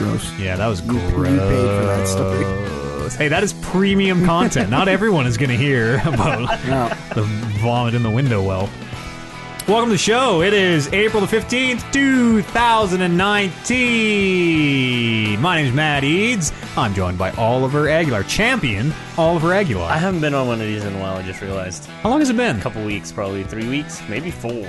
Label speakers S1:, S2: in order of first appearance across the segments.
S1: that was
S2: You- you paid for that story.
S1: gross. Hey, that is premium content. Not everyone is going to hear about
S2: No.
S1: the vomit in the window well. Welcome to the show. It is April the 15th, 2019. My name's Matt Eads. I'm joined by Oliver Aguilar, champion Oliver Aguilar.
S3: I haven't been on one of these in a while. I just realized.
S1: How long has it been?
S3: A couple weeks, probably three weeks, maybe four.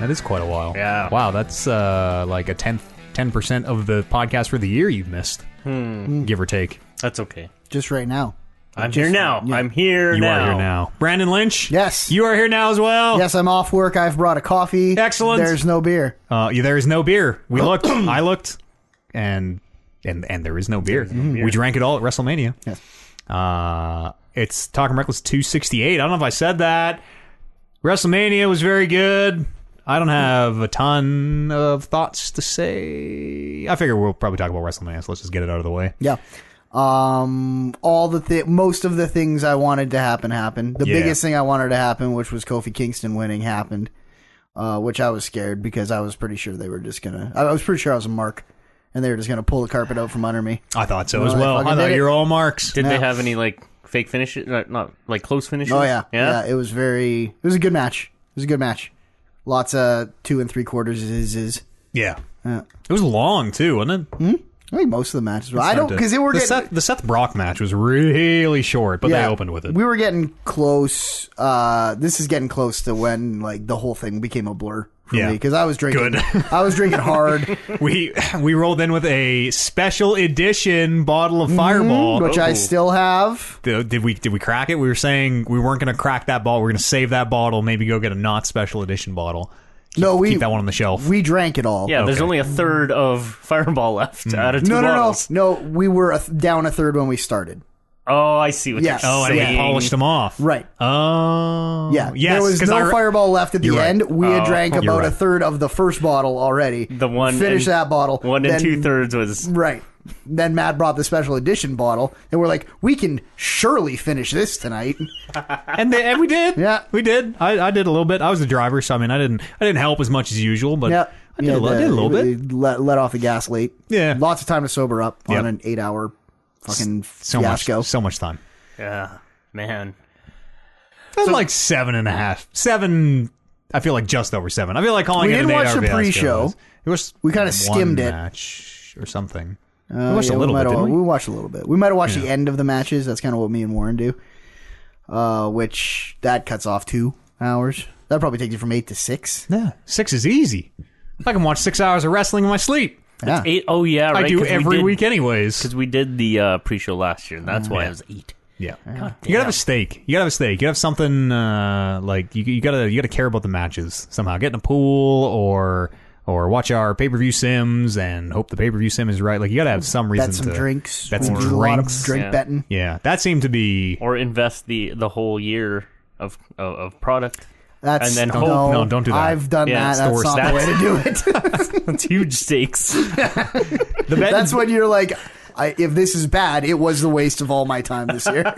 S1: That is quite a while.
S3: Yeah.
S1: Wow, that's uh, like a tenth, 10% of the podcast for the year you've missed,
S3: Hmm.
S1: give or take.
S3: That's okay.
S2: Just right now.
S3: I'm here now. I'm here
S1: You
S3: now.
S1: are here now. Brandon Lynch?
S2: Yes.
S1: You are here now as well.
S2: Yes, I'm off work. I've brought a coffee.
S1: Excellent.
S2: There's no beer.
S1: Uh, yeah, there is no beer. We looked. I looked. And and and there is no beer. We drank it all at WrestleMania.
S2: Yes.
S1: Uh, it's Talking Reckless 268. I don't know if I said that. WrestleMania was very good. I don't have a ton of thoughts to say. I figure we'll probably talk about WrestleMania, so let's just get it out of the way.
S2: Yeah. Um, all the thi- most of the things I wanted to happen happened. The
S1: Yeah.
S2: biggest thing I wanted to happen, which was Kofi Kingston winning, happened. Uh, which I was scared because I was pretty sure they were just gonna. I I was pretty sure I was a mark, and they were just gonna pull the carpet out from under me.
S1: I thought so as
S2: they
S1: well.
S2: fucking
S1: I thought
S2: did it.
S1: you're all marks.
S3: Did they have any like fake finishes? Not, not like close finishes.
S2: Oh yeah.
S3: yeah.
S2: It was very. It was a good match. It was a good match. Lots of two and three quarters is is.
S1: yeah. It was long too, wasn't it?
S2: I think most of the matches. were I don't because they were
S1: the
S2: getting
S1: Seth, the Seth Brock match was really short, but
S2: Yeah.
S1: they opened with it.
S2: We were getting close. Uh, this is getting close to when like the whole thing became a blur for
S1: Yeah.
S2: me because I was drinking.
S1: Good.
S2: I was drinking hard,
S1: we we rolled in with a special edition bottle of Fireball.
S2: Mm-hmm. which
S3: Oh.
S2: I still have.
S1: Did did we did we crack it? We were saying we weren't going to crack that bottle. We are going to save that bottle. Maybe go get a not special edition bottle.
S2: no, we
S1: Keep that one on the shelf.
S2: we drank it all.
S3: Yeah, There's
S1: Okay. Hmm.
S3: only a third of Fireball left out of two
S2: No, no, no,
S3: bottles.
S2: no. We were a th- down a third when we started.
S3: Oh, I see what
S2: Yes.
S3: you're
S1: oh, and
S3: saying.
S1: we polished them off.
S2: Right.
S1: Oh,
S2: Yeah.
S1: Yes,
S2: there was
S1: 'cause
S2: no
S1: I re-
S2: fireball left at the
S1: You're right.
S2: end. We had
S3: Oh.
S2: drank
S3: You're
S2: about a
S1: right.
S2: third of the first bottle already.
S3: The one
S2: Finish
S3: and-
S2: that bottle.
S3: One and
S2: then-
S3: two thirds was
S2: Right. Then Matt brought the special edition bottle, and we're like, we can surely finish this tonight.
S1: and, they, and we did.
S2: Yeah.
S1: we did. I, I did a little bit. I was the driver, so I mean, I didn't I didn't help as much as usual, but
S2: Yep.
S1: I did, a, little, I did a little bit.
S2: Let, let off the gas late.
S1: Yeah.
S2: Lots of time to sober up
S1: Yep.
S2: on an eight hour fucking
S1: So
S2: fiasco.
S1: much, so much time.
S3: yeah, man.
S1: That's like seven and a half, seven. I feel like just over seven. I feel like calling
S2: We
S1: it
S2: didn't
S1: an
S2: watch
S1: eight-hour
S2: the
S1: fiasco
S2: pre-show.
S1: was- It was
S2: We kinda
S1: one
S2: skimmed it.
S1: match or something.
S2: Uh,
S1: we watched
S2: yeah,
S1: a little
S2: we
S1: bit.
S2: might have-
S1: Didn't
S2: we
S1: we?
S2: watched a little bit. We might have watched the end of the matches. That's kind of what me and Warren do. Uh, which that cuts off two hours. That probably takes you from eight to six.
S1: Yeah, six is easy. I can watch six hours of wrestling in my sleep.
S2: Yeah.
S3: Eight. Oh yeah, right.
S1: I do
S3: 'cause we
S1: every
S3: did-
S1: week, anyways.
S3: Because we did the uh, pre-show last year, and that's why
S1: Yeah.
S3: it was eight.
S1: Yeah, you gotta have a steak. You gotta have a steak. You gotta have something uh, like you, you gotta you gotta care about the matches somehow. Get in a pool or or watch our pay per view sims and hope the pay per view sim is right. Like you gotta have some reason
S2: Bet some
S1: to
S2: drinks.
S1: Bet
S2: We
S1: some
S2: do A lot of
S1: drinks.
S2: drink
S3: Yeah.
S2: betting.
S1: Yeah, that seemed to be
S3: Or invest the the whole year of of, of product.
S2: That's
S3: And then
S2: no,
S3: hope-
S1: no, don't do that.
S2: I've done
S3: Yeah, it's
S2: that.
S3: the
S2: That's
S3: worst.
S2: not the way to do it.
S3: That's huge stakes.
S1: the bet.
S2: That's when you're like, I, if this is bad, it was the waste of all my time this year.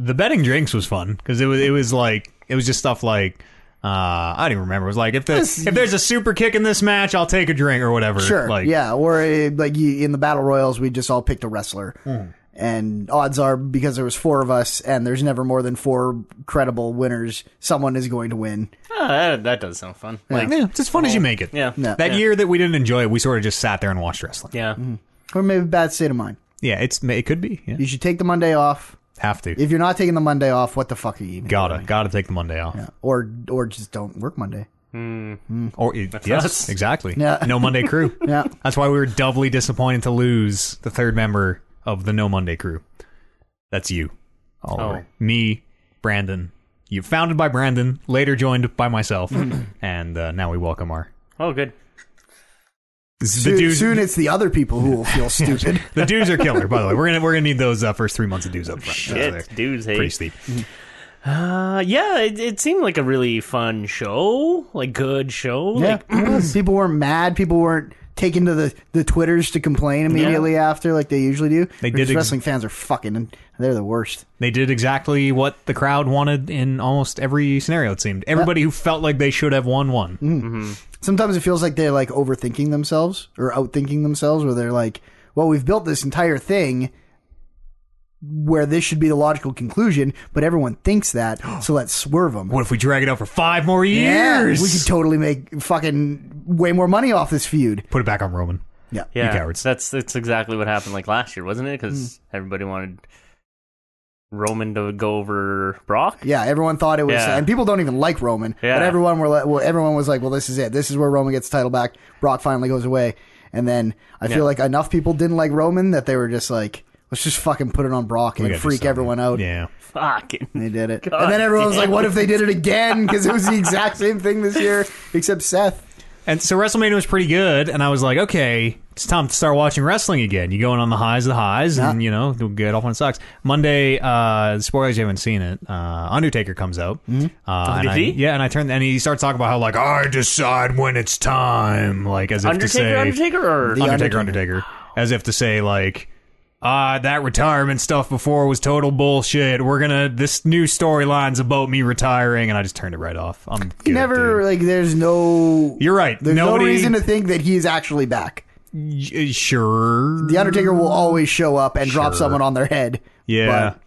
S1: the betting drinks was fun because it was it was like it was just stuff like uh, I don't even remember. It was like if the, if there's a super kick in this match, I'll take a drink or whatever.
S2: Sure.
S1: Like,
S2: yeah. Or uh, like you, in the battle royals, we just all picked a wrestler,
S1: Hmm.
S2: and odds are because there was four of us, and there's never more than four credible winners, someone is going to win.
S3: Ah, that, that does sound fun. Like,
S1: Yeah, it's as fun as you make it.
S3: yeah,
S2: No.
S1: That year that we didn't enjoy it, we sort of just sat there and watched wrestling.
S3: yeah.
S2: Mm-hmm. Or maybe a bad state of mind.
S1: Yeah, it's it could be. Yeah.
S2: You should take the Monday off.
S1: Have to.
S2: If you're not taking the Monday off, what the fuck are you even?
S1: gotta
S2: doing?
S1: gotta take the Monday off.
S2: Or or just don't work Monday.
S1: Or it, yes,
S3: us.
S1: exactly.
S2: Yeah.
S1: No Monday crew.
S2: Yeah.
S1: That's why we were doubly disappointed to lose the third member of the No Monday crew. That's you,
S3: Oh.
S1: Oliver, me, Brandon. You founded by Brandon, later joined by myself,
S2: Mm.
S1: and uh, now we welcome our
S3: Oh, good.
S1: the
S2: Soon,
S1: dudes.
S2: soon it's the other people who will feel stupid.
S1: the dudes are killer. By the way, we're gonna we're gonna need those uh, first three months of dues up front. They're
S3: Shit, dudes, hey.
S1: Pretty steep.
S3: Uh, yeah, it, it seemed like a really fun show, like good show.
S2: Yeah,
S3: Like,
S2: people weren't mad. People weren't taken to the, the twitters to complain immediately after, like they usually do.
S1: They
S2: Because
S1: did ex-
S2: wrestling fans are fucking, and they're the worst.
S1: They did exactly what the crowd wanted in almost every scenario. It seemed everybody who felt like they should have won won.
S2: Mm. Sometimes it feels like they're like overthinking themselves or outthinking themselves, where they're like, well, we've built this entire thing where this should be the logical conclusion, but everyone thinks that, so let's swerve them.
S1: What if we drag it out for five more
S2: Yeah,
S1: years?
S2: we could totally make fucking way more money off this feud.
S1: Put it back on Roman.
S2: Yeah.
S3: Yeah,
S1: cowards.
S3: That's that's exactly what happened like last year, wasn't it? Because
S2: Mm.
S3: everybody wanted Roman to go over Brock.
S2: Yeah, everyone thought it was,
S3: Yeah.
S2: and people don't even like Roman.
S3: Yeah.
S2: But everyone were like, well, everyone was like, well, this is it. This is where Roman gets the title back. Brock finally goes away, and then I feel like enough people didn't like Roman that they were just like, let's just fucking put it on Brock and
S1: gotta do
S2: freak
S1: something.
S2: everyone out.
S1: Yeah.
S3: Fucking
S2: And they did it, and then everyone was like,
S3: damn.
S2: what if they did it again? Because it was the exact same thing this year, except Seth.
S1: And so WrestleMania was pretty good, and I was like, okay, it's time to start watching wrestling again. You going on the highs of the highs, and you know, you'll get off when it sucks. Monday, uh, spoilers, you haven't seen it. Uh, Undertaker comes out,
S2: Mm-hmm.
S1: uh, and
S3: did
S1: I-
S3: he?
S1: yeah, and I turned and he starts talking about how like I decide when it's time, like as if to say
S3: Undertaker, Undertaker, or
S2: The
S1: Undertaker,
S2: Undertaker.
S1: Undertaker, as if to say like. Ah, that retirement stuff before was total bullshit. We're gonna this new storyline's about me retiring, and I just turned it right off. I'm good,
S2: Never
S1: dude.
S2: like, there's no.
S1: You're right.
S2: There's
S1: Nobody-
S2: no reason to think that he's actually back.
S1: Y- uh, sure.
S2: The Undertaker will always show up and drop someone on their head.
S1: Mm. Yeah.
S2: But-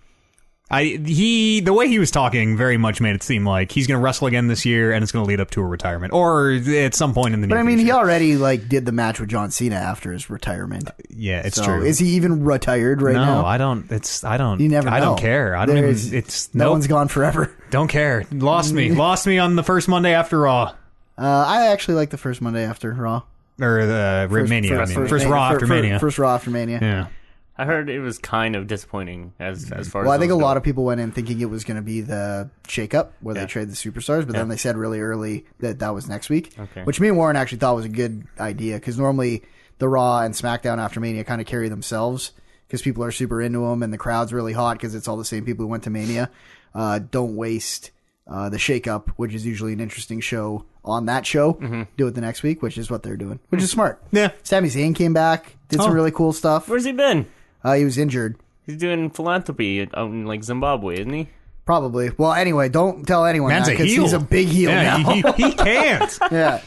S1: I he the way he was talking very much made it seem like he's going to wrestle again this year and it's going to lead up to a retirement or at some point in the
S2: But
S1: near
S2: I mean, he
S1: future.
S2: already like did the match with John Cena after his retirement.
S1: yeah, Uh, it's
S2: so
S1: true.
S2: is he even retired right
S1: no,
S2: now?
S1: I don't. It's I don't.
S2: you never.
S1: I don't
S2: know.
S1: care. I don't
S2: There's-
S1: even. It's
S2: no
S1: no.
S2: one's gone forever.
S1: don't care. Lost me. Lost me on the first Monday after Raw
S2: Uh, I actually like the first Monday after Raw.
S1: or the uh, Mania. I mean, first, Raw
S2: fir-
S1: after
S2: fir-
S1: Mania.
S2: First Raw after Mania.
S1: yeah.
S3: I heard it was kind of disappointing as as far.
S2: Well, I
S3: as
S2: think a lot of people went in thinking it was going to be the shakeup where they trade the superstars, but then they said really early that that was next week,
S3: Okay.
S2: which me and Warren actually thought was a good idea because normally the Raw and SmackDown after Mania kind of carry themselves because people are super into them and the crowd's really hot because it's all the same people who went to Mania. Uh, don't waste uh, the shakeup, which is usually an interesting show on that show. Do it the next week, which is what they're doing, which is smart.
S1: Mm-hmm. Yeah.
S2: Sami Zayn came back, did some
S1: Oh.
S2: really cool stuff.
S3: Where's he been?
S2: Uh, he was injured.
S3: He's doing philanthropy out in like Zimbabwe, isn't he?
S2: Probably. Well, anyway, don't tell anyone
S1: Man's a
S2: because
S1: heel.
S2: he's a big heel
S1: yeah,
S2: now.
S1: He, he can't.
S2: yeah,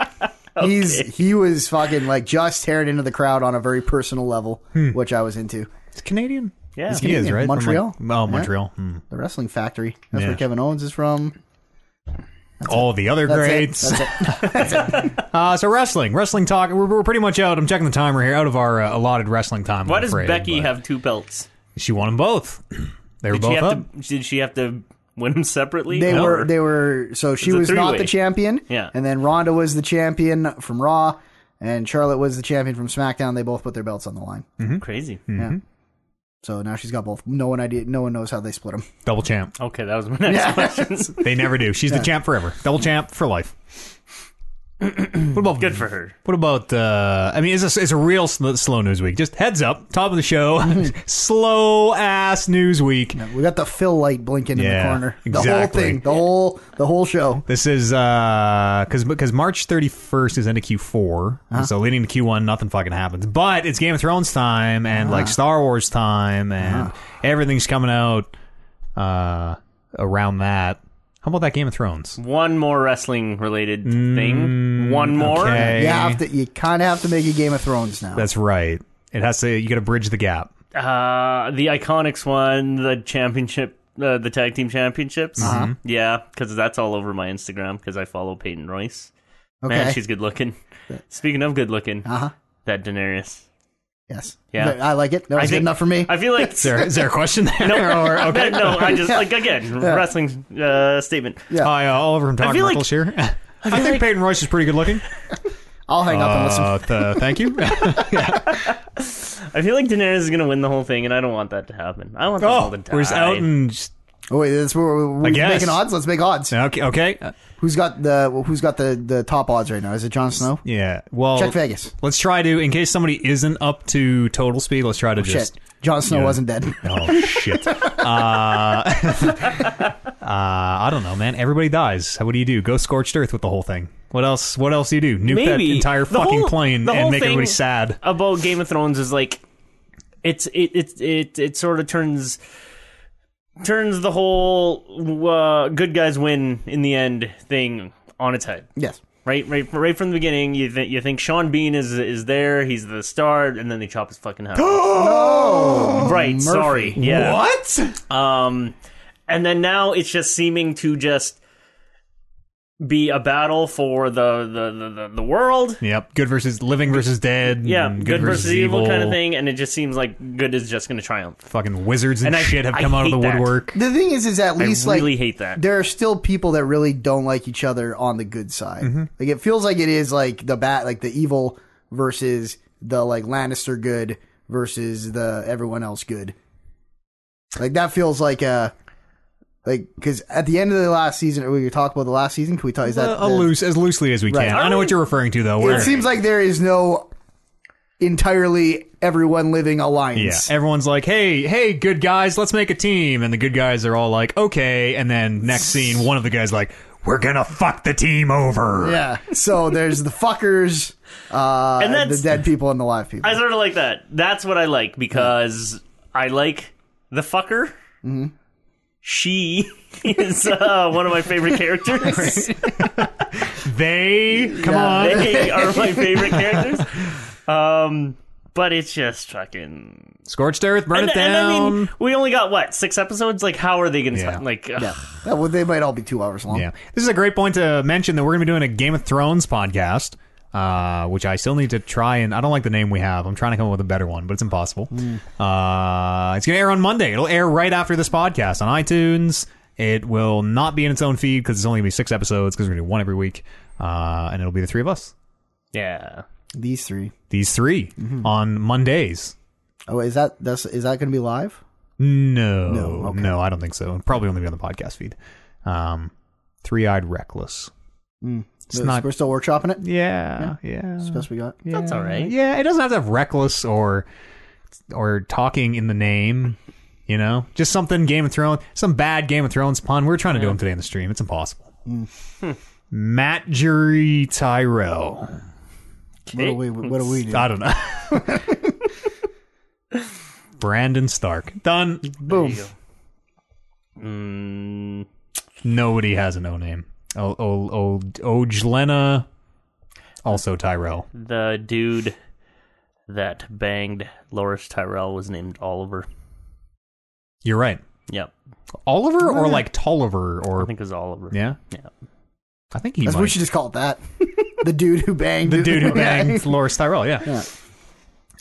S2: he's he was fucking like just tearing into the crowd on a very personal level,
S1: Hmm.
S2: which I was into.
S1: It's Canadian.
S3: Yeah. He's
S1: he is
S2: Canadian.
S1: right. From, like-
S2: Montreal.
S1: oh,
S2: Yeah.
S1: Montreal. Hmm.
S2: The Wrestling Factory. That's
S1: Yeah.
S2: where Kevin Owens is from.
S1: All the other
S2: That's
S1: greats.
S2: it. That's it.
S1: Uh, so wrestling, wrestling talk. We're, we're pretty much out. I'm checking the timer here, out of our uh, allotted wrestling time.
S3: Why
S1: I'm
S3: does
S1: afraid,
S3: Becky
S1: but
S3: have two belts?
S1: She won them both. They were
S3: Did she
S1: both
S3: have
S1: up.
S3: to? Did she have to win them separately?
S2: They
S3: No.
S2: were they were so she
S3: It's a
S2: was not
S3: three-way.
S2: the champion.
S3: Yeah.
S2: and then Ronda was the champion from Raw, and Charlotte was the champion from SmackDown. They both put their belts on the line.
S1: Mm-hmm.
S3: crazy.
S2: Yeah. So now she's got both. No one idea. No one knows how they split them.
S1: Double champ.
S3: Okay, that was my next question.
S1: They never do. She's the champ forever. Double champ for life. what about
S3: Good for her.
S1: What about? Uh, I mean, it's a, it's a real sl- slow news week. Just heads up, top of the show, slow ass news week.
S2: We got the Phil light blinking in
S1: Yeah,
S2: the corner. The whole
S1: exactly.
S2: thing. The whole the whole show.
S1: This is because because March 31st is into Q4, so leading to Q1, nothing fucking happens. But it's Game of Thrones time and like Star Wars time, and everything's coming out uh, around that. How about that Game of Thrones?
S3: One more wrestling related thing. One more.
S1: Mm, okay.
S2: You have to. You kind of have to make a Game of Thrones now.
S1: That's right. It has to. You got to bridge the gap.
S3: Uh, the Iconics won the championship, uh, the tag team championships.
S2: Uh-huh.
S1: Mm-hmm.
S3: Yeah, because that's all over my Instagram because I follow Peyton Royce. Man,
S2: Okay.
S3: she's good looking. Speaking of good looking,
S2: Uh-huh.
S3: that Daenerys.
S2: yes.
S3: Yeah.
S2: I like it. That was good
S3: think-
S2: enough for me.
S3: I feel like
S1: Is there, is there a question there? or, okay.
S3: no, I just like again wrestling uh, statement.
S2: Yeah.
S1: Hi, uh, Oliver from
S3: I
S1: Talking
S3: feel like-
S1: Knuckles here. I, think
S3: like-
S1: Peyton Royce is pretty good looking.
S2: I'll hang up and listen.
S1: Uh, th- thank you.
S3: I feel like Daenerys is gonna win the whole thing, and I don't want that to happen. I want them all
S1: oh,
S3: to die.
S1: we're just out and just,
S2: Oh, wait, that's where we're, we're
S1: guess.
S2: making odds. Let's make odds.
S1: okay. Okay.
S2: Who's got the Who's got the the top odds right now? Is it Jon Snow?
S1: Yeah. Well,
S2: Check Vegas.
S1: Let's try to, in case somebody isn't up to total speed, let's
S3: Oh,
S1: try to just.
S2: Shit, Jon Snow
S1: Yeah.
S2: wasn't dead.
S1: Oh shit! uh, uh, I don't know, man. Everybody dies. What do you do? Go scorched earth with the whole thing. What else? What else do you do? Nuke that
S3: Maybe.
S1: entire
S3: The
S1: fucking
S3: whole-
S1: plane
S3: the
S1: and
S3: whole
S1: make everybody
S3: thing-
S1: sad.
S3: about Game of Thrones is like it's it it it it sort of turns turns the whole uh, good guys win in the end thing on its head.
S2: yes.
S3: Right, right, right from the beginning, you think you think Sean Bean is is there, he's the star, and then they chop his fucking head. off. right, sorry, yeah.
S1: What?
S3: Um, and then now it's just seeming to just be a battle for the the the, the, the world.
S1: Yep. Good versus living versus dead.
S3: Yeah,
S1: and
S3: Mm-hmm. good, versus, evil, kind of thing, and it just seems like good is just going to triumph.
S1: Fucking wizards and,
S3: And I-
S1: shit have
S3: I
S1: come out of the
S3: hate that.
S1: woodwork.
S2: The thing is, is at
S3: I
S2: least
S3: really
S2: like
S3: hate that.
S2: there are still people that really don't like each other on the good side. Like it feels like it is like the bat, like the evil versus the like Lannister good versus the everyone else good. Like that feels like uh like because at the end of the last season, we could talk about the last season. Can we talk? Is that
S1: Uh, a
S2: the-
S1: loose, as loosely as we
S2: Right.
S1: can. I know what you're referring to, though. Where,
S2: It seems like there is no entirely everyone living
S1: yeah,
S2: alliance.
S1: everyone's like, "Hey, hey, good guys, let's make a team," and the good guys are all like, "Okay," and then next scene, one of the guys like, "We're gonna fuck the team over."
S2: Yeah. So there's the fuckers, uh,
S3: And
S2: and the
S3: that's-
S2: dead people, and the live people.
S3: I sort of like that. That's what I like because I like the fucker. She is uh, one of my favorite characters.
S1: They come on.
S3: they are my favorite characters. Um, but it's just fucking.
S1: Scorched Earth, burn
S3: And,
S1: it
S3: and
S1: down.
S3: I mean, we only got what six episodes. Like, how are they going to
S1: Yeah.
S3: like? ugh.
S2: Yeah, well, they might all be two hours long.
S1: yeah, this is a great point to mention that we're going to be doing a Game of Thrones podcast, uh, which I still need to try and I don't like the name we have. I'm trying to come up with a better one, but it's impossible. Uh, it's going to air on Monday. It'll air right after this podcast on iTunes. It will not be in its own feed because it's only going to be six episodes because we're going to do one every week, uh, and it'll be the three of us,
S3: yeah.
S2: These three.
S1: these 3 on Mondays.
S2: Oh, is that that's is that going to be live?
S1: No, no,
S2: okay.
S1: I don't think so. It'll probably only be on the podcast feed. Um, Three Eyed Reckless.
S2: It's
S1: not-
S2: We're still workshopping it.
S1: Yeah, yeah.
S2: It's the best we got.
S3: That's all right.
S1: Yeah, it doesn't have to have reckless or or talking in the name. You know, just something Game of Thrones, some bad Game of Thrones pun. We are trying to do them today in the stream. It's impossible. Matt Jury Tyrell.
S2: What do we What do we do?
S1: I don't know. Brandon Stark. Done.
S2: Boom.
S3: Mm,
S1: Nobody has a no name. Oh, oh, oh, Ojlena. Also Tyrell.
S3: the dude that banged Loris Tyrell was named Oliver.
S1: You're right.
S3: Yep,
S1: Oliver or like Tolliver
S3: I
S1: or
S3: think it was Oliver.
S1: yeah.
S3: Yeah.
S1: I think he
S2: That's-
S1: might.
S2: we should just call it that. the dude who banged.
S1: the dude who banged Loris Tyrell. Yeah,
S2: Yeah.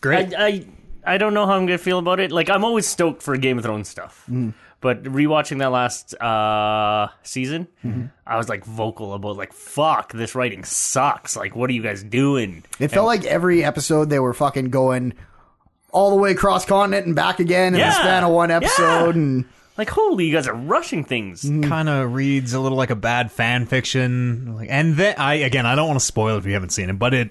S1: great.
S3: I, I I don't know how I'm gonna feel about it. Like I'm always stoked for Game of Thrones stuff,
S1: Mm.
S3: but rewatching that last uh, season,
S1: Mm-hmm.
S3: I was like vocal about like fuck this writing sucks. Like what are you guys doing?
S2: It felt like every episode they were fucking going all the way across continent and back again in
S3: Yeah.
S2: the span of one episode.
S3: Yeah.
S2: And
S3: Like holy, you guys are rushing things.
S1: kind of reads a little like a bad fan fiction. Like, and then I again, I don't want to spoil it if you haven't seen it, but it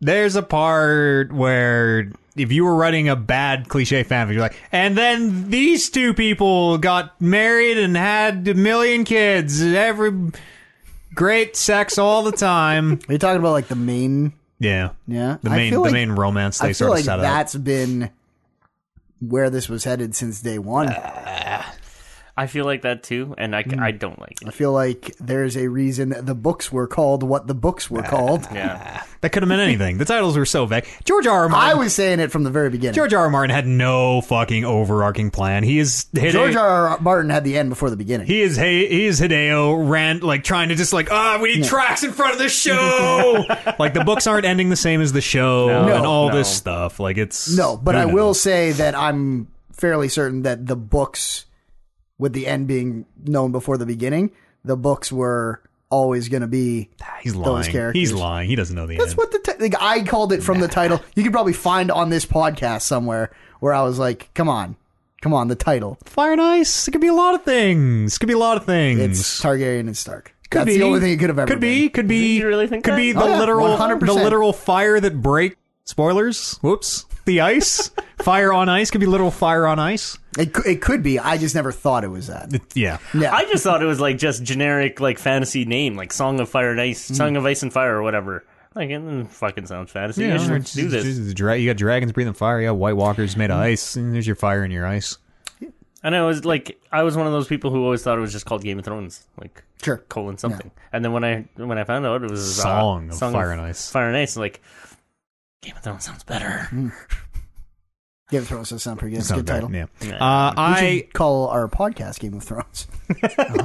S1: there's a part where if you were writing a bad cliche fan fiction, you're like, and then these two people got married and had a million kids. Every great sex all the time.
S2: are you talking about like the main?
S1: yeah,
S2: Yeah,
S1: The
S2: I
S1: main the
S2: feel like-
S1: main romance they
S2: I feel
S1: sort of
S2: like
S1: set up.
S2: that's been where this was headed since day one.
S3: I feel like that too, and
S1: Hmm.
S3: I, I don't like
S2: I
S3: it.
S2: feel like there's a reason the books were called what the books were called.
S3: Yeah,
S1: That could have meant anything. The titles were so vague. George R. R. Martin.
S2: I was saying it from the very beginning.
S1: George R. R. Martin had no fucking overarching plan. He is Hideo,
S2: George R. R. Martin had the end before the beginning.
S1: he is hey, he is Hideo rant like trying to just like ah we need tracks in front of the show. like the books aren't ending the same as the show
S3: No.
S1: and all
S3: No.
S1: this stuff. Like it's
S2: no, but
S1: who
S2: I
S1: knows?
S2: will say that I'm fairly certain that the books, with the end being known before the beginning, the books were always going to be.
S1: He's
S2: those
S1: lying.
S2: characters.
S1: He's lying. He doesn't know the
S2: That's
S1: end.
S2: what the ti- like, I called it from the title. You could probably find on this podcast somewhere where I was like, "Come on, come on!" The title.
S1: Fire and ice. It could be a lot of things. Could be a lot of things.
S2: It's Targaryen and Stark.
S1: Hmm. could
S2: That's
S1: be
S2: the only thing it could have ever
S1: could
S2: been.
S1: be could be.
S3: Did you really think
S1: could
S3: that?
S1: be the
S2: Oh, yeah,
S1: literal
S2: 100%.
S1: the literal fire that break spoilers. Whoops. The ice fire on ice could be literal fire on ice.
S2: It, cou- it could be. I just never thought it was that.
S1: Yeah.
S2: Yeah.
S3: I just thought it was like just generic like fantasy name, like Song of Fire and Ice,
S1: Hmm.
S3: Song of Ice and Fire, or whatever. Like it mm, fucking sounds fantasy.
S1: Yeah,
S3: you
S1: or
S3: should
S1: just-
S3: do this. Mm-hmm.
S1: just dra- you got dragons breathing fire. You got White Walkers made of ice. And there's your fire and your ice.
S3: And I was like, I was one of those people who always thought it was just called Game of Thrones, like
S2: Sure.
S3: colon something. And then when I when I found out it was uh,
S1: Song of Fire and Ice.
S3: Fire and Ice, like Game of Thrones sounds better.
S1: Hmm.
S2: Game of Thrones does sound pretty good. It's a
S1: Sounds
S2: good
S1: bad,
S2: title.
S1: Yeah.
S3: Yeah.
S1: Uh,
S2: We
S1: I
S2: should call our podcast Game of Thrones.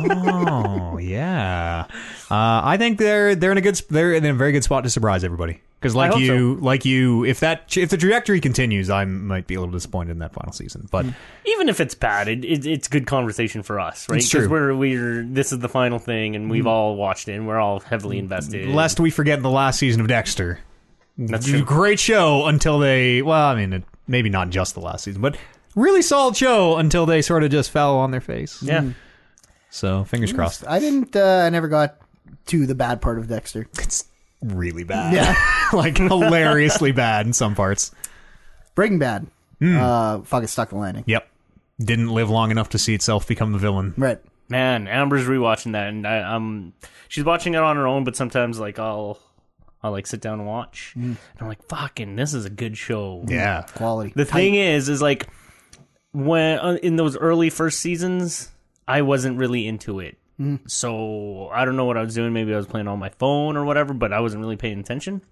S1: oh yeah. Uh, I think they're they're in a good sp- they're in a very good spot to surprise everybody because like
S3: hope
S1: you like you if that if the trajectory continues I might be a little disappointed in that final season
S3: Mm.
S1: but
S3: Even if it's bad, it, it, it's good conversation for us, right?
S1: It's true. Hmm.
S3: we're we're this is the final thing, and we've all watched it, and we're all heavily invested.
S1: lest we forget the last season of Dexter
S3: That's true.
S1: great show until they well I mean it, maybe not just the last season but really solid show until they sort of just fell on their face Mm.
S3: Yeah.
S1: so fingers crossed
S2: I didn't. Uh, I never got to the bad part of Dexter.
S1: it's really bad yeah like hilariously bad in some parts
S2: Breaking Bad.
S1: Hmm.
S2: Uh, fucking stuck the landing.
S1: Yep. Mm. Didn't live long enough to see itself become the villain.
S2: Right.
S3: Man, Amber's rewatching that, and I, um, she's watching it on her own. But sometimes, like, I'll, I'll like sit down and watch, and I'm like, "Fucking, this is a good show."
S1: Yeah.
S2: Quality.
S3: The thing is, is like, when uh, in those early first seasons, I wasn't really into it. So I don't know what I was doing. Maybe I was playing on my phone or whatever, but I wasn't really paying attention.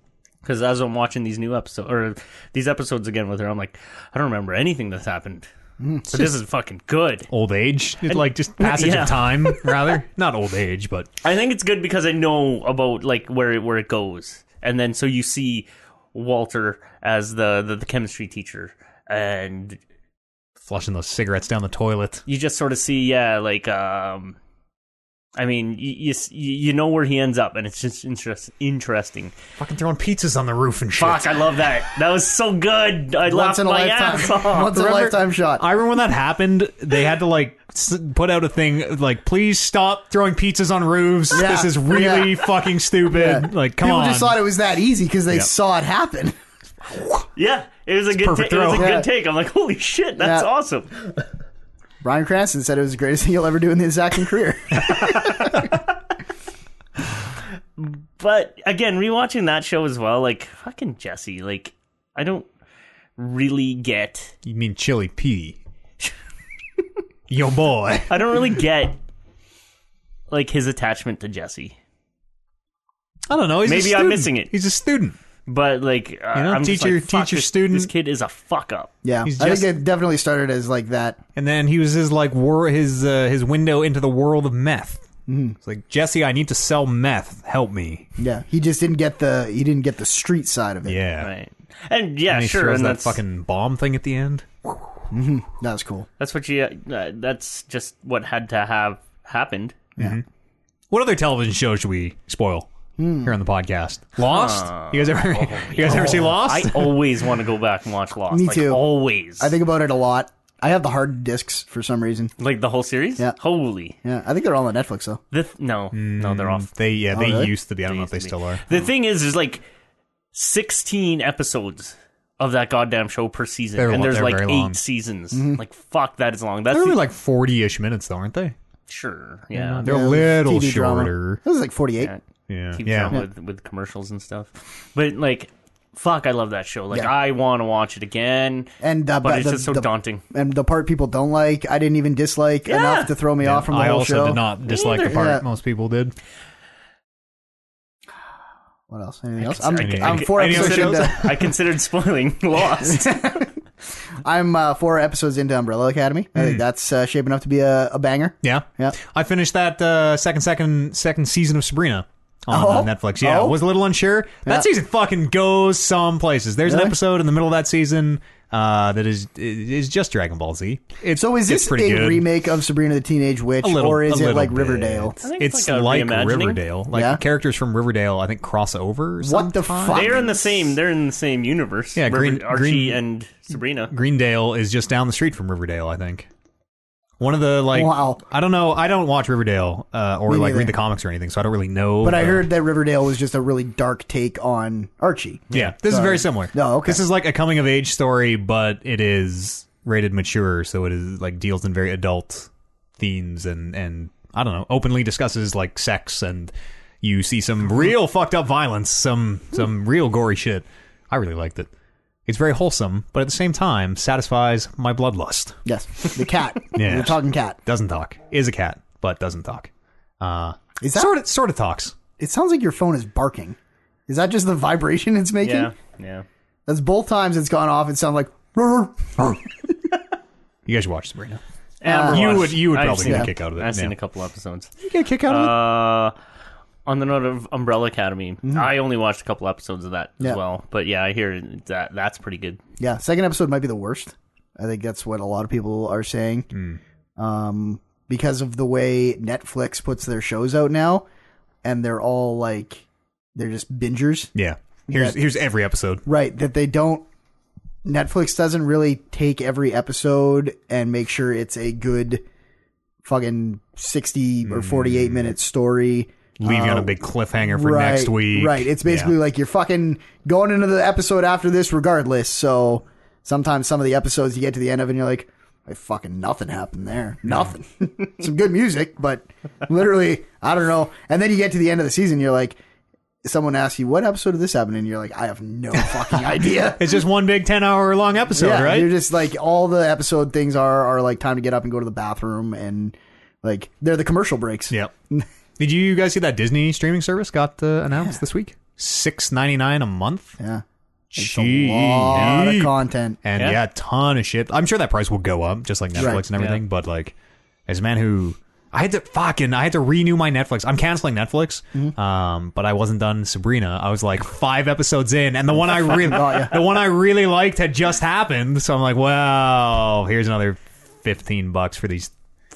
S3: Because as I'm watching these new episodes or these episodes again with her, I'm like, I don't remember anything that's happened. But this is fucking good.
S1: Old age. It's like just passage
S3: yeah.
S1: of time, rather. Not old age, but
S3: I think it's good because I know about like where it, where it goes, and then so you see Walter as the the, the chemistry teacher, and
S1: flushing those cigarettes down the toilet.
S3: you just sort of see yeah like um, I mean you you, s- you you know where he ends up, and it's just interest, interesting.
S1: Fucking throwing pizzas on the roof and shit.
S3: Fuck, I love that. That was so good. I
S2: Once
S3: laughed
S2: in a
S3: my ass
S2: lifetime.
S3: off.
S2: Once in a lifetime shot.
S1: I Oh, remember when that happened, they had to like s- put out a thing like, please stop throwing pizzas on roofs.
S2: Yeah.
S1: This is really fucking stupid.
S2: Yeah.
S1: Like, come
S2: People
S1: on.
S2: just thought it was that easy because they
S1: Yep.
S2: saw it happen.
S3: Yeah, it was a good.
S1: perfect
S3: ta- it was a
S1: throw.
S2: Yeah.
S3: good take. I'm like, holy shit, that's
S2: Yeah.
S3: awesome.
S2: Brian Cranston said it was the greatest thing he'll ever do in his acting career.
S3: But again, rewatching that show as well, like fucking Jesse, like I don't really get
S1: you mean chili pea. Yo boy.
S3: I don't really get like his attachment to Jesse.
S1: I don't know. He's a
S3: Maybe I'm
S1: student.
S3: missing it.
S1: He's a student.
S3: But like uh,
S1: You know,
S3: I'm just
S1: teacher-
S3: like, fuck,
S1: teacher,
S3: this-
S1: student.
S3: this kid is a fuck up.
S2: yeah.
S1: He's
S2: I
S1: just-
S2: think it definitely started as like that.
S1: and then he was his like war his uh, his window into the world of meth.
S3: Mm-hmm.
S1: Mm. It's like Jesse, I need to sell meth. Help me.
S2: Yeah. He just didn't get the he didn't get the street side of it.
S1: Yeah,
S3: Right. And yeah,
S1: and he
S3: sure,
S1: throws
S3: and
S1: that
S3: that's
S1: fucking bomb thing at the end.
S2: That was cool.
S3: that's what you uh, that's just what had to have happened.
S1: What other television show should we spoil here on the podcast? Lost. you guys ever you guys ever see Lost?
S3: Oh, I always want to go back and watch Lost.
S2: Me
S3: like,
S2: too.
S3: Always.
S2: I think about it a lot. I have the hard discs for some reason.
S3: like the whole series.
S2: Yeah.
S3: Holy.
S2: Yeah. I think they're all on Netflix though.
S3: The th- no, no, they're off.
S1: Mm, they yeah they
S2: really?
S1: used to be. I don't know if they
S3: to me.
S1: still are.
S3: The thing is, there's like 16 episodes of that goddamn show per season,
S1: They're lo-
S3: and there's
S1: they're
S3: like
S1: very
S3: eight
S1: long.
S3: seasons.
S2: Mm-hmm.
S3: Like fuck, that is long. That's
S1: They're
S3: the,
S1: only like forty ish minutes though, aren't they?
S3: sure, Uh, yeah.
S1: They're
S2: Yeah,
S1: a little
S2: TV drama.
S1: shorter.
S2: This is like 48.
S3: Yeah.
S1: Yeah,
S3: TV
S1: yeah.
S3: drama with with commercials and stuff, but like. Fuck, I love that show. Like,
S2: Yeah.
S3: I want to watch it again.
S2: And, uh,
S3: but
S2: but
S3: it's
S2: the-
S3: just so
S2: the-
S3: daunting.
S2: And the part people don't like, I didn't even dislike
S3: Yeah.
S2: enough to throw me off from the
S1: I
S2: whole
S1: also
S2: show.
S1: did not dislike the
S3: either.
S1: part
S2: Yeah.
S1: most people did.
S2: What else? Anything else?
S3: I
S2: I'm,
S3: could-
S2: I'm
S3: I could-
S2: four
S1: any
S2: episodes
S1: other
S2: into.
S3: I considered spoiling Lost.
S2: I'm uh, four episodes into Umbrella Academy. I
S1: Hmm.
S2: think that's uh, shaping up to be a, a banger.
S1: Yeah,
S2: Yeah.
S1: I finished that uh, second second second season of Sabrina on
S2: Oh?
S1: uh, Netflix. Yeah,
S2: Oh?
S1: was a little unsure. That season fucking goes some places. There's
S2: Really?
S1: an episode in the middle of that season uh, that is is just Dragon Ball Z. It's
S2: So is
S1: it's
S2: this a
S1: pretty good.
S2: remake of Sabrina the Teenage Witch,
S1: A little,
S2: or
S1: a
S2: is it
S1: little
S2: like
S1: bit.
S2: Riverdale?
S1: It's,
S3: think it's like
S1: like,
S3: a reimagining.
S1: Riverdale. Like
S2: Yeah.
S1: characters from Riverdale, I think cross over.
S2: What the
S1: sometime.
S2: fuck?
S3: they're in the same. They're in the same universe.
S1: Yeah, Green-
S3: River- Archie
S1: Green-
S3: and Sabrina.
S1: Greendale is just down the street from Riverdale, I think. One of the like,
S2: Wow.
S1: I don't know. I don't watch Riverdale uh, or
S2: Me
S1: like
S2: neither.
S1: read the comics or anything, so I don't really know.
S2: But I
S1: the-
S2: heard that Riverdale was just a really dark take on Archie.
S1: Yeah, this is
S2: Sorry.
S1: very similar.
S2: No, okay.
S1: This is like a coming of age story, but it is rated mature, so it is like deals in very adult themes and and I don't know, openly discusses like sex and
S2: Mm-hmm.
S1: you see some real fucked up violence, some some real gory shit. I really liked it. It's very wholesome, but at the same time satisfies my bloodlust.
S2: Yes, the cat.
S1: Yeah.
S2: We're talking cat.
S1: Doesn't talk. Is a cat, but doesn't talk. Uh,
S2: Is that-
S1: sort of sort of talks?
S2: It sounds like your phone is barking. Is that just the vibration it's making?
S3: Yeah, yeah.
S2: That's both times it's gone off. It sounds like. "Rrr, rrr."
S1: You guys should watch Sabrina.
S3: Amber
S1: you
S3: Watch.
S1: would you would
S3: I've
S1: probably
S3: seen
S1: get a
S2: it.
S1: kick out of it.
S3: I've seen
S1: yeah.
S3: a couple episodes.
S1: You get a kick out of it.
S3: Uh, on the note of Umbrella Academy,
S1: Mm-hmm.
S3: I only watched a couple episodes of that
S2: Yeah.
S3: as well. But yeah, I hear that that's pretty good.
S2: Yeah, second episode might be the worst. I think that's what a lot of people are saying. Um, because of the way Netflix puts their shows out now, and they're all like, they're just bingers,
S1: Yeah. Here's here's every episode.
S2: right? That they don't. Netflix doesn't really take every episode and make sure it's a good fucking 60 or 48 minute story.
S1: Leave you on a big cliffhanger for
S2: Uh, right,
S1: next week.
S2: Right. It's basically
S1: Yeah.
S2: like you're fucking going into the episode after this regardless. So sometimes some of the episodes you get to the end of and you're like, I fucking nothing happened there. Nothing. Some good music, but literally, I don't know. And then you get to the end of the season, you're like, someone asks you, what episode of this happened? And you're like, I have no fucking idea.
S1: it's just one big ten hour long episode,
S2: yeah.
S1: right?
S2: You're just like, all the episode things are, are like time to get up and go to the bathroom and like, they're the commercial breaks.
S1: Yep. Did you guys see that Disney streaming service got uh, announced this week? Six ninety nine a month.
S2: Yeah. It's
S1: Cheap.
S2: a lot of content.
S1: and yeah.
S3: Yeah.
S1: a ton of shit. I'm sure that price will go up, just like Netflix
S2: Right,
S1: and everything. But like, as a man who I had to fucking I had to renew my Netflix. I'm canceling Netflix, um, but I wasn't done Sabrina. I was like five episodes in, and the one I really
S2: got ya.
S1: the one I really liked had just happened. So I'm like, well, here's another fifteen bucks for these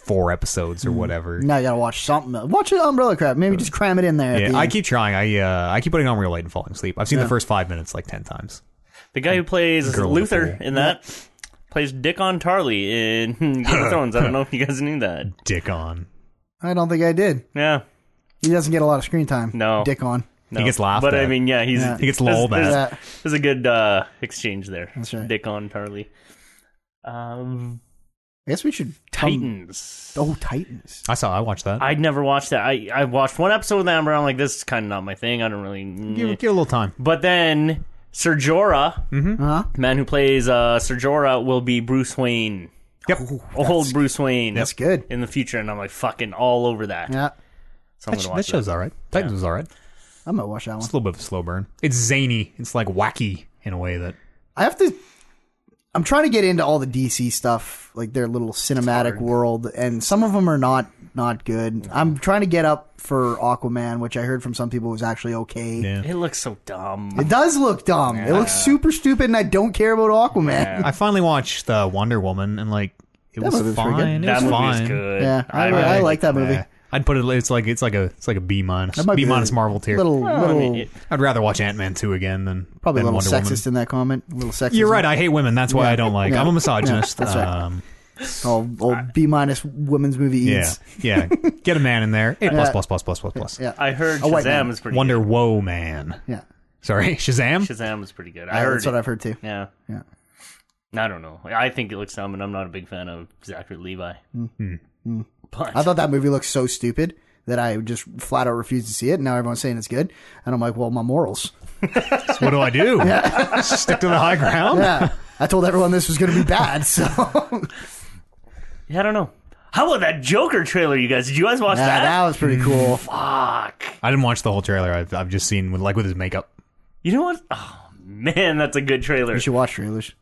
S1: four episodes or whatever.
S2: Now you gotta watch something. else. Watch an Umbrella Crab. Maybe just cram it in there. at
S1: Yeah,
S2: the
S1: I
S2: end.
S1: keep trying. I uh, I keep putting on real light and falling asleep. I've seen the first five minutes like ten times.
S3: The guy who plays
S1: Girl with
S3: Luther
S1: the
S3: in that plays Dick on Tarly in Game of Thrones. I don't know if you guys knew that.
S1: Dick on.
S2: I don't think I did.
S3: Yeah.
S2: He doesn't get a lot of screen time.
S3: No.
S2: Dick on.
S3: No.
S1: gets laughed
S3: But I
S1: at.
S3: mean, yeah, he's
S2: Yeah.
S1: He gets lolled
S3: there's,
S1: at.
S3: There's,
S2: Yeah.
S3: there's a good uh, exchange there.
S2: That's right.
S3: Dick on Tarly. Um,
S2: I guess we should come-
S3: Titans.
S2: Oh, Titans.
S1: I saw. I watched that.
S3: I'd never watched that. I, I watched one episode with Amber. I'm like, this is kind of not my thing. I don't really.
S1: give, give it a little time.
S3: But then Sir Jorah,
S2: Huh?
S3: the man who plays uh, Sir Jorah, will be Bruce Wayne,
S1: Yep.
S3: old Bruce Wayne.
S2: That's good.
S3: in the future, and I'm like fucking all over that.
S2: Yeah.
S3: So I'm
S1: That, sh-
S3: gonna
S1: that
S3: watch
S1: show's all right. Titans was all right. It's
S2: I'm gonna watch that one.
S1: a little bit of a slow burn. It's zany. It's like wacky in a way that
S2: I have to. I'm trying to get into all the DC stuff, like their little cinematic world, and some of them are not not good. I'm trying to get up for Aquaman, which I heard from some people was actually okay.
S1: Yeah.
S3: It looks so dumb.
S2: It does look dumb. It looks super stupid, and I don't care about Aquaman.
S1: I finally watched uh, Wonder Woman and like it was
S2: movie was pretty good.
S1: fine. It
S3: that
S1: was
S3: movie
S1: fine.
S3: is good.
S2: Yeah, I, I,
S3: really-
S2: like that movie.
S1: Yeah. I'd put it. It's like it's like a it's like a B minus.
S2: That might
S1: B
S2: be the
S1: minus Marvel tier.
S2: Little,
S3: I
S2: little,
S3: mean, it-
S1: I'd rather watch Ant Man two again than
S2: probably a
S1: than
S2: little
S1: Wonder Woman.
S2: sexist in that comment. A little sexist.
S1: You're right. I hate women. That's why I don't like.
S2: Yeah.
S1: I'm a misogynist.
S2: Yeah, that's right.
S1: Um,
S2: Oh, old B minus women's movie
S1: yeah,
S2: eats.
S1: yeah. Get a man in there. A plus plus plus plus plus plus.
S2: Yeah.
S3: I heard
S2: A white
S3: Shazam
S2: man.
S3: is pretty.
S1: Wonder Woe Man.
S2: Yeah.
S1: Sorry, Shazam.
S3: Good. Shazam is pretty good. I
S2: Yeah,
S3: heard.
S2: that's what
S3: it.
S2: I've heard too.
S3: yeah.
S2: Yeah.
S3: I don't know. I think it looks dumb, and I'm not a big fan of Zachary Levi. But
S2: Mm. I thought that movie looked so stupid that I just flat out refused to see it. And now everyone's saying it's good, and I'm like, well, my morals.
S1: What do I do? Stick to the high ground.
S2: Yeah, Ah, I told everyone this was going to be bad, so
S3: yeah, I don't know. How about that Joker trailer, you guys? Did you guys watch
S2: Yeah,
S3: that?
S2: that was pretty cool.
S3: Mm. Fuck.
S1: I didn't watch the whole trailer. I've, I've just seen with, like with his makeup.
S3: You know what? Oh man, that's a good trailer.
S2: You should watch trailers.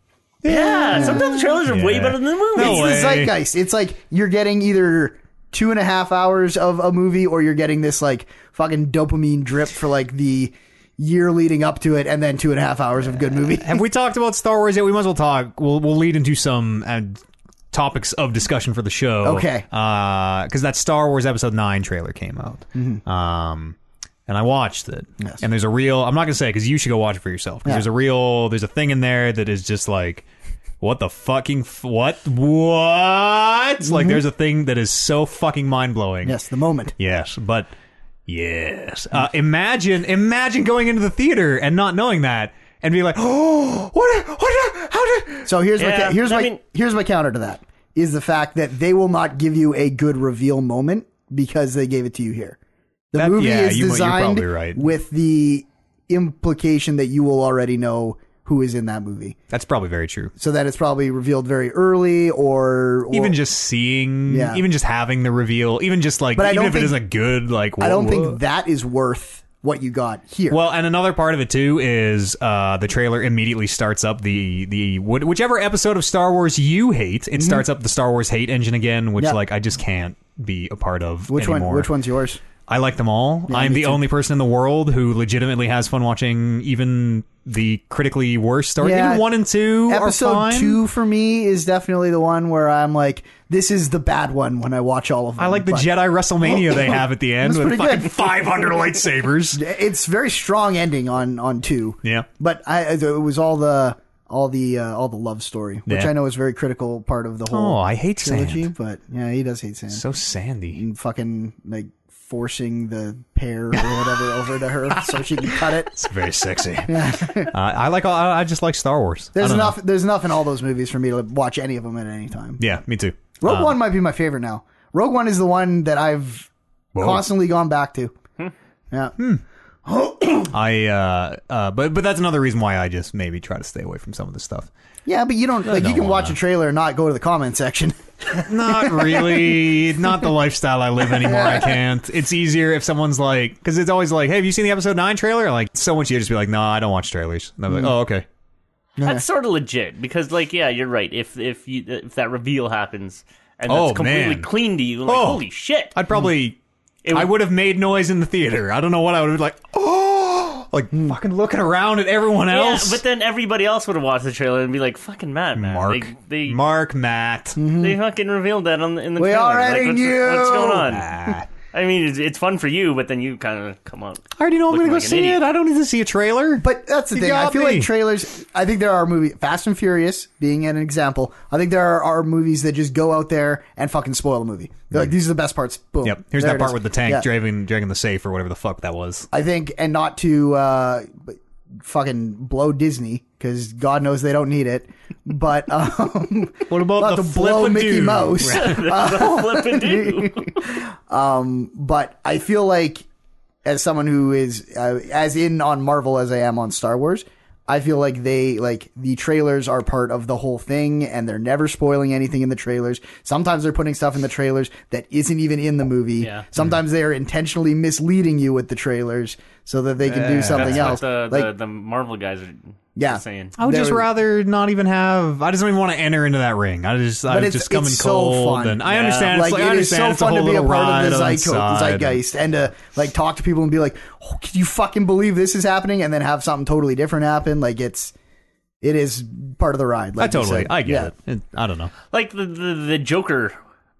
S3: Yeah, sometimes the trailers are way
S1: Yeah.
S3: better than the movies.
S1: No way.
S2: It's the zeitgeist. It's like you're getting either two and a half hours of a movie, or you're getting this like fucking dopamine drip for like the year leading up to it, and then two and a half hours of good movie.
S1: Have we talked about Star Wars yet? We might as well talk. We'll we'll lead into some uh, topics of discussion for the show.
S2: Okay.
S1: Because that Star Wars Episode Nine trailer came out. Um, and I watched it.
S2: Mm-hmm. Yes.
S1: And there's a real. I'm not gonna say because you should go watch it for yourself. 'cause
S2: Yeah.
S1: There's a real. There's a thing in there that is just like. What the fucking f- what what?
S2: Mm-hmm.
S1: Like there's a thing that is so fucking mind blowing.
S2: Yes, the moment.
S1: Yes, but yes. Uh, imagine, imagine going into the theater and not knowing that, and be like, "Oh, what? What? How did?"
S2: So here's my
S3: Yeah,
S2: ca- here's
S3: I
S2: my
S3: mean-
S2: here's my counter to that is the fact that they will not give you a good reveal moment because they gave it to you here. The
S1: That-
S2: movie
S1: yeah,
S2: is
S1: you- you're
S2: designed
S1: probably right.
S2: with the implication that you will already know who is in that movie.
S1: That's probably very true.
S2: So that it's probably revealed very early or, or
S1: Even just seeing,
S2: Yeah.
S1: even just having the reveal, even just like,
S2: I
S1: even
S2: don't
S1: if it
S2: think-
S1: isn't good, like,
S2: I don't
S1: whoa, whoa.
S2: think that is worth what you got here.
S1: Well, and another part of it too is uh, the trailer immediately starts up the the wh- whichever episode of Star Wars you hate. It starts up the Star Wars hate engine again, which
S2: Mm-hmm. Yeah.
S1: like I just can't be a part of
S2: which
S1: anymore.
S2: one? Which one's yours?
S1: I like them all. I'm
S2: me
S1: the only person in the world who legitimately has fun watching even the critically worst Star.
S2: Yeah.
S1: Even one and two are
S2: Episode
S1: fine.
S2: two for me is definitely the one where I'm like, this is the bad one when I watch all of them.
S1: I like the
S2: but-
S1: Jedi WrestleMania they have at the end
S2: That's
S1: with
S2: pretty
S1: fucking
S2: good.
S1: 500 lightsabers.
S2: It's very strong ending on on two.
S1: Yeah.
S2: but I it was all the all the uh, all the love story, which
S1: Yeah.
S2: I know is a very critical part of the whole
S1: Oh, I hate
S2: trilogy.
S1: sand.
S2: But yeah, he does hate Sam.
S1: So sandy.
S2: and fucking like forcing the pear or whatever over to her so she can cut it.
S1: It's very sexy. uh, I like. all- I I just like Star Wars. I
S2: There's
S1: don't know.
S2: enough. There's enough in all those movies for me to watch any of them at any time.
S1: Yeah, Oh. me too.
S2: Rogue One might be my favorite now. Rogue One is the one that I've constantly gone back to.
S1: Hmm.
S2: Yeah.
S1: I uh, uh, but but that's another reason why I just maybe try to stay away from some of this stuff.
S2: Yeah, but you don't like you
S1: don't
S2: can watch
S1: wanna.
S2: a trailer and not go to the comment section.
S1: Not really, not the lifestyle I live anymore. I can't. It's easier if someone's like, because it's always like, hey, have you seen the episode nine trailer? Like, so much you just be like, no, I don't watch trailers. And I'm
S2: Mm.
S1: like, oh, okay.
S3: That's sort of legit because, like, yeah, you're right. If if you if that reveal happens and
S1: Oh,
S3: that's completely
S1: man.
S3: clean to you, like,
S1: Oh.
S3: holy shit!
S2: Mm.
S1: I'd probably, I would have made noise in the theater. I don't know what I would have like, oh, like
S2: Mm.
S1: fucking looking around at everyone
S3: yeah,
S1: else.
S3: but then everybody else would have watched the trailer and be like, "Fucking Matt, man,
S1: Mark,
S3: they they,
S1: Mark, Matt.
S2: Mm-hmm.
S3: they fucking revealed that on the, in the
S2: We
S3: trailer.
S2: are
S3: Like,
S2: adding
S3: what's,
S2: you!
S3: What's going on?
S1: Ah.
S3: I mean, it's, it's fun for you, but then you kind of come on.
S1: I already know I'm gonna
S3: Looking
S1: go
S3: like an
S1: see
S3: idiot.
S1: it. I don't need to see a trailer.
S2: But that's the
S1: You
S2: thing. I
S1: got
S2: feel
S1: me.
S2: like trailers. I think there are movies, Fast and Furious being an example. I think there are, are movies that just go out there and fucking spoil a movie. They're like, these are the best parts. Boom.
S1: Mm. Yep. Here's
S2: There
S1: that
S2: it
S1: part
S2: is.
S1: with the tank
S2: Yeah.
S1: dragging dragging the safe or whatever the fuck that was.
S2: I think, and not to uh, fucking blow Disney because God knows they don't need it. But um,
S1: What about
S2: not to blow Mickey Mouse.
S3: Flippin' do.
S2: but I feel like as someone who is uh, as in on Marvel as I am on Star Wars, I feel like they like the trailers are part of the whole thing and they're never spoiling anything in the trailers. Sometimes they're putting stuff in the trailers that isn't even in the movie.
S3: Yeah.
S2: Sometimes they are intentionally misleading you with the trailers so that they can do something else.
S3: That's what the,
S2: like
S3: the the Marvel guys are
S2: Yeah.
S3: saying.
S1: I would just
S2: There-
S1: rather not even have. I just don't even want to enter into that ring. I just, I
S2: it's-
S1: just come in
S2: it's so
S1: cold,
S2: fun.
S1: and I
S3: Yeah.
S1: understand. It's
S2: like,
S1: like, I
S2: it is
S1: understand
S2: so
S1: it's a
S2: fun to
S1: whole
S2: be a
S1: little
S2: part
S1: ride
S2: of the
S1: on
S2: zyco-
S1: side.
S2: zeitgeist and to like talk to people and be like, oh, can you fucking believe this is happening? And then have something totally different happen. Like it's, it is part of the ride.
S1: I
S2: Like you
S1: totally,
S2: said.
S1: I get
S2: Yeah.
S1: it. it. I don't know.
S3: like the the, the Joker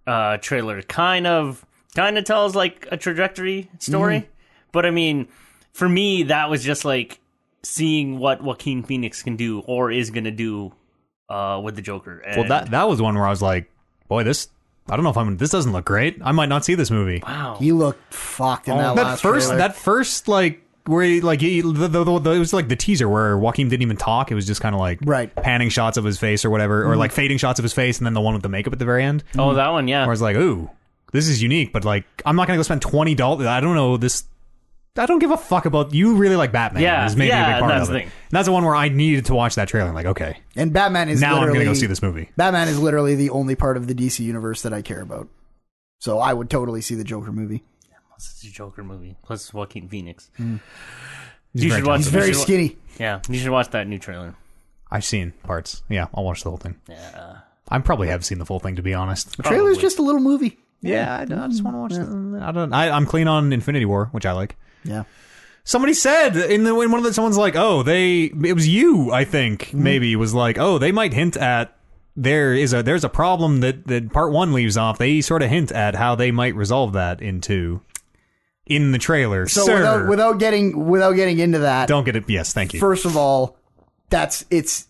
S3: uh, trailer kind of kind of tells like a trajectory story,
S1: Mm-hmm.
S3: but I mean, for me that was just like seeing what Joaquin Phoenix can do or is gonna do uh, with the Joker. And,
S1: Well, that that was one where I was like, boy, this. I don't know if I'm. This doesn't look great. I might not see this movie.
S3: wow.
S2: He looked fucked in that,
S1: Oh, that
S2: last
S1: first,
S2: trailer.
S1: that first, like where he, like he, the, the, the, it was like the teaser where Joaquin didn't even talk. It was just kind of like
S2: Right. Mm-hmm.
S1: panning shots of his face or whatever, or like fading shots of his face, and then the one with the makeup at the very end.
S3: Oh, that one, yeah.
S1: Where I was like, ooh, this is unique, but like I'm not gonna go spend twenty dollars. I don't know this. I don't give a fuck about you. Really like Batman.
S3: Yeah,
S1: is maybe a
S3: yeah,
S1: big part
S3: that's
S1: of it.
S3: the thing.
S1: And that's the one where I needed to watch that trailer. I'm like, okay,
S2: and Batman is
S1: now I'm
S2: literally,
S1: gonna go see this movie.
S2: Batman is literally the only part of the DC universe that I care about. So I would totally see the Joker movie.
S3: It's a Joker movie plus Joaquin Phoenix.
S1: Mm. He's
S3: You
S1: very
S3: should watch.
S2: He's
S1: talented.
S2: very
S3: you should wa-
S2: skinny.
S3: Yeah, you should watch that new trailer.
S1: I've seen parts. Yeah, I'll watch the whole thing.
S3: Yeah.
S1: I probably have seen the full thing to be honest.
S2: The trailer's just a little movie.
S1: Yeah, I, I just want to watch. The, I don't. I, I'm clean on Infinity War, which I like.
S2: Yeah.
S1: Somebody said in the in one of the someone's like, oh, they it was you, I think
S2: Mm-hmm.
S1: maybe was like, oh, they might hint at there is a there's a problem that that part one leaves off. They sort of hint at how they might resolve that in two, in the trailer.
S2: So
S1: Sir,
S2: without without getting without getting into that,
S1: don't get it. Yes, thank you.
S2: first of all, that's it's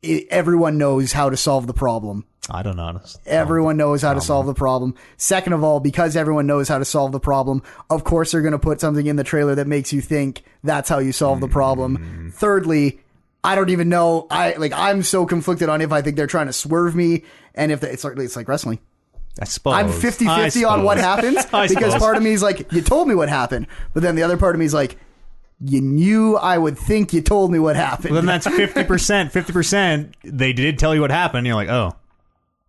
S2: it, everyone knows how to solve the problem.
S1: I don't know. Honest.
S2: Everyone knows how to solve the problem. Second of all, because everyone knows how to solve the problem, of course they're going to put something in the trailer that makes you think that's how you solve the problem. Thirdly, I don't even know. I like I'm so conflicted on if I think they're trying to swerve me and if they, it's like it's like wrestling.
S1: I suppose
S2: I'm 50 50 on what
S1: happened.
S2: happens
S1: I
S2: because
S1: suppose.
S2: part of me is like, you told me what happened. But then the other part of me is like, you knew I would think you told me what happened.
S1: Then that's fifty percent. Fifty percent. They did tell you what happened. You're like, oh,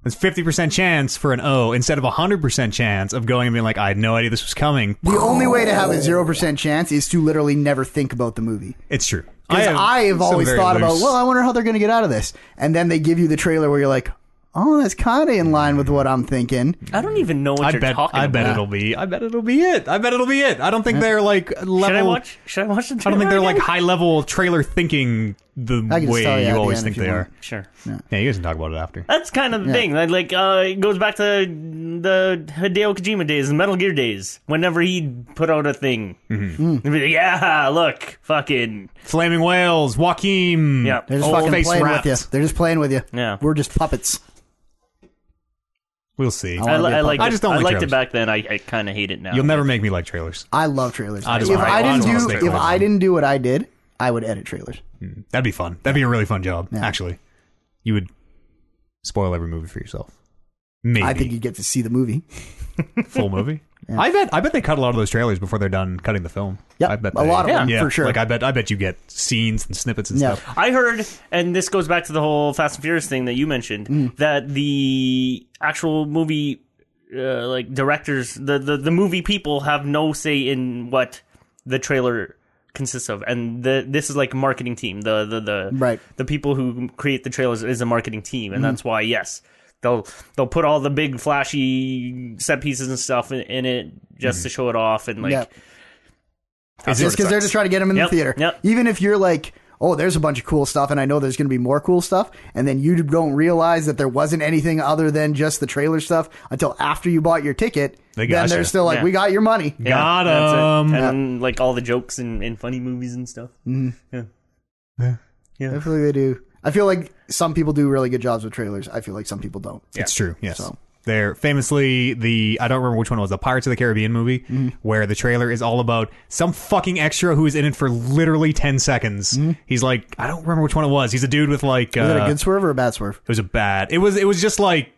S1: that's fifty percent chance for an O instead of hundred percent chance of going and being like, I had no idea this was coming.
S2: the only way to have a 0% chance is to literally never think about the movie.
S1: It's true.
S2: Because
S1: have
S2: I have
S1: some
S2: always
S1: very
S2: thought about,
S1: loose-
S2: well, I wonder how they're going to get out of this. And then they give you the trailer where you're like, oh, that's kind of in line with what I'm thinking.
S3: I don't even know what
S1: I
S3: you're
S1: bet.
S3: talking
S1: I bet
S3: about.
S1: it'll be. I bet it'll be it. I bet it'll be it. I don't think they're like level.
S3: Should I watch? Should I watch the?
S1: I don't think they're like
S3: again?
S1: high level trailer thinking the
S2: I can just
S1: way
S2: tell you at
S1: you
S2: the
S1: always
S2: end if
S1: think
S2: you
S1: they
S2: want.
S1: are.
S3: Sure.
S1: Yeah, you guys can talk about it after.
S3: That's kind of the thing. Like, like uh, it goes back to the Hideo Kojima days, the Metal Gear days. Whenever he put out a thing,
S1: Mm-hmm.
S3: He'd be like, yeah, look, fucking
S1: Flaming whales, Joaquin.
S3: yeah,
S2: They're just
S1: Old
S2: fucking
S1: Oh, face
S2: playing
S1: wrapped.
S2: with you. They're just playing with you.
S3: Yeah.
S2: We're just puppets.
S1: We'll see.
S2: I
S3: I,
S2: wanna
S3: li-
S2: be a
S3: I
S1: puppet.
S3: like. it.
S1: I just don't
S3: I
S1: like
S3: liked
S1: trailers.
S3: it back then. I, I kind of hate it now.
S1: You'll never make me like trailers.
S2: I love trailers.
S1: I just
S2: if
S1: wanna-
S2: I
S1: I
S2: didn't
S1: just wanna
S2: do
S1: stay
S2: if
S1: close.
S2: I didn't do what I did, I would edit trailers.
S1: That'd be fun. That'd be a really fun job, actually. You would spoil every movie for yourself. Maybe
S2: I think you get to see the movie.
S1: full movie. I bet. I bet they cut a lot of those trailers before they're done cutting the film.
S2: Yep,
S1: I bet
S2: a lot of
S1: they-
S2: them, for sure.
S1: Like I bet. I bet you get scenes and snippets and
S2: Yeah.
S1: stuff.
S3: I heard, and this goes back to the whole Fast and Furious thing that you mentioned, that the actual movie, uh, like directors, the, the the movie people have no say in what the trailer consists of, and the this is like a marketing team. The the the
S2: Right.
S3: the people who create the trailers is a marketing team, and that's why yes. They'll they'll put all the big flashy set pieces and stuff in, in it just to show it off and like
S2: Yeah.
S1: Is
S2: Just because they're just trying to get them in
S3: Yep,
S2: the theater.
S3: yep.
S2: Even if you're like, oh, there's a bunch of cool stuff, and I know there's going to be more cool stuff, and then you don't realize that there wasn't anything other than just the trailer stuff until after you bought your ticket.
S1: They
S2: then
S1: got
S2: they're
S1: you.
S2: still like,
S3: Yeah.
S2: we got your money.
S3: yeah,
S1: Got
S3: that's it.
S1: 'em.
S3: and then, like all the jokes and, and funny movies and stuff.
S2: I feel like they do. I feel like some people do really good jobs with trailers. I feel like some people don't.
S1: It's true. Yes.
S2: So-
S1: They're famously the I don't remember which one it was the Pirates of the Caribbean movie
S2: Mm-hmm.
S1: where the trailer is all about some fucking extra who is in it for literally ten seconds. He's like I don't remember which one it was. He's a dude with like
S2: Mm-hmm. Is it a
S1: uh,
S2: good swerve or a bad swerve?
S1: It was a bad. It was. It was just like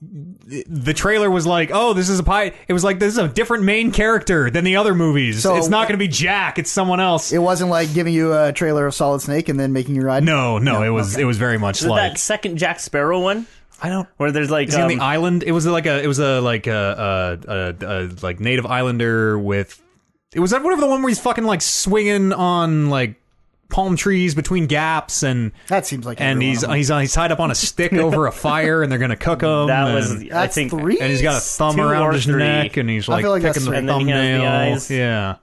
S1: the trailer was like, oh, this is a pie. It was like this is a different main character than the other movies.
S2: So-
S1: it's not going to be Jack. It's someone else.
S2: It wasn't like giving you a trailer of Solid Snake and then making you ride.
S1: no, no, it was. It was very much
S3: Is it
S1: like
S3: that second Jack Sparrow one
S1: I don't.
S3: where there's like
S1: Is he on
S3: um,
S1: the island? It was like a. It was a like a, a, a, a like native islander with. It was that whatever the one where he's fucking like swinging on like palm trees between gaps and.
S2: That seems like
S1: And
S2: every
S1: he's
S2: one of them.
S1: he's on, he's tied up on a stick over a fire, and they're gonna cook him.
S3: that was
S1: and-
S3: I
S2: That's
S3: think
S2: three?
S1: and he's got a thumb
S3: Two
S1: around
S3: or
S1: his
S3: three.
S1: neck, and he's
S2: I
S1: like
S2: feel like that's
S1: picking the
S2: three.
S3: And then he has the
S1: thumbnail.
S3: eyes. Oh.
S1: Yeah,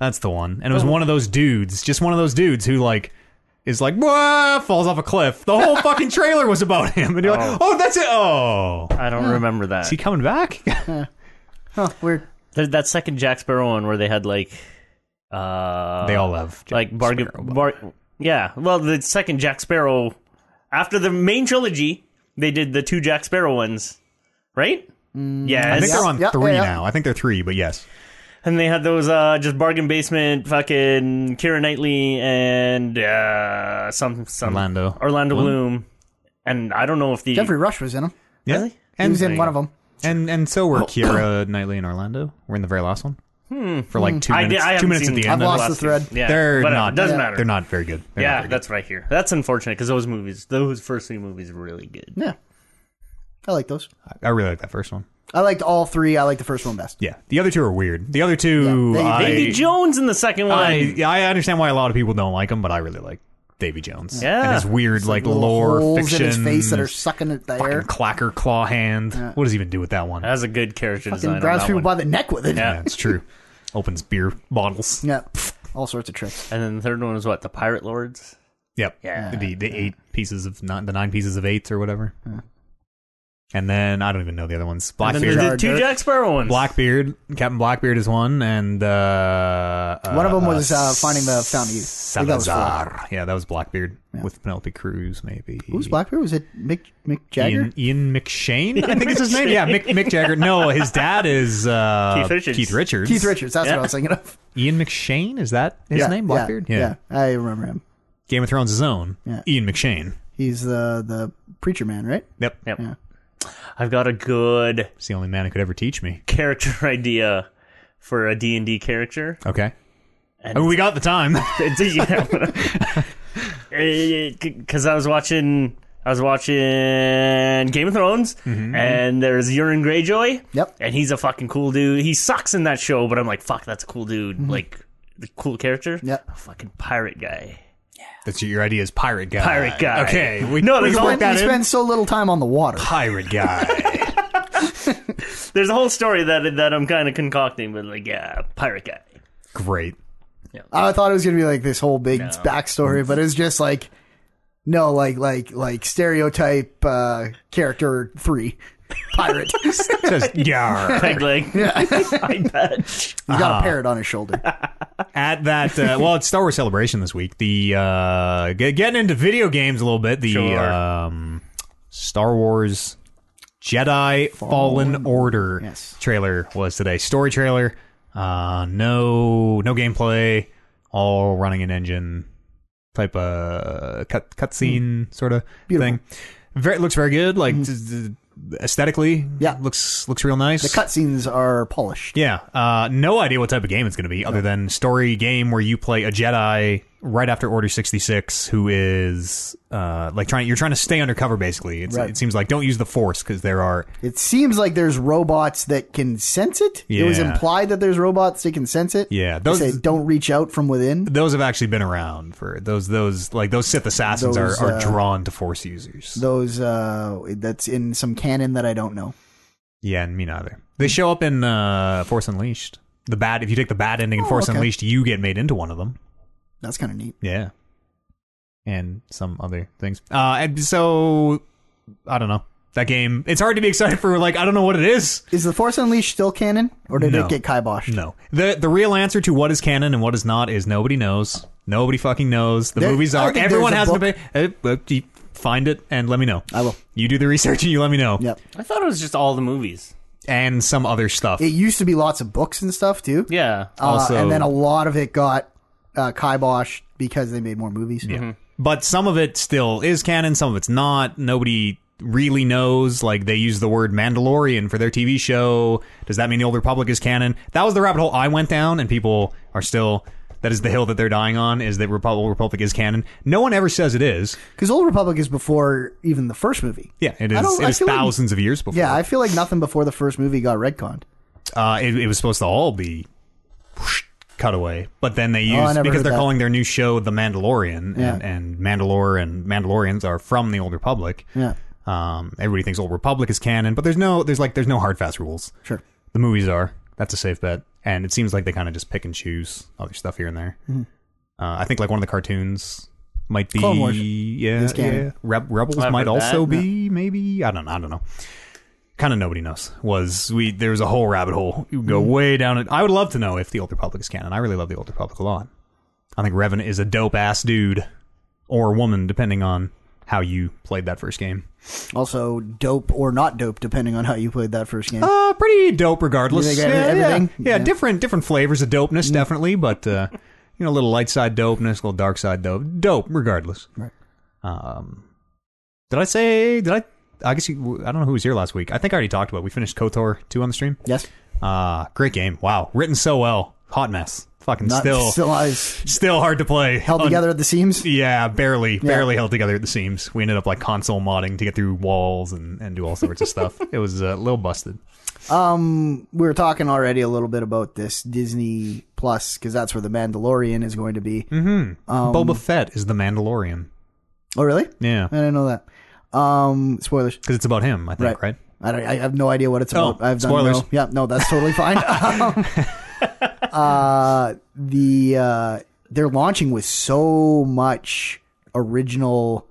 S1: that's the one. And it was one of those dudes, just one of those dudes who like is like "Wah," falls off a cliff. The whole fucking trailer was about him, and you're like, oh, that's it. Oh, is
S3: I don't remember that.
S1: he coming back?
S3: Uh,
S2: Huh, weird.
S3: There's that second Jack Sparrow one where they had like uh
S1: they all love Jack
S3: like bargain
S1: Sparrow, but-
S3: bar- yeah, well the second Jack Sparrow after the main trilogy, they did the two Jack Sparrow ones, right?
S2: Mm,
S1: I
S3: yes.
S1: think they're on
S2: Yeah,
S1: three
S2: yeah, yeah.
S1: now. I think they're three, but yes,
S3: and they had those uh just bargain basement fucking Kira Knightley and uh some some
S1: Orlando.
S3: Orlando Bloom. And I don't know if the
S2: Jeffrey Rush was in him.
S1: yeah.
S3: Really?
S2: He
S1: And,
S2: was in one of them.
S1: and and so
S3: Oh.
S1: were Kira Knightley and Orlando. We're in the very last one for like two
S3: Hmm. I did-
S1: minutes.
S3: I
S1: two
S3: haven't
S1: minutes at
S3: seen-
S1: the
S2: I've
S1: end.
S2: lost
S1: They're-
S2: the thread.
S3: Yeah,
S1: They're
S3: whatever,
S1: not.
S3: It doesn't
S1: yeah,
S3: matter.
S1: They're not very good. They're not
S3: yeah,
S1: very
S3: that's what I hear. That's unfortunate because those movies, those first three movies, were really good.
S2: Yeah. I like those.
S1: good. I really like that first one.
S2: I liked all three. I liked the first one best.
S1: Yeah, the other two are weird. The other two,
S2: Yeah,
S1: I,
S2: they-
S3: Davy Jones in the second one.
S1: I, yeah, I understand why a lot of people don't like him, but I really like Davy Jones.
S3: Yeah.
S1: and his weird like
S2: Little
S1: lore
S2: holes
S1: fiction.
S2: in his face that are sucking at the
S1: fucking
S2: air.
S1: clacker claw hand. What does he even do with that one?
S3: that was a good character
S2: Fucking
S3: design. on
S2: grabs
S3: that
S2: people
S3: one.
S2: by the neck with it.
S1: yeah, it's true. Opens beer bottles.
S2: Yeah. All sorts of tricks.
S3: and then the third one was what? The Pirate Lords.
S1: Yep.
S3: Yeah.
S1: The, the eight pieces of nine, the nine pieces of eights or whatever. And then I don't even know the other ones.
S3: And then the
S1: Blackbeard.
S3: two
S2: Dirk.
S3: Jack Sparrow ones.
S1: Blackbeard, Captain Blackbeard is one, and uh,
S2: One of them was,
S1: uh,
S2: uh, Finding the Fountain Youth. I think that was four.
S1: Salazar. Yeah, that was Blackbeard with Penelope Cruz, maybe.
S2: Who's Blackbeard? Was it Mick, Mick Jagger?
S1: Ian, Ian McShane, I think is his name. Yeah, Mick, Mick Jagger. No, his dad is uh,
S3: Keith Richards.
S1: Keith Richards.
S2: Keith Richards. That's
S3: Yeah.
S2: what I was thinking of.
S1: Ian McShane is that his
S2: Yeah,
S1: name?
S2: yeah,
S1: Blackbeard.
S2: Yeah, I remember him.
S1: Game of Thrones' his own.
S2: Yeah.
S1: Ian McShane.
S2: He's the the preacher man, right?
S1: Yep.
S3: Yep.
S2: Yeah.
S3: I've got a good
S1: It's the only man who could ever teach me.
S3: character idea for a D and D character,
S1: Okay. I mean, we got the time.
S3: because I was watching. I was watching Game of Thrones, and there's Euron Greyjoy.
S2: Mm-hmm. Yep.
S3: and he's a fucking cool dude. He sucks in that show, but I'm like, fuck, that's a cool dude. Like, the cool character.
S2: Mm-hmm. Yep.
S3: a fucking pirate guy.
S1: That's your idea is pirate guy.
S3: Pirate guy.
S1: Okay. We,
S3: No,
S1: we
S3: there's
S1: can
S3: all-
S1: work that
S2: he
S1: in.
S2: spends so little time on the water.
S1: pirate guy.
S3: There's a whole story that that I'm kind of concocting, but like, yeah, pirate guy.
S1: Great.
S2: I thought it was gonna be like this whole big backstory, but it's just like no, like like like stereotype uh, character three pirate. He's
S1: Just yar.
S3: Peg leg. I bet.
S2: got
S1: Ah.
S2: a parrot on his shoulder.
S1: At that, uh, well, it's Star Wars Celebration this week. The uh, get- getting into video games a little bit. The
S3: Sure.
S1: um, Star Wars Jedi Fallen, Order
S2: Yes.
S1: trailer was today. Story trailer. Uh, no, no gameplay. All running an engine type of cut cutscene sort of
S2: Beautiful.
S1: thing. Very, looks very good. Like z- z- aesthetically,
S2: Yeah.
S1: looks looks real nice.
S2: The cutscenes are polished.
S1: Yeah, uh, no idea what type of game it's going to be, other than story game where you play a Jedi right after Order sixty six, who is uh, like trying. You're trying to stay undercover, basically. It's,
S2: Right.
S1: It seems like don't use the Force because there are
S2: It seems like there's robots that can sense it. It was
S1: Yeah.
S2: implied that there's robots that can sense it.
S1: Yeah,
S2: those
S1: those-
S2: they say, don't reach out from within.
S1: those have actually been around for those those like those Sith assassins
S2: Those,
S1: are, are
S2: uh,
S1: drawn to Force users.
S2: Those uh, that's in some canon that I don't know.
S1: yeah, and me neither. They show up in uh, Force Unleashed. The bad if you take the bad ending in
S2: Oh,
S1: Force
S2: okay.
S1: Unleashed, you get made into one of them.
S2: That's kind of neat.
S1: Yeah. And some other things. Uh, and so I don't know. That game, it's hard to be excited for like I don't know what it is.
S2: Is the Force Unleashed still canon, or did
S1: No.
S2: it get kiboshed?
S1: No. The the real answer to what is canon and what is not is nobody knows. Nobody fucking knows. The
S2: There-
S1: movies
S2: I
S1: are
S2: think
S1: everyone
S2: there's
S1: has
S2: a
S1: an opinion. Uh, uh, you find it and let me know.
S2: I will.
S1: You do the research and you let me know.
S2: Yep.
S3: I thought it was just all the movies.
S1: And some other stuff.
S2: It used to be lots of books and stuff too.
S3: Yeah.
S2: Uh,
S1: Also-
S2: and then a lot of it got uh, kiboshed because they made more movies.
S1: but some of it still is canon, some of it's not. Nobody really knows. Like they use the word Mandalorian for their TV show. Does that mean the Old Republic is canon? That was the rabbit hole I went down, and people are still. That is the hill that they're dying on. Is that Repu- Old Republic is canon? No one ever says it is.
S2: Because Old Republic is before even the first movie.
S1: Yeah, it
S2: I
S1: is.
S2: don't-
S1: It
S2: I
S1: is
S2: feel like-
S1: thousands of years before.
S2: Yeah, I feel like nothing before the first movie got retconned.
S1: uh, it, it was supposed to all be whoosh, cut away, but then they
S2: Oh, I
S1: use
S2: never
S1: because
S2: heard
S1: they're
S2: that.
S1: calling their new show the Mandalorian,
S2: Yeah.
S1: and, and Mandalore and Mandalorians are from the Old Republic.
S2: Yeah.
S1: Um, everybody thinks Old Republic is canon, but there's no there's like there's no hard fast rules.
S2: Sure.
S1: The movies are. That's a safe bet, and it seems like they kind of just pick and choose other stuff here and there. Uh, I think like one of the cartoons might be
S2: Mm-hmm. Clone Wars
S1: yeah,
S2: is canon.
S1: yeah. Reb- Rebels
S3: I've
S1: might
S3: heard
S1: also
S3: that.
S1: be maybe I don't I don't know. Kind of nobody knows. Was we there was a whole rabbit hole. You
S2: Mm-hmm.
S1: go way down. It. I would love to know if the Old Republic is canon. I really love the Old Republic a lot. I think Revan is a dope ass dude or woman, depending on how you played that first game.
S2: Also, dope or not dope, depending on how you played that first game.
S1: Uh, pretty dope, regardless.
S2: You think
S1: yeah,
S2: every-
S1: yeah.
S2: everything?
S1: Yeah,
S2: Yeah. Mm.
S1: different different flavors of dopeness, definitely. But uh, you know, a little light side dopeness, a little dark side dope. Dope, regardless.
S2: Right.
S1: Um, did I say? Did I? I guess you, I don't know who was here last week. I think I already talked about. it. We finished Kotor two on the stream.
S2: yes.
S1: Uh great game. Wow, written so well. Hot mess. Fucking
S2: Not
S1: still, still,
S2: still is
S1: hard to play.
S2: held
S1: Un-
S2: together at the seams.
S1: Yeah, barely, barely held together at the seams. We ended up like console modding to get through walls and, and do all sorts of stuff. It was uh, a little busted.
S2: Um, we were talking already a little bit about this Disney Plus because that's where the Mandalorian is going to be.
S1: Mm-hmm.
S2: Um,
S1: Boba Fett is the Mandalorian.
S2: Oh, really?
S1: Yeah,
S2: I didn't know that. Um, spoilers.
S1: because it's about him, I think, right?
S2: I, don't, I have no idea what it's about.
S1: Oh,
S2: I've done
S1: spoilers.
S2: No, yeah, no, that's totally fine. um, uh, the uh, they're launching with so much original,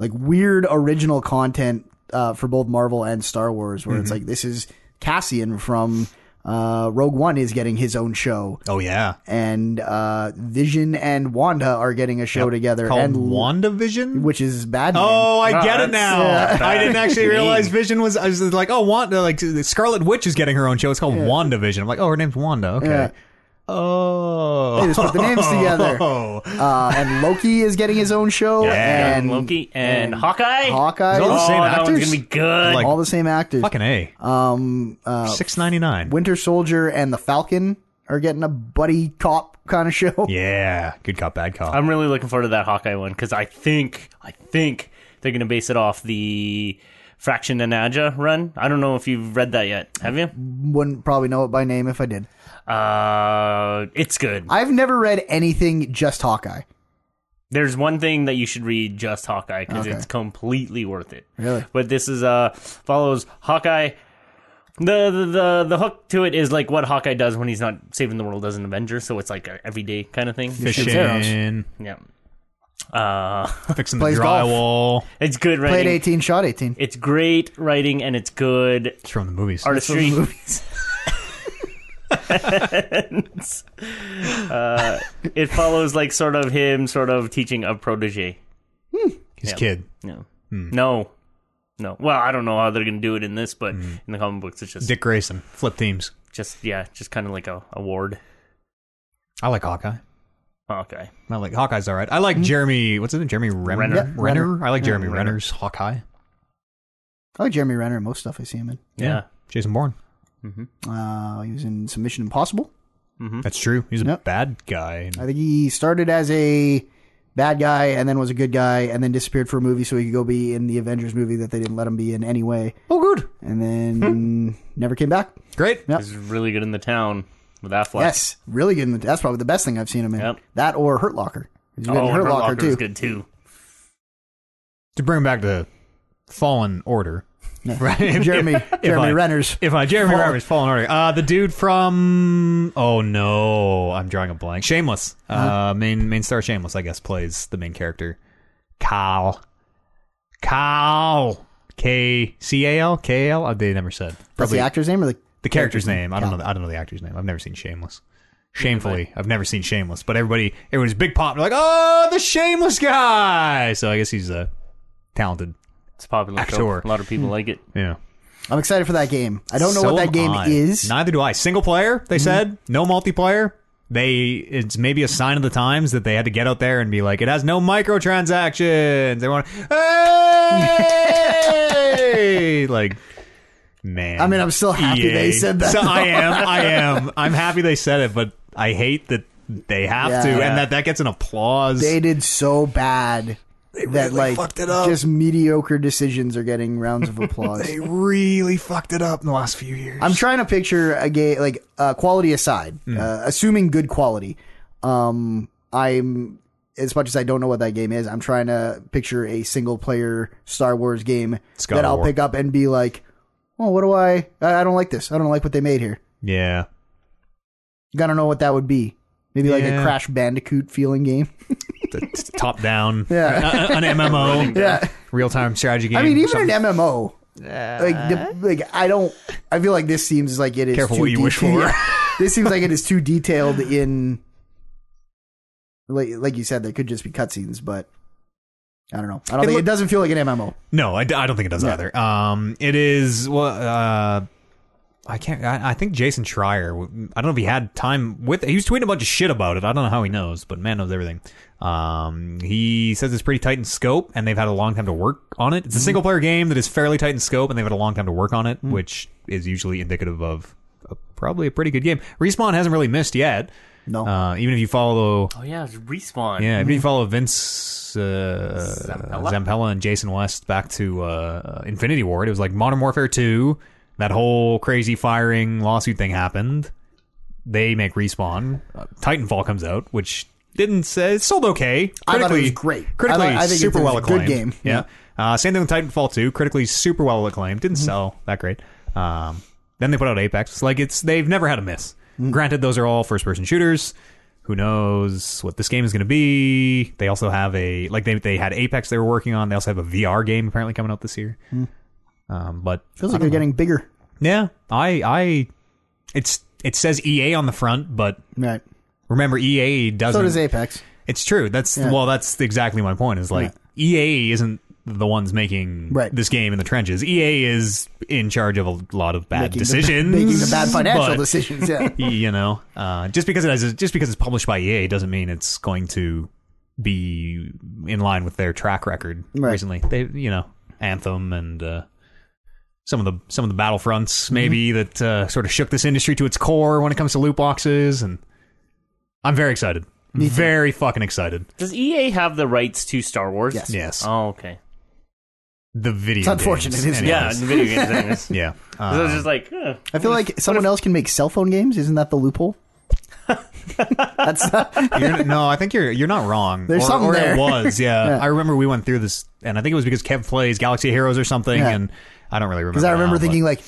S2: like weird original content uh, for both Marvel and Star Wars, where it's
S1: Mm-hmm.
S2: like this is Cassian from uh, Rogue One is getting his own show,
S1: Oh yeah,
S2: and uh, Vision and Wanda are getting a show together,
S1: called
S2: and
S1: WandaVision.
S2: which is bad.
S1: Oh, I
S3: Oh,
S1: get it
S3: that's-
S1: now.
S3: yeah.
S1: I didn't actually
S3: Name.
S1: realize Vision was. I was like, oh, Wanda, like Scarlet Witch is getting her own show. It's called WandaVision. I'm like, oh, her name's Wanda. Okay.
S2: Yeah.
S1: Oh.
S2: They just put the names together. uh, and Loki is getting his own show.
S1: Yeah.
S2: and
S3: Loki and,
S2: and
S3: Hawkeye.
S2: Hawkeye.
S1: Is all the
S3: Oh,
S1: same
S3: that one's
S1: actors?
S3: gonna be good.
S1: Like-
S2: all the same actors.
S1: Fucking a.
S2: Um, uh,
S1: Six ninety nine.
S2: Winter Soldier and the Falcon are getting a buddy cop kind of show.
S1: Yeah, good cop, bad cop.
S3: I'm really looking forward to that Hawkeye one because I think I think they're going to base it off the Fraction and Aja run. I don't know if you've read that yet. Have you?
S2: Wouldn't probably know it by name if I did.
S3: Uh, it's good.
S2: I've never read anything just Hawkeye.
S3: There's one thing that you should read just Hawkeye because
S2: Okay.
S3: it's completely worth it.
S2: Really?
S3: But this is uh follows Hawkeye. The, the the the hook to it is like what Hawkeye does when he's not saving the world as an Avenger. So it's like a everyday kind of thing.
S1: Fishing,
S3: Yeah. Uh,
S1: fixing the
S2: Plays golf.
S1: drywall.
S3: it's good
S2: Played
S3: writing.
S2: 18, shot 18.
S3: It's great writing and it's good
S1: It's from the movies.
S3: artistry.
S2: From
S3: uh, it follows like sort of him sort of teaching a protege.
S1: His kid.
S3: No.
S1: Hmm.
S3: No. No. Well, I don't know how they're gonna do it in this, but in the comic books it's just
S1: Hmm. Dick Grayson. Flip teams.
S3: just yeah, just kinda like a, a ward. Oh,
S1: I like Hawkeye.
S3: Okay.
S1: I like Hawkeye's all right. I like Jeremy. What's his name? Jeremy Renner.
S3: Renner.
S2: Yeah, Hmm? Renner.
S1: Renner? I like Jeremy
S3: Renner.
S1: Renner's Hawkeye.
S2: I like Jeremy Renner in most stuff I see him in.
S3: Yeah. Mm-hmm.
S1: Jason Bourne.
S2: Uh, he was in some Mission Impossible.
S1: That's true. He's a
S2: Yep.
S1: bad guy.
S2: I think he started as a bad guy and then was a good guy and then disappeared for a movie so he could go be in the Avengers movie that they didn't let him be in anyway.
S1: Oh, good.
S2: And then
S1: Hmm.
S2: never came back.
S1: Great.
S2: Yep.
S3: He's really good in the town with Affleck.
S2: Yes, really good. In the, that's probably the best thing I've seen him in.
S3: Yep.
S2: That or Hurt Locker. He's good
S3: Oh,
S2: in
S3: and
S2: Hurt, Locker, too.
S3: was good too.
S1: To bring him back to Fallen Order. Right?
S2: Jeremy Jeremy
S1: I-
S2: Renner's.
S1: If I Jeremy
S2: Fallen-
S1: Renner's Fallen Order. Uh, the dude from. Oh, no. I'm drawing a blank. Shameless.
S2: Uh-huh.
S1: Uh, main, main star Shameless, I guess, plays the main character. Kyle. Kyle. K C A L K A L. Uh, They never said.
S2: That's
S1: Probably
S2: the actor's name or the
S1: The character's name. I don't know. The, I don't know the actor's name. I've never seen Shameless. Shamefully, I've never seen Shameless. But everybody, everybody's big pop. They're like, oh, the Shameless guy. So I guess he's a talented.
S3: It's a popular
S1: Actor.
S3: show. A lot of
S2: Hmm.
S3: people like it.
S1: Yeah.
S2: I'm excited for that game. I don't know what that game is. Mm-hmm.
S1: Neither do I. Single player. They said no multiplayer. They it's maybe a sign of the times that they had to get out there and be like, it has no microtransactions. They want, hey, like. Man,
S2: I mean, I'm still happy
S1: EA.
S2: they said that.
S1: E So I am, I am, I'm happy they said it, but I hate that they have
S2: Yeah.
S1: to,
S2: Yeah.
S1: and that that gets an applause.
S2: they did so bad that
S1: really
S2: like
S1: fucked it up.
S2: just mediocre decisions are getting rounds of applause.
S1: They really fucked it up in the last few years.
S2: I'm trying to picture a game like uh, quality aside,
S1: Hmm.
S2: uh, assuming good quality. Um, I'm as much as I don't know what that game is. I'm trying to picture a single player Star Wars game
S1: It's God
S2: that
S1: of
S2: I'll
S1: War.
S2: pick up and be like, "Oh, what do I? I I don't like this. I don't like what they made here.
S1: yeah,
S2: I don't know what that would be. Maybe like a
S1: Yeah.
S2: Crash Bandicoot feeling game.
S1: T- t- top down,
S2: Yeah.
S1: A- a- an MMO,
S2: Yeah.
S1: real time strategy game.
S2: I mean,
S1: or
S2: even an
S1: something.
S2: MMO. Like, the, like I don't. I feel like this seems like it is
S1: Careful
S2: too
S1: what you wish
S2: detailed-
S1: for.
S2: Yeah. this seems like it is too detailed in. Like, like you said, they could just be cutscenes, but I don't know. I don't
S1: It
S2: think
S1: look-
S2: it doesn't feel like an MMO.
S1: no, I, d- I don't think it does either. Um, it is well, uh, I can't. I, I think Jason Schreier. w- I don't know if he had time with. He was tweeting a bunch of shit about it. I don't know how he knows, but man knows everything. Um, he says it's pretty tight in scope, and they've had a long time to work on it. It's a single player game that is fairly tight in scope, and they've had a long time to work on it, which is usually indicative of a, probably a pretty good game. Respawn hasn't really missed yet.
S2: No.
S1: Uh, even if you follow
S3: Oh yeah, it's respawn.
S1: yeah, if you follow Vince uh,
S3: Zampella?
S1: Zampella? and Jason West back to uh, Infinity Ward, it was like Modern Warfare 2. That whole crazy firing lawsuit thing happened. They make respawn. Uh, Titanfall comes out, which didn't say it sold okay.
S2: I thought it
S1: Critically,
S2: was great. I
S1: Critically,
S2: thought- I think
S1: super
S2: it was
S1: well
S2: a good
S1: acclaimed.
S2: game.
S1: Yeah. Uh, same thing with Titanfall 2. Critically, super well acclaimed. Didn't
S2: Mm-hmm.
S1: sell that great. Um, then they put out Apex. Like it's they've never had a miss.
S2: Mm.
S1: Granted, those are all first-person shooters. Who knows what this game is going to be? They also have a like they they had Apex they were working on. They also have a VR game apparently coming out this year. Um, but
S2: Mm. Feels like they're getting bigger.
S1: yeah, I I it's it says EA on the front, but
S2: Right.
S1: remember EA doesn't.
S2: So does Apex.
S1: It's true. That's well. That's exactly my point. Is like EA isn't the ones making
S2: Right.
S1: this game in the trenches. EA is in charge of a lot of bad
S2: Making the-
S1: decisions,
S2: making the bad financial
S1: Mm, but,
S2: decisions. Yeah.
S1: You know, uh, just because it has, just because it's published by EA doesn't mean it's going to be in line with their track record.
S2: Right.
S1: Recently, they you know Anthem and uh, some of the some of the battlefronts
S2: Mm-hmm.
S1: maybe that uh, sort of shook this industry to its core when it comes to loot boxes, and I'm very excited, very fucking excited.
S3: Does EA have the rights to Star Wars?
S2: Yes.
S1: Yes,
S3: Oh, okay.
S1: the video.
S2: Um, It's unfortunate,
S1: games,
S2: isn't it?
S3: Yeah,
S1: anyways.
S3: in video games. Anyways.
S1: yeah.
S3: so I
S1: Uh,
S3: was just like, eh.
S2: I feel like someone else can make cell phone games. Isn't that the loophole? That's not,
S1: You're, no, I think you're you're not wrong.
S2: There's
S1: or,
S2: something
S1: or
S2: there.
S1: it was, yeah. I remember we went through this, and I think it was because Kev plays Galaxy Heroes or something,
S2: Yeah.
S1: and I don't really remember.
S2: because I remember
S1: now, but-
S2: thinking like,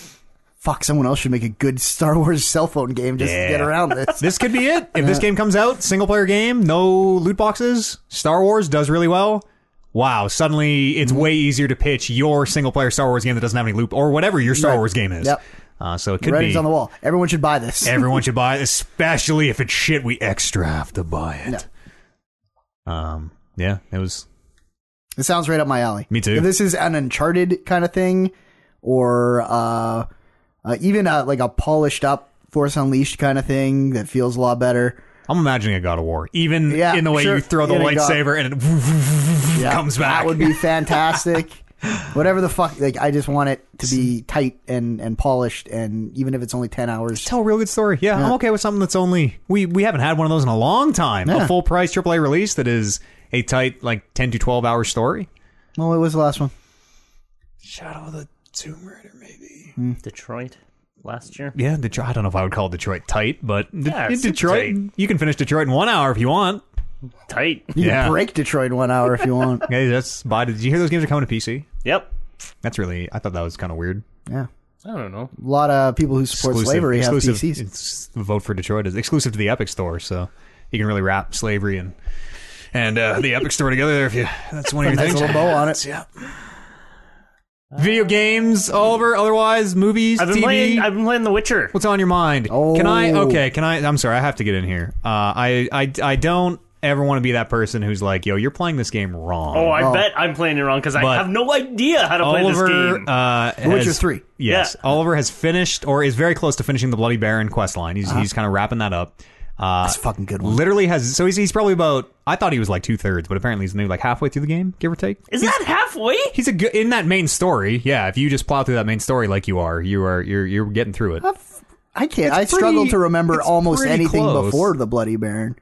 S2: "Fuck, someone else should make a good Star Wars cell phone game just
S1: Yeah.
S2: to get around this."
S1: this could be it. If this game comes out, single player game, no loot boxes, Star Wars does really well. Wow, suddenly
S2: Mm-hmm.
S1: it's way easier to pitch your single player Star Wars game that doesn't have any loop or whatever your Star Wars game is.
S2: Yep.
S1: Uh, so it could
S2: Writing's
S1: be
S2: on the wall. Everyone should buy this.
S1: everyone should buy it, especially if it's shit we extra have to buy it. Um, yeah, it was
S2: It sounds right up my alley.
S1: Me too.
S2: If this is an Uncharted kind of thing, or uh, uh, even uh like a polished up Force Unleashed kind of thing that feels a lot better.
S1: I'm imagining a God of War, even
S2: Yeah,
S1: in the way
S2: sure.
S1: you throw the
S2: In a God-
S1: lightsaber and it
S2: Yeah,
S1: comes back.
S2: That would be fantastic. Whatever the fuck, like I just want it to be tight and and polished, and even if it's only ten hours,
S1: tell a real good story. Yeah, I'm okay with something that's only we we haven't had one of those in a long time. A
S2: Yeah.
S1: full price AAA release that is a tight like 10 to 12 hour story.
S2: well, it was the last one.
S1: Shadow of the Tomb Raider, maybe.
S3: Detroit last year.
S1: Yeah, Detroit. I don't know if I would call Detroit tight, but De-
S3: Yeah,
S1: in
S3: it's
S1: Detroit, you can finish Detroit in one hour if you want.
S3: Tight.
S2: You
S1: Yeah.
S2: can break Detroit in one hour if you want.
S1: Okay, that's by. Did you hear those games are coming to PC?
S3: Yep.
S1: That's really. I thought that was kind of weird.
S2: Yeah,
S3: I don't know.
S2: a lot of people who support slavery
S1: exclusive,
S2: have PCs.
S1: It's, vote for Detroit is exclusive to the Epic Store, so you can really wrap slavery and and uh, the Epic Store together there if you. That's one of your
S2: Nice
S1: things.
S2: little bow on it.
S1: Yeah. Video games, Oliver. Otherwise, movies,
S3: I've been
S1: TV.
S3: playing. I've been playing The Witcher.
S1: What's on your mind?
S2: Oh.
S1: Can I? Okay. Can I? I'm sorry. I have to get in here. Uh, I I I don't ever want to be that person who's like, yo, you're playing this game wrong.
S3: Oh, I bet I'm playing it wrong because I
S1: But-
S3: have no idea how to play
S1: Oliver,
S3: Oh, this game.
S1: Uh,
S2: Witcher
S1: has-
S2: 3.
S1: Yes,
S3: Yeah.
S1: Oliver has finished or is very close to finishing the Bloody Baron quest line. He's he's kind of wrapping that up. Uh,
S2: Uh-huh. That's a fucking good one.
S1: Literally has so he's he's probably about I thought he was like two thirds, but apparently he's maybe like halfway through the game, give or take.
S3: Is that halfway?
S1: He's a good in that main story. Yeah, if you just plow through that main story like you are, you are you're you're getting through it.
S2: I can't. I struggle
S1: pretty-
S2: to remember
S1: it's
S2: almost
S1: pretty
S2: anything
S1: close.
S2: before the Bloody Baron.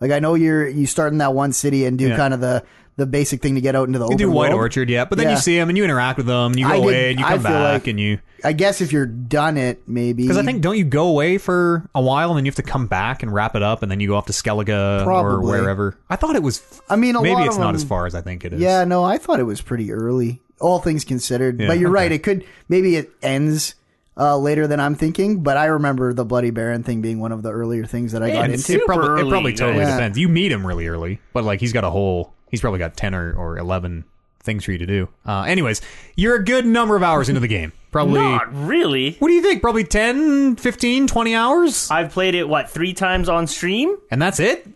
S2: Like I know you're you start in that one city and do kind of the the basic thing to get out into the
S1: You
S2: open
S1: do White
S2: world.
S1: Orchard, yeah, but then
S2: Yeah.
S1: you see him and you interact with them. You go
S2: I did-
S1: away and you
S2: I
S1: come
S2: feel
S1: back
S2: like-
S1: and you
S2: I guess if you're done it, maybe
S1: because I think don't you go away for a while and then you have to come back and wrap it up and then you go off to Skellige or
S2: Probably.
S1: wherever. I thought it was.
S2: I mean, a
S1: maybe
S2: lot
S1: it's
S2: of
S1: not
S2: them-
S1: as far as I think it is.
S2: Yeah, no, I thought it was pretty early, all things considered. but you're right; it could maybe it ends uh, later than I'm thinking. But I remember the Bloody Baron thing being one of the earlier things that I got
S1: And
S2: into.
S3: it's- super
S1: it probably,
S3: early,
S1: it probably totally
S3: yeah.
S1: depends. You meet him really early, but like he's got a whole, he's probably got 10 or, or 11 things for you to do. Uh, anyways, you're a good number of hours into the game. Probably,
S3: Not really.
S1: what do you think? Probably 10, 15, 20 hours?
S3: I've played it what three times on stream.
S1: and that's it?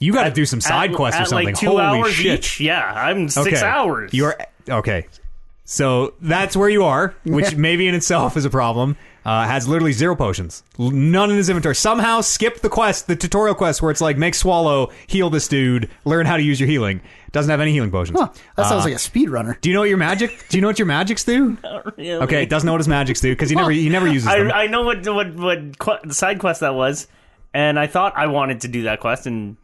S1: You got to do some side
S3: At-
S1: quests
S3: at
S1: or something.
S3: Like two
S1: Holy
S3: hours
S1: shit.
S3: each. Yeah, I'm six hours.
S1: You're okay. So that's where you are, which maybe in itself is a problem. Uh, has literally zero potions, L- none in his inventory. Somehow skipped the quest, the tutorial quest where it's like make swallow, heal this dude, learn how to use your healing. Doesn't have any healing potions. Uh,
S2: Huh, that sounds like a speedrunner.
S1: Do you know what your magic? Do you know what your magics do?
S3: Really?
S1: Okay, doesn't know what his magics do because he never he never uses
S3: I,
S1: them.
S3: I know what what what qu- side quest that was, and I thought I wanted to do that quest, and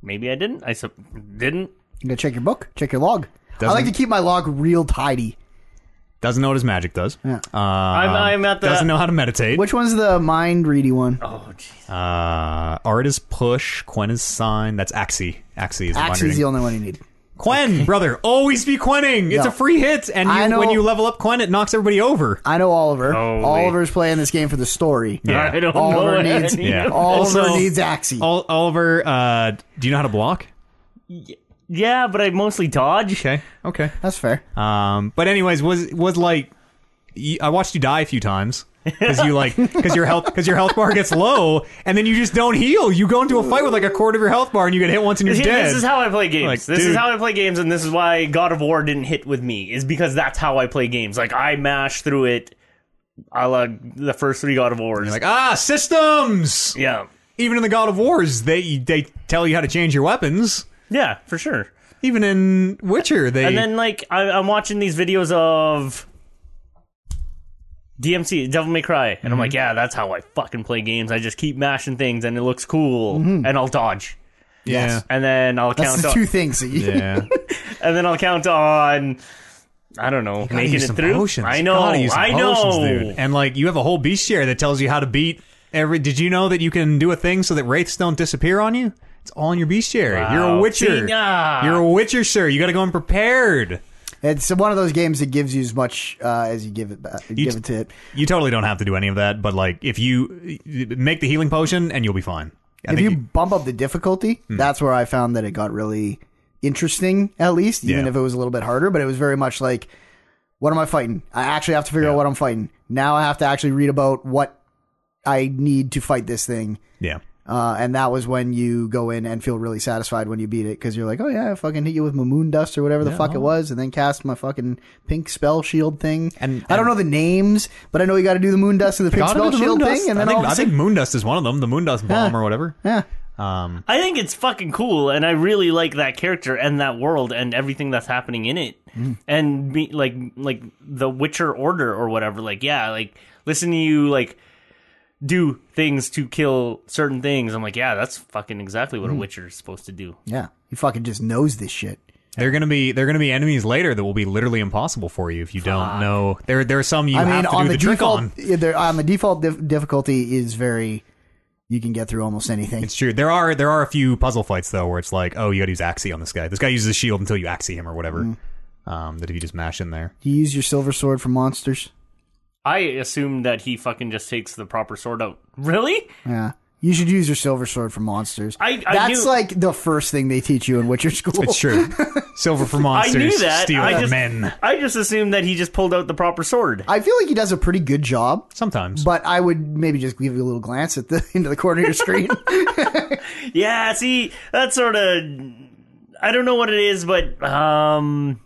S3: maybe I didn't. I sup didn't.
S2: You gotta check your book, check your log. I like
S1: Doesn't-
S2: to keep my log real tidy.
S1: Doesn't know what his magic does.
S2: Yeah.
S1: I'm,
S3: I'm at the-
S1: Um, doesn't know how to meditate.
S2: Which one's the mind reedy one?
S3: Oh, jeez.
S1: Uh, art is push. Quen is sign. That's Axie. Axie
S2: Axie's
S1: is monitoring.
S2: the only one you need.
S1: Quen, brother, always be Quenning. It's
S2: Yeah.
S1: a free hit, and
S2: I
S1: you,
S2: know-
S1: when you level up Quen, it knocks everybody over.
S2: I know Oliver.
S3: Holy.
S2: Oliver's playing this game for the story.
S1: Yeah.
S3: I don't
S2: Oliver
S3: know.
S2: needs
S3: any-
S1: Yeah.
S2: Oliver
S1: Also-
S2: needs Axie.
S1: Ol- Oliver, uh, do you know how to block?
S3: Yeah, but I mostly dodge.
S1: Okay, okay.
S2: That's fair.
S1: Um, but anyways, was was like y- I watched you die a few times because you like because your health because your health bar gets low, and then you just don't heal. You go into a fight with like a quarter of your health bar, and you get hit once, and you're
S3: See,
S1: dead.
S3: This is how I play games.
S1: Like,
S3: this
S1: dude.
S3: is how I play games, and this is why God of War didn't hit with me. Is because that's how I play games. Like I mash through it, a la the first three God of Wars.
S1: like ah systems.
S3: yeah,
S1: Even in the God of Wars, they they tell you how to change your weapons.
S3: yeah, for sure.
S1: Even in Witcher, they
S3: And then like I, I'm watching these videos of DMC, Devil May Cry. And
S1: Mm-hmm.
S3: I'm like, yeah, that's how I fucking play games. I just keep mashing things and it looks cool
S1: Mm-hmm.
S3: and I'll dodge.
S1: Yeah.
S3: And then I'll
S2: That's
S3: count
S2: the
S3: on,
S2: two things that you.
S1: Yeah.
S3: and then I'll count on I don't know, making
S1: use
S3: it
S1: some
S3: through.
S1: potions.
S3: I know.
S1: Gotta use some
S3: I
S1: potions,
S3: know.
S1: dude. And like you have a whole beast share that tells you how to beat every Did you know that you can do a thing so that wraiths don't disappear on you? It's all in your beast share. You're a
S3: Wow.
S1: witcher.
S3: See, nah.
S1: You're a witcher, sir. You got to go in prepared.
S2: It's one of those games that gives you as much uh, as you give it back, you give
S1: t-
S2: it to it.
S1: You totally don't have to do any of that, but like if you make the healing potion and you'll be fine. I
S2: if
S1: think Hmm.
S2: you bump up the difficulty, that's where I found that it got really interesting. At least, even
S1: Yeah.
S2: if it was a little bit harder, but it was very much like, what am I fighting? I actually have to figure out what I'm fighting. Now I have to actually read about what I need to fight this thing.
S1: yeah.
S2: Uh, and that was when you go in and feel really satisfied when you beat it because you're like, oh yeah, I fucking hit you with my moon dust or whatever the
S1: oh.
S2: fuck it was, and then cast my fucking pink spell shield thing.
S1: And-
S2: I don't know the names, but I know you got to do the moon dust and the pink
S1: Gotta
S2: spell
S1: do the
S2: shield
S1: Moondust.
S2: thing, and then
S1: I think,
S2: all of
S1: I
S2: a sudden,
S1: think Moondust is one of them, the Moondust bomb or whatever.
S2: yeah,
S3: I think it's fucking cool, and I really like that character and that world and everything that's happening in it.
S1: Mm.
S3: And be, like, like the Witcher Order or whatever. Like, yeah, like listen to you like do things to kill certain things. I'm like, yeah, that's fucking exactly
S1: Mm.
S3: what a Witcher is supposed to do.
S2: yeah, he fucking just knows this shit.
S1: They're gonna be they're gonna be enemies later that will be literally impossible for you if you don't know. There there are some you
S2: I mean,
S1: have to
S2: on
S1: do
S2: the,
S1: the, trick
S2: default,
S1: on.
S2: yeah, there- on the default dif- difficulty is very, you can get through almost anything.
S1: It's true. There are there are a few puzzle fights though where it's like, oh, you got to use axie on this guy. This guy uses a shield until you axie him or whatever.
S2: Mm.
S1: Um, that if you just mash in there,
S2: Do you use your silver sword for monsters?
S3: I assume that he fucking just takes the proper sword out. Really?
S2: Yeah. You should use your silver sword for monsters.
S3: I- I
S2: That's
S3: knew-
S2: like the first thing they teach you in Witcher school.
S1: it's true. Silver for monsters,
S3: I knew that.
S1: steel
S3: I
S1: for
S3: just,
S1: men.
S3: I just assumed that he just pulled out the proper sword.
S2: I feel like he does a pretty good job,
S1: Sometimes,
S2: but I would maybe just give you a little glance at the into the corner of your screen.
S3: Yeah, see, that sort of. I don't know what it is, but um,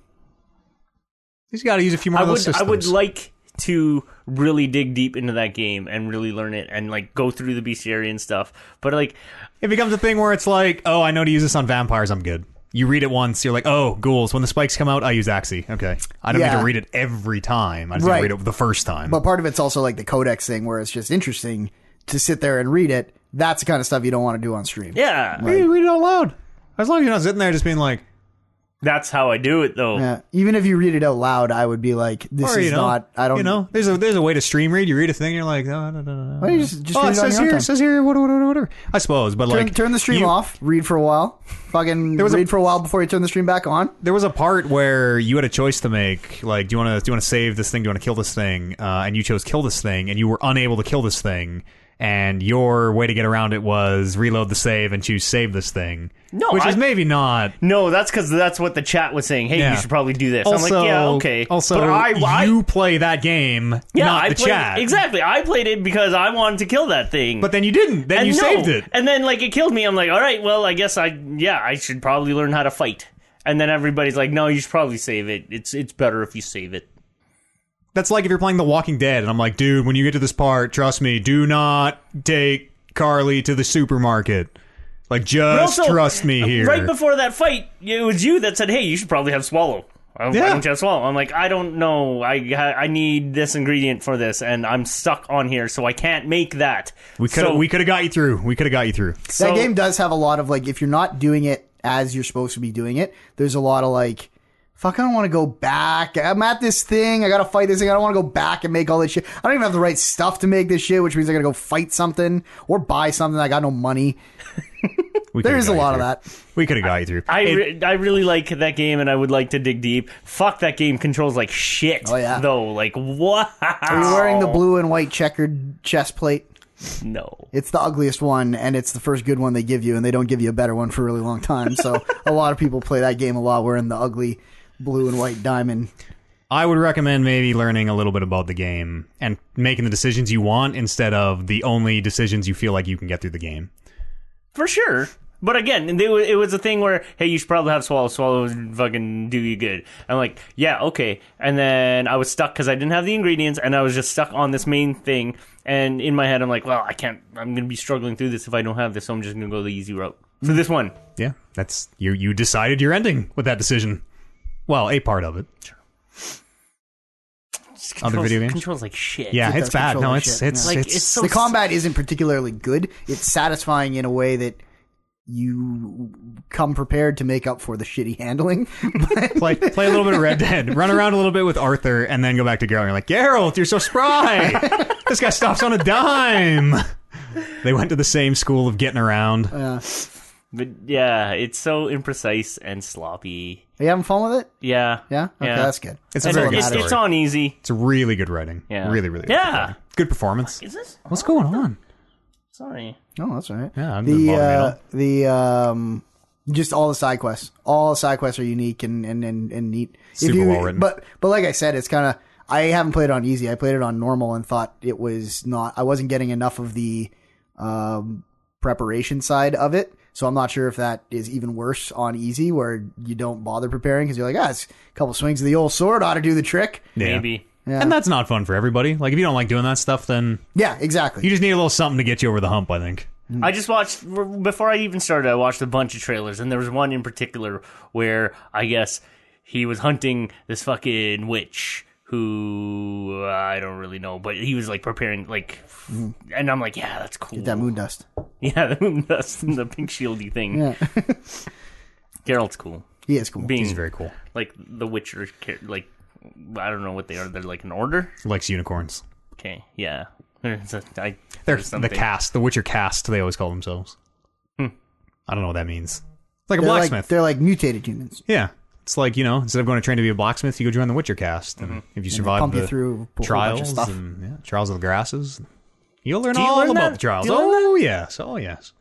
S1: you got to use a few more
S3: I
S1: of
S3: would
S1: those
S3: I
S1: systems.
S3: would like to really dig deep into that game and really learn it and like go through the bestiary and stuff. But like,
S1: it becomes a thing where it's like, oh, I know to use this on vampires. I'm good. You read it once, you're like, oh, ghouls. When the spikes come out, I use axie. Okay, I don't need
S2: Yeah.
S1: to read it every time. I just
S2: Right.
S1: need to read it the first time.
S2: but part of it's also like the codex thing where it's just interesting to sit there and read it. That's the kind of stuff you don't want to do on stream.
S3: yeah,
S1: Hey, read it out loud. As long as you're not sitting there just being like,
S3: that's how I do it though.
S2: Yeah. Even if you read it out loud, I would be like, this
S1: or,
S2: is
S1: you know,
S2: not I don't
S1: you know, there's a there's a way to stream read. You read a thing, you're like, oh, no, no, no,
S2: Why don't you just, just
S1: oh,
S2: read
S1: it
S2: it on
S1: says
S2: your own
S1: here,
S2: time.
S1: it says here, whatever, whatever, whatever. I suppose, but
S2: turn,
S1: like,
S2: turn the stream
S1: you-
S2: off, read for a while, fucking
S1: was a-
S2: read for a while before you turn the stream back on.
S1: There was a part where you had a choice to make, like, do you want to do you want to save this thing? Do you want to kill this thing? Uh, and you chose kill this thing, and you were unable to kill this thing. And your way to get around it was reload the save and choose save this thing.
S3: No,
S1: which
S3: I-
S1: is maybe not.
S3: No, that's because that's what the chat was saying. Hey,
S1: Yeah.
S3: you should probably do this.
S1: Also,
S3: I'm like, yeah, okay.
S1: Also,
S3: but I, I-
S1: you play that game,
S3: yeah,
S1: not
S3: I
S1: the
S3: played,
S1: chat.
S3: Exactly, I played it because I wanted to kill that thing.
S1: But then you didn't. Then you
S3: no.
S1: saved it.
S3: And then like it killed me. I'm like, all right, well, I guess I yeah, I should probably learn how to fight. And then everybody's like, no, you should probably save it. It's it's better if you save it.
S1: That's like if you're playing The Walking Dead, and I'm like, dude, when you get to this part, trust me, do not take Carly to the supermarket. Like, just
S3: Also,
S1: trust me here.
S3: Right before that fight, it was you that said, hey, you should probably have swallow. I
S1: Yeah.
S3: don't you have swallow? I'm like, I don't know. I I need this ingredient for this, and I'm stuck on here, so I can't make that.
S1: we could have
S3: So-
S1: we could have got you through. We could have got you through.
S3: so-
S2: that game does have a lot of like if you're not doing it as you're supposed to be doing it there's a lot of like fuck i don't want to go back i'm at this thing i gotta fight this thing i don't want to go back and make all this shit i don't even have the right stuff to make this shit which means i gotta go fight something or buy something i got no money
S1: We
S2: there
S1: coulda
S2: is a
S1: got you
S2: lot of
S1: through.
S2: that
S1: We could have got you through.
S3: I,
S1: It-
S3: re- I really like that game and I would like to dig deep. Fuck that game controls like shit
S2: Oh, yeah.
S3: though. Like wow.
S2: are you wearing the blue and white checkered chest plate
S3: No.
S2: it's the ugliest one and it's the first good one they give you and they don't give you a better one for a really long time so a lot of people play that game a lot wearing the ugly blue and white diamond
S1: I would recommend maybe learning a little bit about the game and making the decisions you want instead of the only decisions you feel like you can get through the game.
S3: For sure. But again, they, wa- it was a thing where, hey, you should probably have Swallow. Swallow would fucking do you good. I'm like, yeah, okay. And then I was stuck because I didn't have the ingredients and I was just stuck on this main thing. And in my head, I'm like, well, I can't, I'm going to be struggling through this if I don't have this, so I'm just going to go the easy route. For this one.
S1: Yeah, that's you. You decided your ending with that decision. Well, a part of it.
S3: Just
S1: other
S3: controls-
S1: video games?
S3: Controls like shit.
S1: Yeah,
S2: It
S1: it's
S2: does
S1: bad.
S2: control
S1: No,
S2: that
S1: it's
S2: shit,
S1: it's
S2: yeah.
S3: Like,
S1: it's,
S3: it's so
S2: the combat isn't particularly good. It's satisfying in a way that you come prepared to make up for the shitty handling. But
S1: play play a little bit of Red Dead, run around a little bit with Arthur, and then go back to Geralt. You're like, Geralt, you're so spry. this guy stops on a dime. They went to the same school of getting around.
S3: But yeah, it's so imprecise and sloppy.
S2: are you having fun with it?
S3: Yeah.
S2: Yeah. Okay,
S3: yeah.
S2: that's good.
S1: It's a
S3: And
S1: very good
S3: it's,
S1: story.
S3: it's on easy.
S1: It's really good writing.
S3: Yeah.
S1: Really, really. Good
S3: Yeah.
S1: writing. Good performance.
S3: Is this?
S1: What's going on?
S3: Sorry.
S2: Oh, that's all right.
S1: Yeah, it doesn't
S2: the
S1: bother me at
S2: uh,
S1: all.
S2: the um, just all the side quests. All the side quests are unique and and and, and neat. If
S1: Super
S2: you-
S1: well-written.
S2: But but like I said, it's kind of I haven't played it on easy. I played it on normal and thought it was not. I wasn't getting enough of the um, preparation side of it. So I'm not sure if that is even worse on easy, where you don't bother preparing because you're like, ah, it's a couple swings of the old sword ought to do the trick.
S1: Yeah.
S3: Maybe.
S1: And that's not fun for everybody. Like if you don't like doing that stuff, then
S2: Yeah,
S1: you
S2: exactly.
S1: just need a little something to get you over the hump. I think.
S3: I just watched before I even started. I watched a bunch of trailers, and there was one in particular where I guess he was hunting this fucking witch who uh, I don't really know, but he was like preparing like, and I'm like, yeah, that's cool.
S2: Mm. That moon dust.
S3: yeah, the moon dust and the pink shieldy thing.
S2: Yeah,
S3: Geralt's cool.
S2: he is cool.
S3: Being
S1: He's very cool.
S3: like the Witcher, char- like I don't know what they are. They're like an order.
S1: Likes unicorns.
S3: Okay, yeah. It's a- I-
S1: They're
S3: there's something.
S1: the cast, the Witcher cast. They always call themselves. I don't know what that means. It's like a
S2: They're like-
S1: blacksmith.
S2: they're like mutated humans.
S1: Yeah. It's like, you know, instead of going to train to be a blacksmith, you go join the Witcher cast. And if you survive
S2: pump
S1: the
S2: you through a whole bunch of
S1: trials
S2: stuff.
S1: and yeah, trials of the grasses, you'll learn
S3: you
S1: all
S3: learn
S1: about
S3: that?
S1: the trials.
S3: Do you learn
S1: Oh, yes. Oh, yes.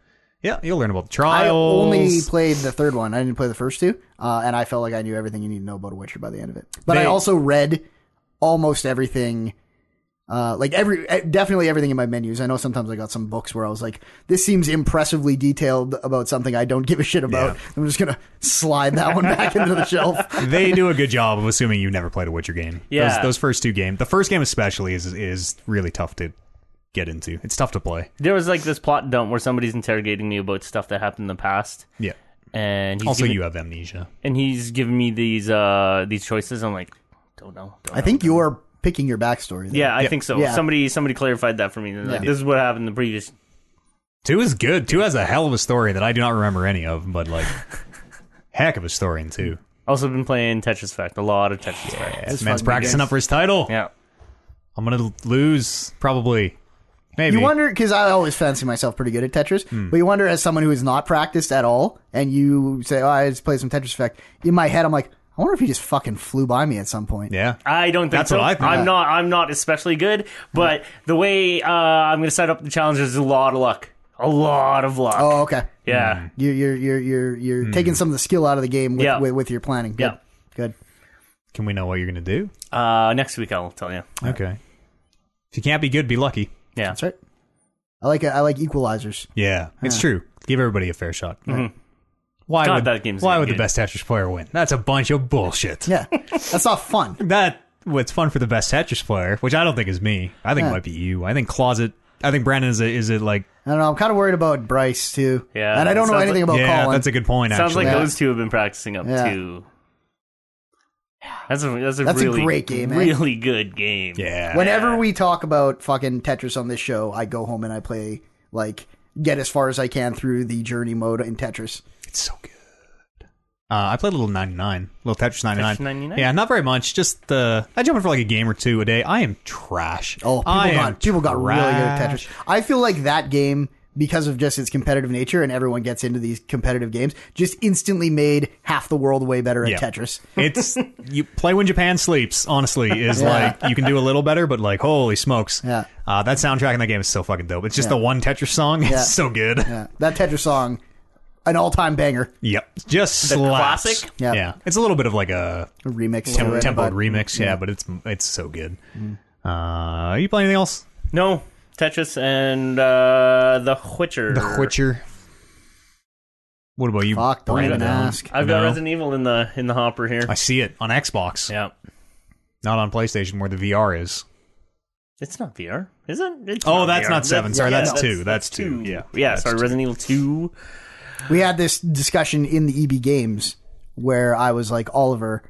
S1: Yeah, you'll learn about the trials.
S2: I only played the third one. I didn't play the first two, uh, and I felt like I knew everything you need to know about a Witcher by the end of it. But I
S1: They-
S2: also read almost everything, uh, like every eh, definitely everything in my menus. I know sometimes I got some books where I was like, "This seems impressively detailed about something I don't give a shit about."
S1: Yeah.
S2: I'm just gonna slide that one back into the shelf.
S1: they do a good job of assuming you've never played a Witcher game.
S3: Yeah.
S1: Those, those first two games, the first game especially, is is really tough to get into. It's tough to play.
S3: There was like this plot dump where somebody's interrogating me about stuff that happened in the past,
S1: Yeah.
S3: and he's
S1: Also,
S3: giving,
S1: you have amnesia.
S3: and he's giving me these uh these choices. I'm like, don't know. Don't
S2: I think you're picking your backstory. There.
S3: Yeah, I think so.
S2: Yeah.
S3: Somebody somebody clarified that for me. They're like,
S2: Yeah.
S3: This is what happened in the previous.
S1: Two is good. Two has a hell of a story that I do not remember any of, but like, heck of a story in two.
S3: Also been playing Tetris Effect a lot of Tetris Effect.
S1: Yes,
S2: It's
S1: man's
S2: fucking
S1: practicing
S2: good.
S1: up for his title.
S3: Yeah,
S1: I'm gonna l- lose probably. Maybe
S2: You wonder because I always fancy myself pretty good at Tetris,
S1: Hmm.
S2: but you wonder as someone who is not practiced at all, and you say, "Oh, I just played some Tetris Effect." In my head, I'm like, "I wonder if he just fucking flew by me at some point."
S1: Yeah,
S3: I don't think
S1: That's
S3: so.
S1: what I think.
S3: I'm not. I'm not especially good, but the way uh, I'm going to set up the challenges is a lot of luck. A lot of luck.
S2: Oh, okay.
S3: Yeah.
S1: Hmm.
S2: You're you're you're you're, you're taking some of the skill out of the game with
S3: Yeah.
S2: with, with your planning. Good.
S3: Yeah.
S2: Good.
S1: can we know what you're gonna do?
S3: Uh, next week I'll tell you.
S1: Okay. If you can't be good, be lucky.
S3: Yeah.
S2: That's right. I like I like equalizers.
S1: Yeah, Mm-hmm. it's true. Give everybody a fair shot. Why
S3: God,
S1: would
S3: that game's
S1: Why
S3: gonna
S1: would
S3: be
S1: the
S3: good.
S1: best Tetris player win? That's a bunch of bullshit.
S2: Yeah. That's not fun.
S1: That what's fun for the best Tetris player, which I don't think is me. I think it
S2: Yeah.
S1: might be you. I think Closet. I think Brandon is a, is it like
S2: I don't know. I'm kind of worried about Bryce too.
S3: Yeah.
S2: And I don't know
S3: Sounds
S2: anything about
S3: like-
S1: yeah.
S2: Colin.
S1: That's a good point.
S3: Sounds
S1: actually,
S3: like
S2: Yeah.
S3: those two have been practicing up
S2: Yeah.
S3: too. That's a that's a
S2: That's a
S3: really
S2: great game, eh? man.
S3: really good game.
S1: yeah.
S2: Whenever we talk about fucking Tetris on this show, I go home and I play like get as far as I can through the journey mode in Tetris.
S1: It's so good. Uh, I played a little 99, little Tetris 99.
S3: Tetris 99?
S1: Yeah, not very much. Just the I jump in for like a game or two a day. I am trash.
S2: Oh, people
S1: I am
S2: got people got really good at
S1: trash.
S2: Tetris. I feel like that game because of just its competitive nature and everyone gets into these competitive games just instantly made half the world way better at
S1: Yeah.
S2: Tetris.
S1: It's you play when Japan sleeps. Honestly, is like you can do a little better, but like holy smokes,
S2: Yeah.
S1: Uh, that soundtrack in that game is so fucking dope. It's just the one Tetris song. It's so good.
S2: Yeah. Uh, That Tetris song, an all-time banger
S1: Yep, just slaps.
S3: classic?
S1: Yeah.
S2: Yeah.
S1: it's a little bit of like a
S2: a remix
S1: tem-
S2: to it, Mm-hmm.
S1: tempoed
S2: but-
S1: remix. Yeah, but it's it's so good. Uh, you play anything else?
S3: No Tetris and uh, the Witcher.
S1: The Witcher. What about you?
S2: Fuck, don't even
S1: Brandon?
S2: ask.
S3: I've got
S1: No.
S3: Resident Evil in the in the hopper here.
S1: I see it on Xbox,
S3: yeah.
S1: not on PlayStation, where the VR is.
S3: It's not VR, is it? It's
S1: Oh, that's
S3: VR.
S1: not seven. Sorry,
S3: yeah,
S1: that's two. That's two. Yeah.
S3: yeah.
S1: That's
S3: sorry,
S1: two.
S3: Resident Evil two.
S2: E We had this discussion in the EB Games where I was like, Oliver,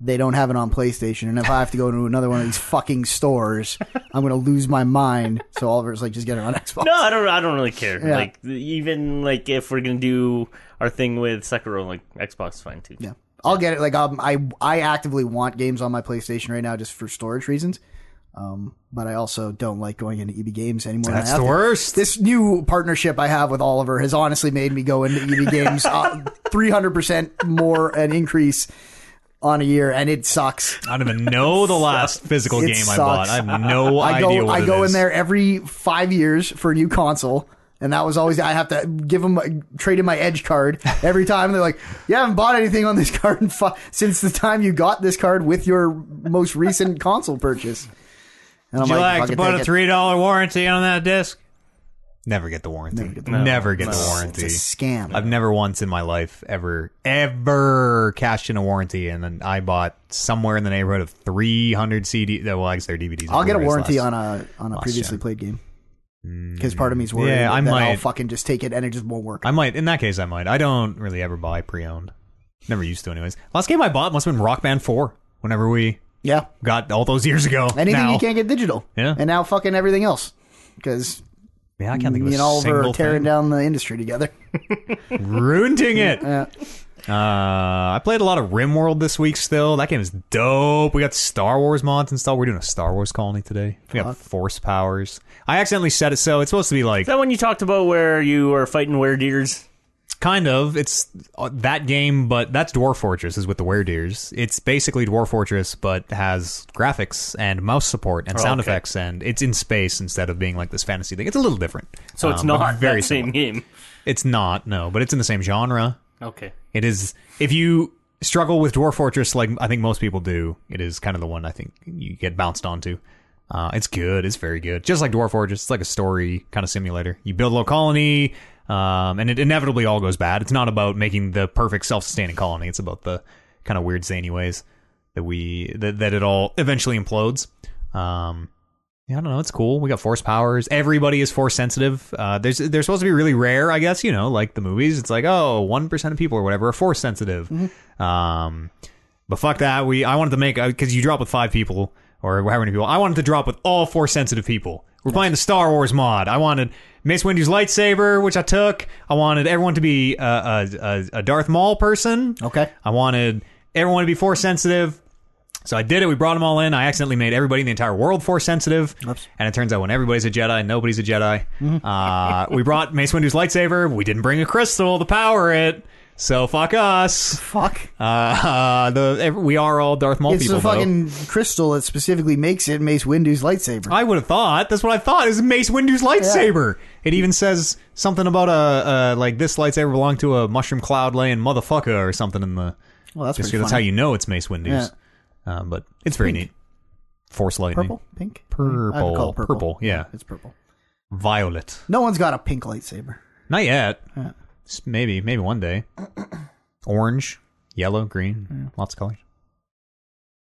S2: they don't have it on PlayStation. And if I have to go to another one of these fucking stores, I'm gonna lose my mind. So Oliver's like, just get it on Xbox.
S3: No, I don't. I don't really care. Like even like if we're gonna do our thing with Sekiro, like Xbox, is fine too.
S2: Yeah. I'll get it. Like um, I I actively want games on my PlayStation right now just for storage reasons. Um, but I also don't like going into EB Games anymore. than I
S1: That's
S2: have
S1: the
S2: to.
S1: worst.
S2: This new partnership I have with Oliver has honestly made me go into EB Games uh, three hundred percent more an increase on a year, and it sucks.
S1: I don't even know the last physical
S2: It
S1: game I
S2: sucks.
S1: bought. I have no
S2: I
S1: idea
S2: go
S1: what
S2: I
S1: it
S2: go
S1: is.
S2: in there every five years for a new console. And that was always I have to give them trade in my edge card every time. They're like, "You haven't bought anything on this card in fi- since the time you got this card with your most recent console purchase." And I'm
S1: Would you like
S2: "Fucking
S1: to put
S2: take
S1: a
S2: it."
S1: three dollar warranty on that disc? Never get the warranty. Never get the, warranty.
S2: It's a scam.
S1: I've never once in my life ever ever cashed in a warranty, and then I bought somewhere in the neighborhood of three hundred CD. Well, I guess they're DVDs.
S2: I'll get a warranty on a on a
S1: last
S2: previously
S1: gen.
S2: played game because part of me's worried
S1: Yeah, I
S2: that I'll
S1: might-
S2: fucking just take it and it just won't work.
S1: I might. In that case, I might. I don't really ever buy pre-owned. Never used to, anyways. Last game I bought must have been Rock Band Four. Whenever we
S2: yeah,
S1: got all those years ago.
S2: anything
S1: now.
S2: you can't get digital.
S1: Yeah.
S2: and now fucking everything else because
S1: Yeah, I can't think of
S2: me
S1: a
S2: and Oliver are
S1: single
S2: tearing
S1: thing.
S2: down the industry together.
S1: ruining it. Uh, I played a lot of RimWorld this week. Still, that game is dope. We got Star Wars mods installed. We're doing a Star Wars colony today. We got Force powers. I accidentally set it so it's supposed to be like
S3: Is that one you talked about where you are fighting deers?
S1: kind of. It's uh, that game, but that's Dwarf Fortress is with the Werdeers. It's basically Dwarf Fortress, but has graphics and mouse support and sound
S3: okay.
S1: effects, and it's in space instead of being like this fantasy thing. It's a little different.
S3: So it's
S1: Um, but
S3: not
S1: very
S3: very that same
S1: similar.
S3: game.
S1: It's not no, but it's in the same genre.
S3: Okay.
S1: It is if you struggle with Dwarf Fortress, like I think most people do. It is kind of the one I think you get bounced onto. Uh, it's good. It's very good. Just like Dwarf Fortress, it's like a story kind of simulator. You build a little colony, um, and it inevitably all goes bad. It's not about making the perfect self-sustaining colony. It's about the kind of weird zany ways that we that, that it all eventually implodes. Um, yeah, I don't know. It's cool. We got force powers. Everybody is force sensitive. Uh, there's they're supposed to be really rare, I guess. You know, like the movies. It's like oh, one percent of people or whatever are force sensitive. Um, but fuck that. We I wanted to make because you drop with five people or however many people. I wanted to drop with all force sensitive people. We're playing the Star Wars mod. I wanted Mace Windu's lightsaber, which I took. I wanted everyone to be a, a, a, a Darth Maul person.
S2: Okay.
S1: I wanted everyone to be force sensitive. So I did it. We brought them all in. I accidentally made everybody in the entire world force sensitive. And it turns out when everybody's a Jedi, nobody's a Jedi.
S2: Mm-hmm.
S1: uh, we brought Mace Windu's lightsaber. We didn't bring a crystal to power it. So fuck us.
S2: Fuck.
S1: Uh, uh, the ev- we are all Darth Maul
S2: It's
S1: people.
S2: the
S1: though.
S2: fucking crystal that specifically makes it Mace Windu's lightsaber.
S1: I would have thought that's what I thought. It was Mace Windu's lightsaber. It even says something about a, a like this lightsaber belonged to a mushroom cloud laying motherfucker or something in the.
S2: Well, that's
S1: Just
S2: pretty
S1: because that's how
S2: funny.
S1: you know it's Mace Windu's. Um, but it's very neat. Force lightning.
S2: purple, pink,
S1: Purple.
S2: I would call it purple.
S1: Purple, yeah.
S2: it's purple.
S1: Violet.
S2: No one's got a pink lightsaber.
S1: Not yet. S- Maybe, maybe one day. Orange, yellow, green, lots of colors.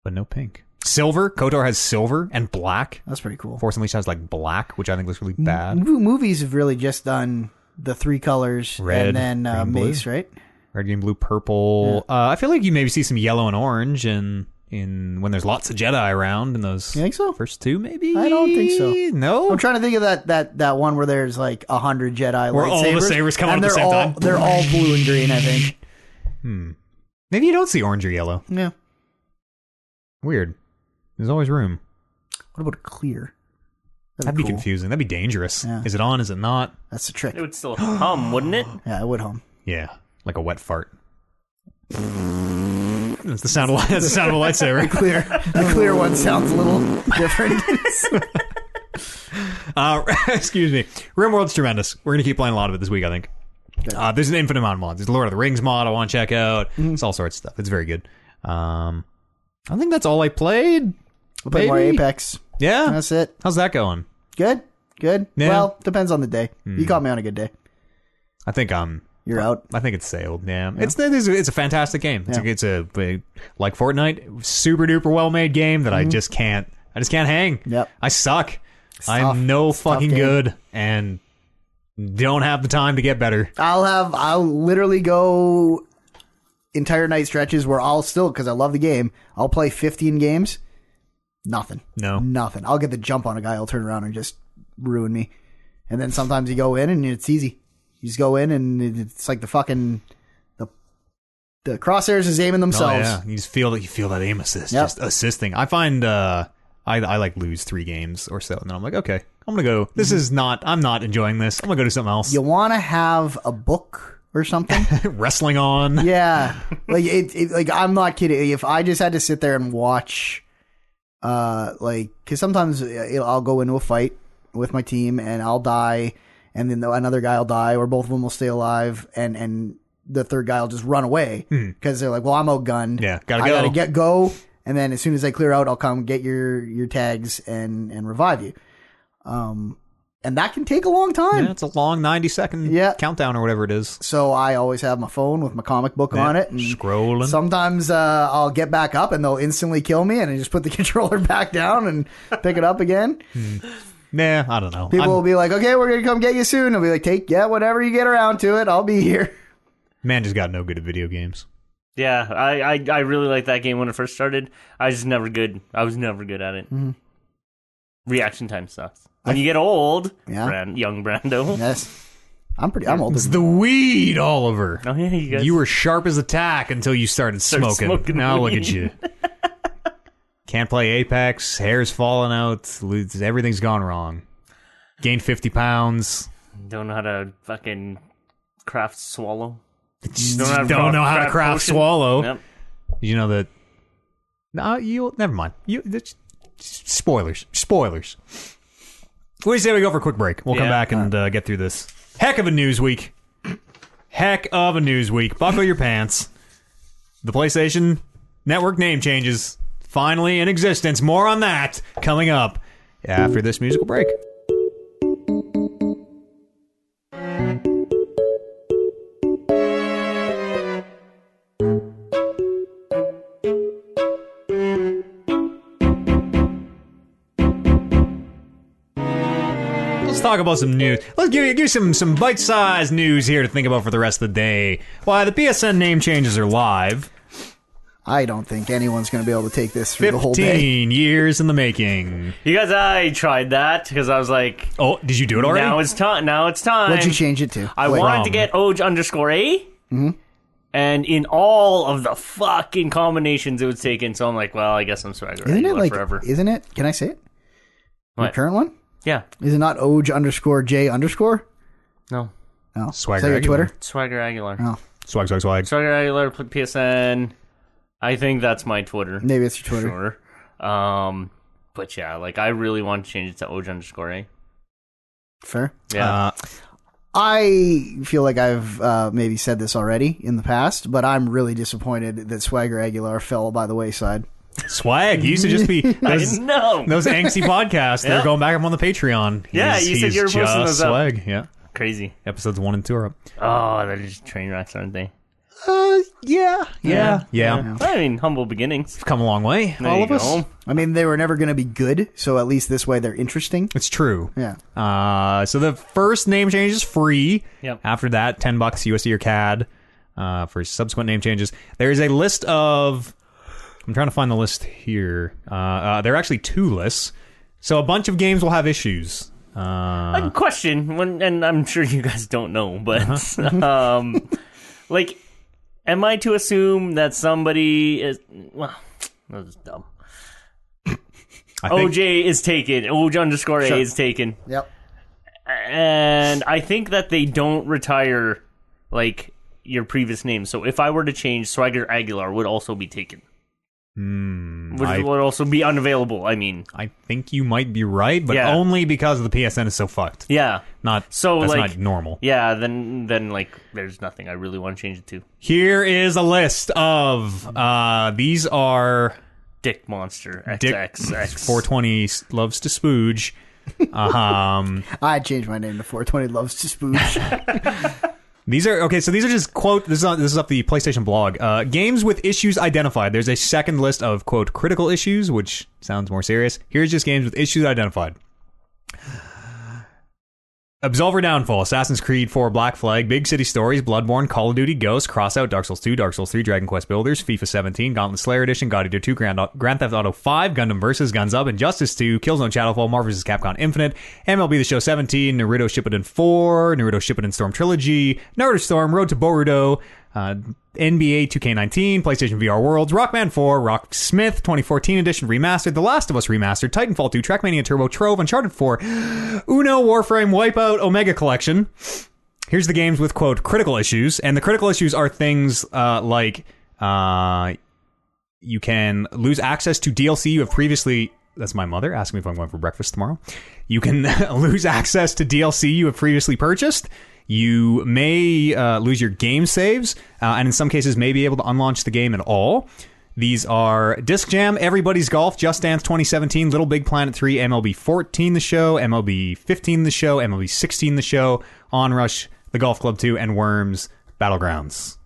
S1: But no pink. Silver. Kotor has silver and black.
S2: That's pretty cool.
S1: Force Unleashed has like black, which I think looks really
S2: Mo-
S1: bad.
S2: movies have really just done the three colors
S1: Red,
S2: and then uh,
S1: green, blue.
S2: Mace, right?
S1: Red, green, blue, purple. Uh, I feel like you maybe see some yellow and orange in in when there's lots of Jedi around in those
S2: You think so?
S1: first two, maybe.
S2: I don't think so.
S1: No,
S2: I'm trying to think of that that that one where there's like a hundred Jedi
S1: Where
S2: lightsabers,
S1: all the sabers come
S2: and
S1: out at the
S2: they're
S1: same
S2: all,
S1: time?
S2: They're all blue and green, I think.
S1: Maybe you don't see orange or yellow.
S2: Yeah.
S1: Weird. There's always room.
S2: What about clear?
S1: That'd be
S2: cool.
S1: confusing. That'd be dangerous.
S2: Yeah.
S1: Is it on? Is it not?
S2: That's the trick.
S3: It would still hum, wouldn't it?
S2: Yeah, I would home.
S1: Yeah, like a wet fart. that's the sound of that's the sound of a lightsaber.
S2: Clear. the clear one sounds a little different.
S1: Uh, excuse me. RimWorld's tremendous. We're gonna keep playing a lot of it this week. I think. Uh, there's an infinite amount of mods. There's Lord of the Rings mod I want to check out. It's all sorts of stuff. It's very good. Um, I think that's all I played.
S2: We'll play more
S1: Maybe.
S2: Apex.
S1: Yeah.
S2: That's it.
S1: How's that going?
S2: Good. Good.
S1: Yeah. Hmm.
S2: Well, depends on the day. You caught me on a good day.
S1: I think um, I'm
S2: You're out.
S1: I think it's sailed. Yeah, it's it's a, it's a fantastic game. It's, a, it's a like Fortnite, super duper well made game that I just can't. I just can't hang.
S2: Mm-hmm. Yep.
S1: I suck.
S2: tough.
S1: I'm no
S2: tough
S1: fucking
S2: game.
S1: good, and don't have the time to get better.
S2: I'll have. I'll literally go entire night stretches where I'll still because I love the game. I'll play 15 games, nothing,
S1: No.
S2: nothing. I'll get the jump on a guy. He'll turn around and just ruin me. And then sometimes you go in and it's easy. You just go in and it- it's like the fucking the the crosshairs is aiming
S1: Oh,
S2: themselves.
S1: yeah, you just feel that you feel that aim assist,
S2: Yep.
S1: just assisting. I find uh, I I like lose three games or so, and then I'm like, okay, I'm gonna go.
S2: Mm-hmm.
S1: This is not. I'm not enjoying this. I'm gonna go do something else.
S2: You want to have a book or something.
S1: Wrestling on.
S2: Yeah, like it, it. Like I'm not kidding. If I just had to sit there and watch, uh, like because sometimes it, I'll go into a fight with my team and I'll die, and then the- another guy will die, or both of them will stay alive, and and the third guy will just run away because they're like, well, I'm outgunned.
S1: Hmm. Yeah, gotta
S2: I
S1: go.
S2: gotta get go. And then as soon as I clear out, I'll come get your your tags and and revive you. Um, and that can take a long time.
S1: Yeah, it's a long 90 second
S2: Yeah.
S1: countdown or whatever it is.
S2: So I always have my phone with my comic book on it and
S1: Scrolling.
S2: Sometimes uh, I'll get back up and they'll instantly kill me, and I just put the controller back down and pick it up again.
S1: nah, I don't know.
S2: People
S1: I'm-
S2: will be like, "Okay, we're gonna come get you soon." I'll be like, "Take yeah, whatever you get around to it, I'll be here."
S1: man just got no good at video games.
S3: Yeah, I, I, I really liked that game when it first started. I was just never good. I was never good at it.
S2: Mm-hmm.
S3: Reaction time sucks. When you get old,
S2: Yeah.
S3: Bran- young Brando.
S2: Yes, I'm pretty. I'm old.
S1: It's the weed, Oliver.
S3: Oh yeah, you guys.
S1: You were sharp as a tack until you started smoking.
S3: smoking
S1: now look
S3: weed.
S1: at you. Can't play Apex. Hair's falling out. lo- Everything's gone wrong. Gained 50 pounds.
S3: don't know how to fucking craft swallow.
S1: Just
S3: Don't know how
S1: don't,
S3: to craft-
S1: know how to
S3: craft
S1: craft
S3: potion.
S1: swallow.
S3: Yep.
S1: You know that. No, you. Never mind. You. that's- Spoilers. Spoilers. What do you say we go for a quick break? We'll come
S3: Yeah.
S1: back and uh, get through this. Heck of a news week. Heck of a news week. Buckle your pants. The PlayStation Network name changes finally in existence. More on that coming up after this musical break. Let's talk about some news. Let's give you, give you some some bite-sized news here to think about for the rest of the day. Why the PSN name changes are live.
S2: I don't think anyone's gonna be able to take this through the whole day.
S1: Fifteen years in the making.
S3: You guys, I tried that because I was like,
S1: Oh, did you do it already?
S3: now it's time. Now it's time.
S2: What'd you change Mm-hmm. it to?
S3: I
S2: Wait,
S3: wanted
S1: Wrong.
S3: to get OJ underscore A. And in all of the fucking combinations it was taken, so I'm like, well, I guess I'm swagger.
S2: Isn't it
S3: Regular
S2: like?
S3: forever?
S2: Isn't it? Can I say it? The
S3: What?
S2: current one
S3: yeah,
S2: is it not Oj underscore J underscore?
S3: no,
S2: No,
S1: Swagger
S2: Is that your
S1: regular.
S2: Twitter.
S3: swagger Aguilar.
S2: Oh.
S1: swag, swag, swag.
S3: Swagger Aguilar p- PSN. I think that's my Twitter.
S2: Maybe it's your Twitter.
S3: Sure. Um, but yeah, like I really want to change it to OJ underscore A.
S2: Fair.
S3: Yeah.
S1: Uh,
S2: I feel like I've uh, maybe said this already in the past, but I'm really disappointed that Swagger Aguilar fell by the wayside.
S1: swag. He used to just be
S3: I
S1: those,
S3: didn't know.
S1: those angsty podcasts. They're
S3: Yeah.
S1: going back up on the Patreon.
S3: Yeah,
S1: He's-
S3: you said
S1: he's
S3: you were posting
S1: just
S3: those up.
S1: swag. Yeah,
S3: Crazy.
S1: episodes one and two are up.
S3: Oh, they're just train wrecks, aren't they?
S1: Uh, yeah, yeah, yeah.
S3: I mean, humble beginnings.
S1: Come a long way,
S3: There
S1: all
S3: you
S1: of
S3: go.
S1: us.
S2: I mean, they were never going to be good, so at least this way they're interesting.
S1: It's true.
S2: Yeah.
S1: Uh, so the first name change is free.
S3: Yep.
S1: After that, ten bucks USD or CAD uh, for subsequent name changes. There is a list of. I'm trying to find the list here. Uh, uh, there are actually two lists, so a bunch of games will have issues. Uh,
S3: A question, when, and I'm sure you guys don't know, but
S1: Uh-huh.
S3: um, like, am I to assume that somebody is well? That was dumb.
S1: I think
S3: OJ is taken. OJ underscore A is taken,
S2: Yep.
S3: and I think that they don't retire like your previous name. So if I were to change, Swagger Aguilar would also be taken. Which
S1: Hmm, I-
S3: would also be unavailable. I mean,
S1: I think you might be right, but
S3: Yeah.
S1: only because the PSN is so fucked.
S3: yeah,
S1: Not
S3: So,
S1: that's
S3: like-
S1: not normal.
S3: yeah. Then, then like, there's nothing I really want to change it to.
S1: Here is a list of uh, these are
S3: Dick Monster
S1: Dick
S3: XXX.
S1: 420 loves to spooge. Um,
S2: I changed my name to 420 Loves to Spooge.
S1: These are okay. So these are just quote. This is on, this is up the PlayStation blog. Uh, games with issues identified. There's a second list of quote critical issues, which sounds more serious. Here's just games with issues identified. Absolver Downfall, Assassin's Creed 4, Black Flag, Big City Stories, Bloodborne, Call of Duty, Ghost, Crossout, Dark Souls 2, Dark Souls 3, Dragon Quest Builders, FIFA 17, Gauntlet Slayer Edition, God Eater 2, Grand, Grand Theft Auto 5, Gundam vs. Guns Up, Injustice 2, Killzone Shadowfall, Marvel vs. Capcom Infinite, MLB The Show 17, Naruto Shippuden 4, Naruto Shippuden Storm Trilogy, Naruto Storm, Road to Boruto, uh, NBA 2K19, PlayStation VR Worlds, Rockman 4, Rocksmith 2014 Edition Remastered, The Last of Us Remastered, Titanfall 2, Trackmania Turbo, Trove, Uncharted 4, Uno, Warframe, Wipeout, Omega Collection. Here's the games with, quote, critical issues. And the critical issues are things uh, like uh, you can lose access to DLC you have previously. That's my mother asking me if I'm going for breakfast tomorrow. You can lose access to DLC you have previously purchased. You may uh, lose your game saves, uh, and in some cases, may be able to unlaunch the game at all. These are Disc Jam, Everybody's Golf, Just Dance 2017, Little Big Planet 3, MLB 14 the show, MLB 15 the show, MLB 16 the show, Onrush, The Golf Club 2, and Worms Battlegrounds.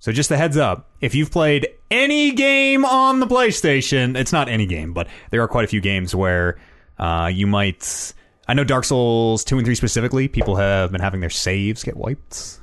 S1: So just a heads up, if you've played any game on the PlayStation, it's not any game, but there are quite a few games where uh, you might. I know Dark Souls two and three specifically. People have been having their saves get wiped,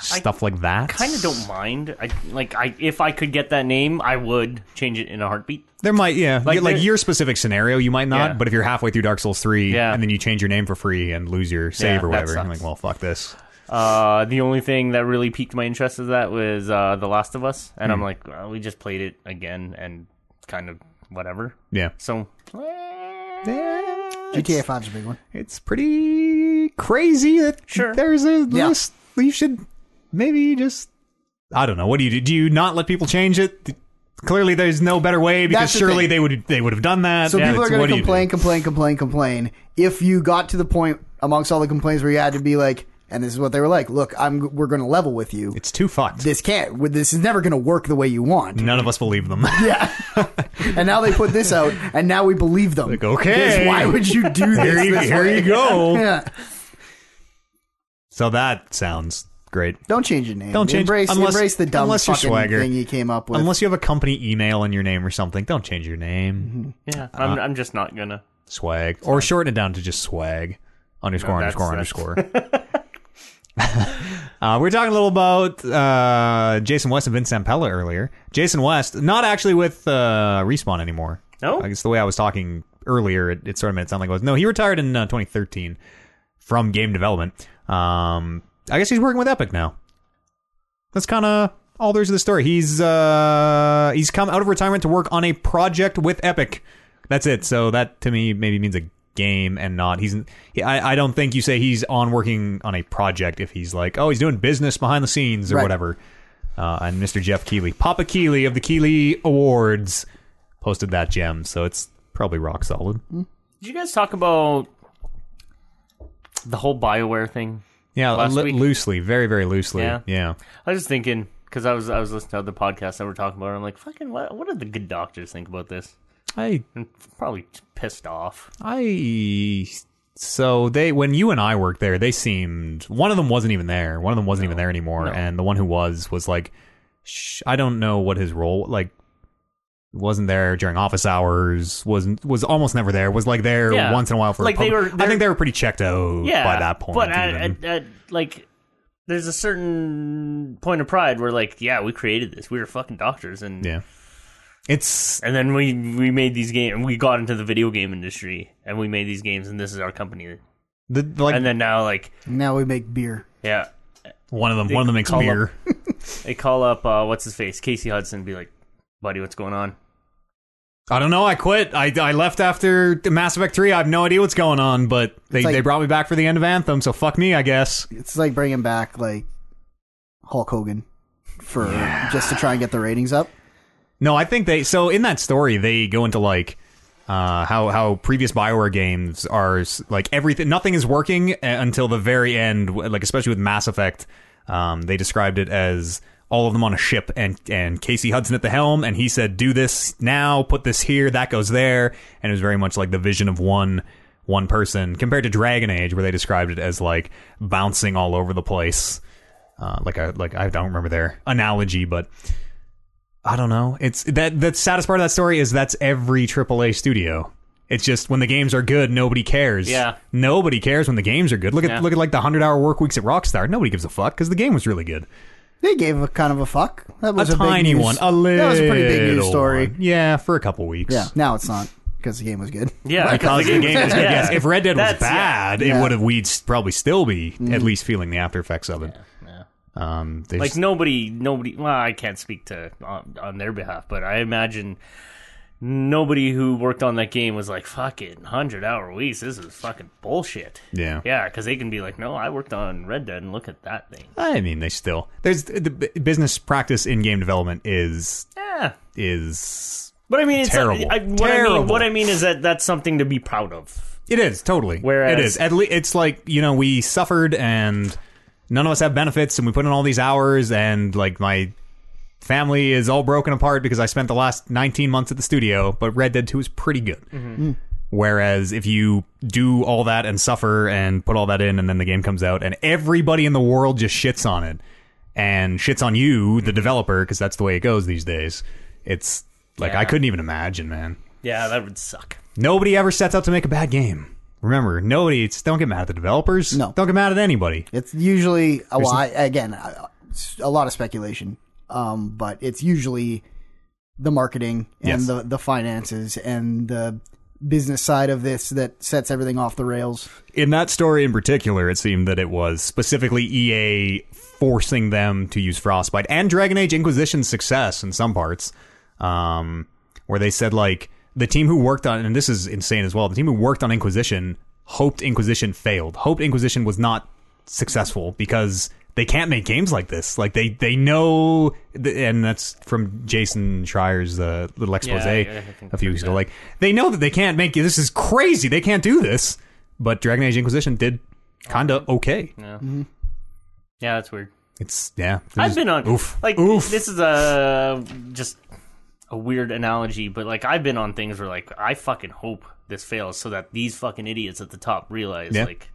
S1: stuff like that.
S3: Kind of don't mind. I like I if I could get that name, I would change it in a heartbeat.
S1: There might, yeah, like, like
S3: there-
S1: your specific scenario, you might not.
S3: Yeah.
S1: But if you're halfway through Dark Souls three,
S3: Yeah.
S1: and then you change your name for free and lose your save
S3: Yeah,
S1: or
S3: that
S1: whatever, you're
S3: sucks.
S1: like, well, fuck this.
S3: Uh, the only thing that really piqued my interest of that was uh, The Last of Us, and I'm like, well, we just played it again and kind of whatever.
S1: Yeah,
S3: So
S2: GTA Five's a big one.
S1: it's pretty crazy that
S3: Sure.
S1: there's a
S2: Yeah.
S1: list. You should maybe just I don't know. What do you do? Do you not let people change it? D- Clearly, there's no better way because
S2: That's the
S1: surely
S2: thing.
S1: they would they would have done that.
S2: So
S1: Yeah,
S2: people are
S1: it's-
S2: going
S1: what
S2: to
S1: do you do?
S2: complain, complain, complain, complain. If you got to the point amongst all the complaints where you had to be like, and this is what they were like, look, I'm we're going to level with you.
S1: It's too fucked.
S2: this can't. This is never going to work the way you want.
S1: None of us believe them.
S2: Yeah. and now they put this out, and now we believe them. Like,
S1: okay.
S2: why would you do this?
S1: here you,
S2: this
S1: here
S2: way?
S1: you go.
S2: Yeah.
S1: so that sounds great.
S2: Don't change your name.
S1: Don't change-
S2: embrace,
S1: unless-
S2: embrace the dumb
S1: unless you're
S2: fucking
S1: swagger.
S2: thing you came up with.
S1: Unless you have a company email in your name or something, don't change your name,
S2: Mm-hmm.
S3: yeah, I'm I'm just not gonna.
S1: swag, or shorten it down to just swag underscore
S3: No, that's-
S1: underscore underscore. Uh, we were talking a little about uh, Jason West and Vince Sampella earlier. Jason West, not actually with uh, Respawn anymore.
S3: No?
S1: I guess the way I was talking earlier, it, it sort of made it sound like it was. No, he retired in uh, 2013 from game development. Um, I guess he's working with Epic now. That's kind of all there is to the story. He's uh, he's come out of retirement to work on a project with Epic. That's it. So that to me maybe means a game and not he's. I, I don't think you say he's on working on a project if he's like oh he's doing business behind the scenes or
S2: Right.
S1: whatever. Uh, and Mr. Jeff Keeley, Papa Keeley of the Keeley Awards, posted that gem. So it's probably rock solid.
S3: Did you guys talk about the whole Bioware thing?
S1: Yeah,
S3: Last
S1: lo-
S3: week?
S1: loosely, very very loosely.
S3: Yeah.
S1: yeah.
S3: I was just thinking because I was I was listening to other podcasts that were talking about. it. I'm like, fucking, what? What did the good doctors think about this?
S1: I
S3: And probably pissed off.
S1: I so they when you and I worked there, they seemed one of them wasn't even there. One of them wasn't even there anymore, and the one who was was like, sh- I don't know what his role like. Wasn't there during office hours. wasn't Was almost never there. Was like there
S3: Yeah.
S1: once in a while for a
S3: Like, they
S1: pub-
S3: were-
S1: I
S3: they're-
S1: think they were pretty checked out
S3: Yeah,
S1: by that point.
S3: But at,
S1: even.
S3: at, at, like, there's a certain point of pride where like, yeah, we created this. We were fucking doctors, and
S1: yeah, it's
S3: and then we we made these games, and we got into the video game industry, and we made these games, and this is our company.
S1: the like
S3: And then now, like,
S2: now we make beer.
S3: yeah,
S1: one of them. One of them makes
S3: call up-
S1: beer.
S3: they call up uh, what's his face, Casey Hudson, and be like, buddy, what's going on?
S1: I don't know. I quit. I, I left after the Mass Effect 3. I have no idea what's going on, but they,
S2: like-
S1: they brought me back for the end of Anthem, so fuck me, I guess.
S2: It's like bringing back like Hulk Hogan for just to try and get the ratings up.
S1: No, I think they. So in that story, they go into like uh, how how previous Bioware games are s- like everything. Nothing is working a- until the very end. w- Like especially with Mass Effect, um, they described it as all of them on a ship and and Casey Hudson at the helm, and he said, "Do this now. Put this here. That goes there." And it was very much like the vision of one. One person compared to Dragon Age, where they described it as like bouncing all over the place, uh, like a like I don't remember their analogy, but I don't know. It's that the saddest part of that story is that's every AAA studio. It's just when the games are good, nobody cares.
S3: Yeah.
S1: nobody cares when the games are good. Look at
S3: Yeah.
S1: look at like the hundred hour work weeks at Rockstar. Nobody gives a fuck because the game was really good.
S2: They gave a kind of a fuck. That was
S1: a,
S2: a, big
S1: tiny
S2: news-
S1: one, a little.
S2: That was a pretty big news story.
S1: one. Yeah, for a couple weeks.
S2: Yeah, now it's not because the game was good.
S3: Yeah,
S1: Because the game was good.
S3: yeah.
S1: Yes, if Red Dead was
S3: That's- yeah.
S1: bad,
S2: Yeah. Mm.
S1: it would have. We'd s- probably still be at least feeling the after effects of it. Um, they
S3: like
S1: just-
S3: nobody nobody well i can't speak to on, on their behalf but i imagine nobody who worked on that game was like fucking 100 hour weeks this is fucking bullshit
S1: Yeah.
S3: yeah because they can be like no i worked on red dead and look at that thing
S1: I mean, they still there's the b- business practice in game development is
S3: yeah
S1: is
S3: but i mean it's
S1: Terrible.
S3: I, what i
S1: Terrible.
S3: mean what i mean is that that's something to be proud of
S1: it is totally
S3: Whereas-
S1: it is at least it's like you know we suffered and none of us have benefits and we put in all these hours and like my family is all broken apart because I spent the last 19 months at the studio but Red Dead 2 is pretty good.
S3: Mm-hmm.
S1: Whereas if you do all that and suffer and put all that in and then the game comes out and everybody in the world just shits on it and shits on you
S3: Mm-hmm.
S1: the developer because that's the way it goes these days. It's like
S3: Yeah.
S1: I couldn't even imagine, man.
S3: yeah that would suck
S1: Nobody ever sets out to make a bad game. Remember, nobody. It's, don't get mad at the developers.
S2: No.
S1: don't get mad at anybody.
S2: It's usually a lot. Again, a a lot of speculation, um, but it's usually the marketing and
S1: Yes.
S2: the the finances and the business side of this that sets everything off the rails.
S1: In that story in particular, it seemed that it was specifically EA forcing them to use Frostbite and Dragon Age Inquisition's success in some parts, um, where they said like the team who worked on and this is insane as well. The team who worked on Inquisition hoped Inquisition failed, hoped Inquisition was not successful because they can't make games like this. Like they they know, th- and that's from Jason Schreier's uh, little expose
S3: I- I think
S1: a few weeks ago. Like they know that they can't make this is crazy. They can't do this. But Dragon Age Inquisition did kinda
S3: Oh.
S1: okay.
S3: yeah that's weird
S1: It's yeah. It
S3: I've
S1: was-
S3: been on
S1: oof
S3: like
S1: oof.
S3: this is a just a weird analogy, but like I've been on things where like I fucking hope this fails so that these fucking idiots at the top realize
S1: Yeah.
S3: like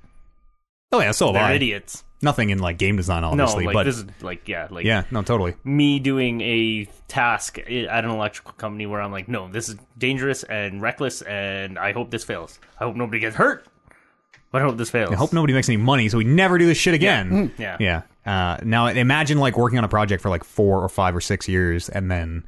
S1: oh yeah, so have
S3: they're
S1: I.
S3: idiots.
S1: Nothing in like game design, obviously,
S3: no, like
S1: but
S3: this is like yeah, like
S1: yeah, no, totally.
S3: me doing a task i- at an electrical company where I'm like, no, this is dangerous and reckless, and I hope this fails. I hope nobody gets hurt, but I hope this fails.
S1: I hope nobody makes any money, so we never do this shit
S2: Mm.
S1: again.
S3: Yeah.
S1: yeah. Uh, now imagine like working on a project for like four or five or six years, and then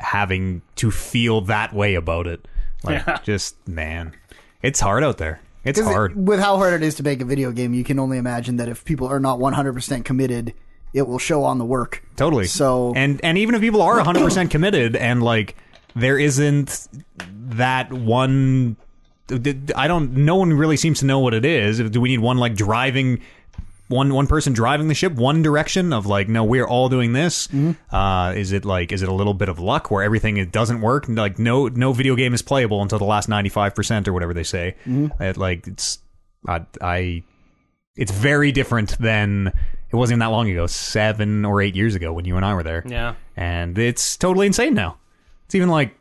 S1: having to feel that way about it. Like,
S3: Yeah.
S1: just man, it's hard out there. It's
S2: 'Cause it-
S1: hard.
S2: with how hard it is to make a video game, you can only imagine that if people are not one hundred percent committed, it will show on the work.
S1: Totally.
S2: So-
S1: and and even if people are 100% committed and like there isn't that one I don't no one really seems to know what it is. Do we need one like driving one one person driving the ship one direction of like no we're all doing this uh, is it like is it a little bit of luck where everything it doesn't work like no no video game is playable until the last 95% or whatever they say It, like it's I, I it's very different than it wasn't even that long ago, seven or eight years ago when you and I were there.
S3: Yeah.
S1: and it's totally insane now. It's even like,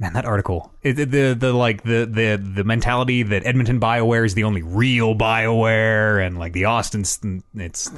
S1: man, that article, it, the, the the like the the the mentality that Edmonton Bioware is the only real Bioware, and like the Austin, st- it's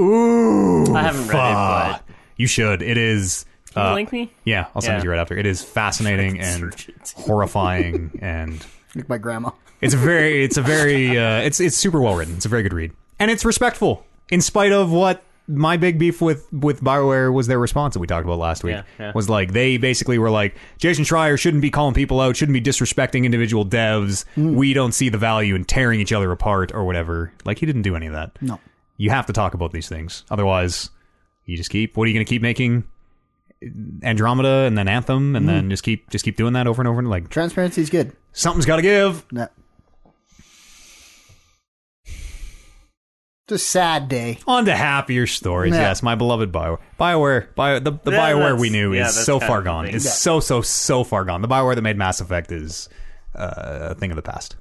S1: ooh,
S3: I haven't read it,
S1: fuck. you should. It is.
S3: Can you
S1: uh,
S3: link me.
S1: yeah, I'll send it
S3: Yeah.
S1: to you right after. It is fascinating and
S3: Search it.
S1: horrifying and
S2: Like my grandma.
S1: it's a very, it's a very, uh, it's it's super well written. It's a very good read, and it's respectful in spite of what my big beef with with Bioware was their response that we talked about last week
S3: Yeah, yeah.
S1: was like they basically were like Jason Schreier shouldn't be calling people out, shouldn't be disrespecting individual devs. We don't see the value in tearing each other apart or whatever. Like he didn't do any of that.
S2: No.
S1: You have to talk about these things, otherwise you just keep. What are you going to keep making? Andromeda and then Anthem and then just keep just keep doing that over and over and like
S2: Transparency is good.
S1: something's got to give.
S2: No. It's a sad day.
S1: On to happier stories.
S2: Yeah.
S1: Yes, my beloved Bioware. Bioware, Bio, the, the
S3: Yeah,
S1: Bioware
S3: that's-
S1: we knew
S3: yeah,
S1: is
S3: that's
S1: so
S3: kind
S1: far
S3: of the
S1: gone.
S3: thing.
S1: It's
S3: Yeah.
S1: so, so, so far gone. The Bioware that made Mass Effect is uh, a thing of the past.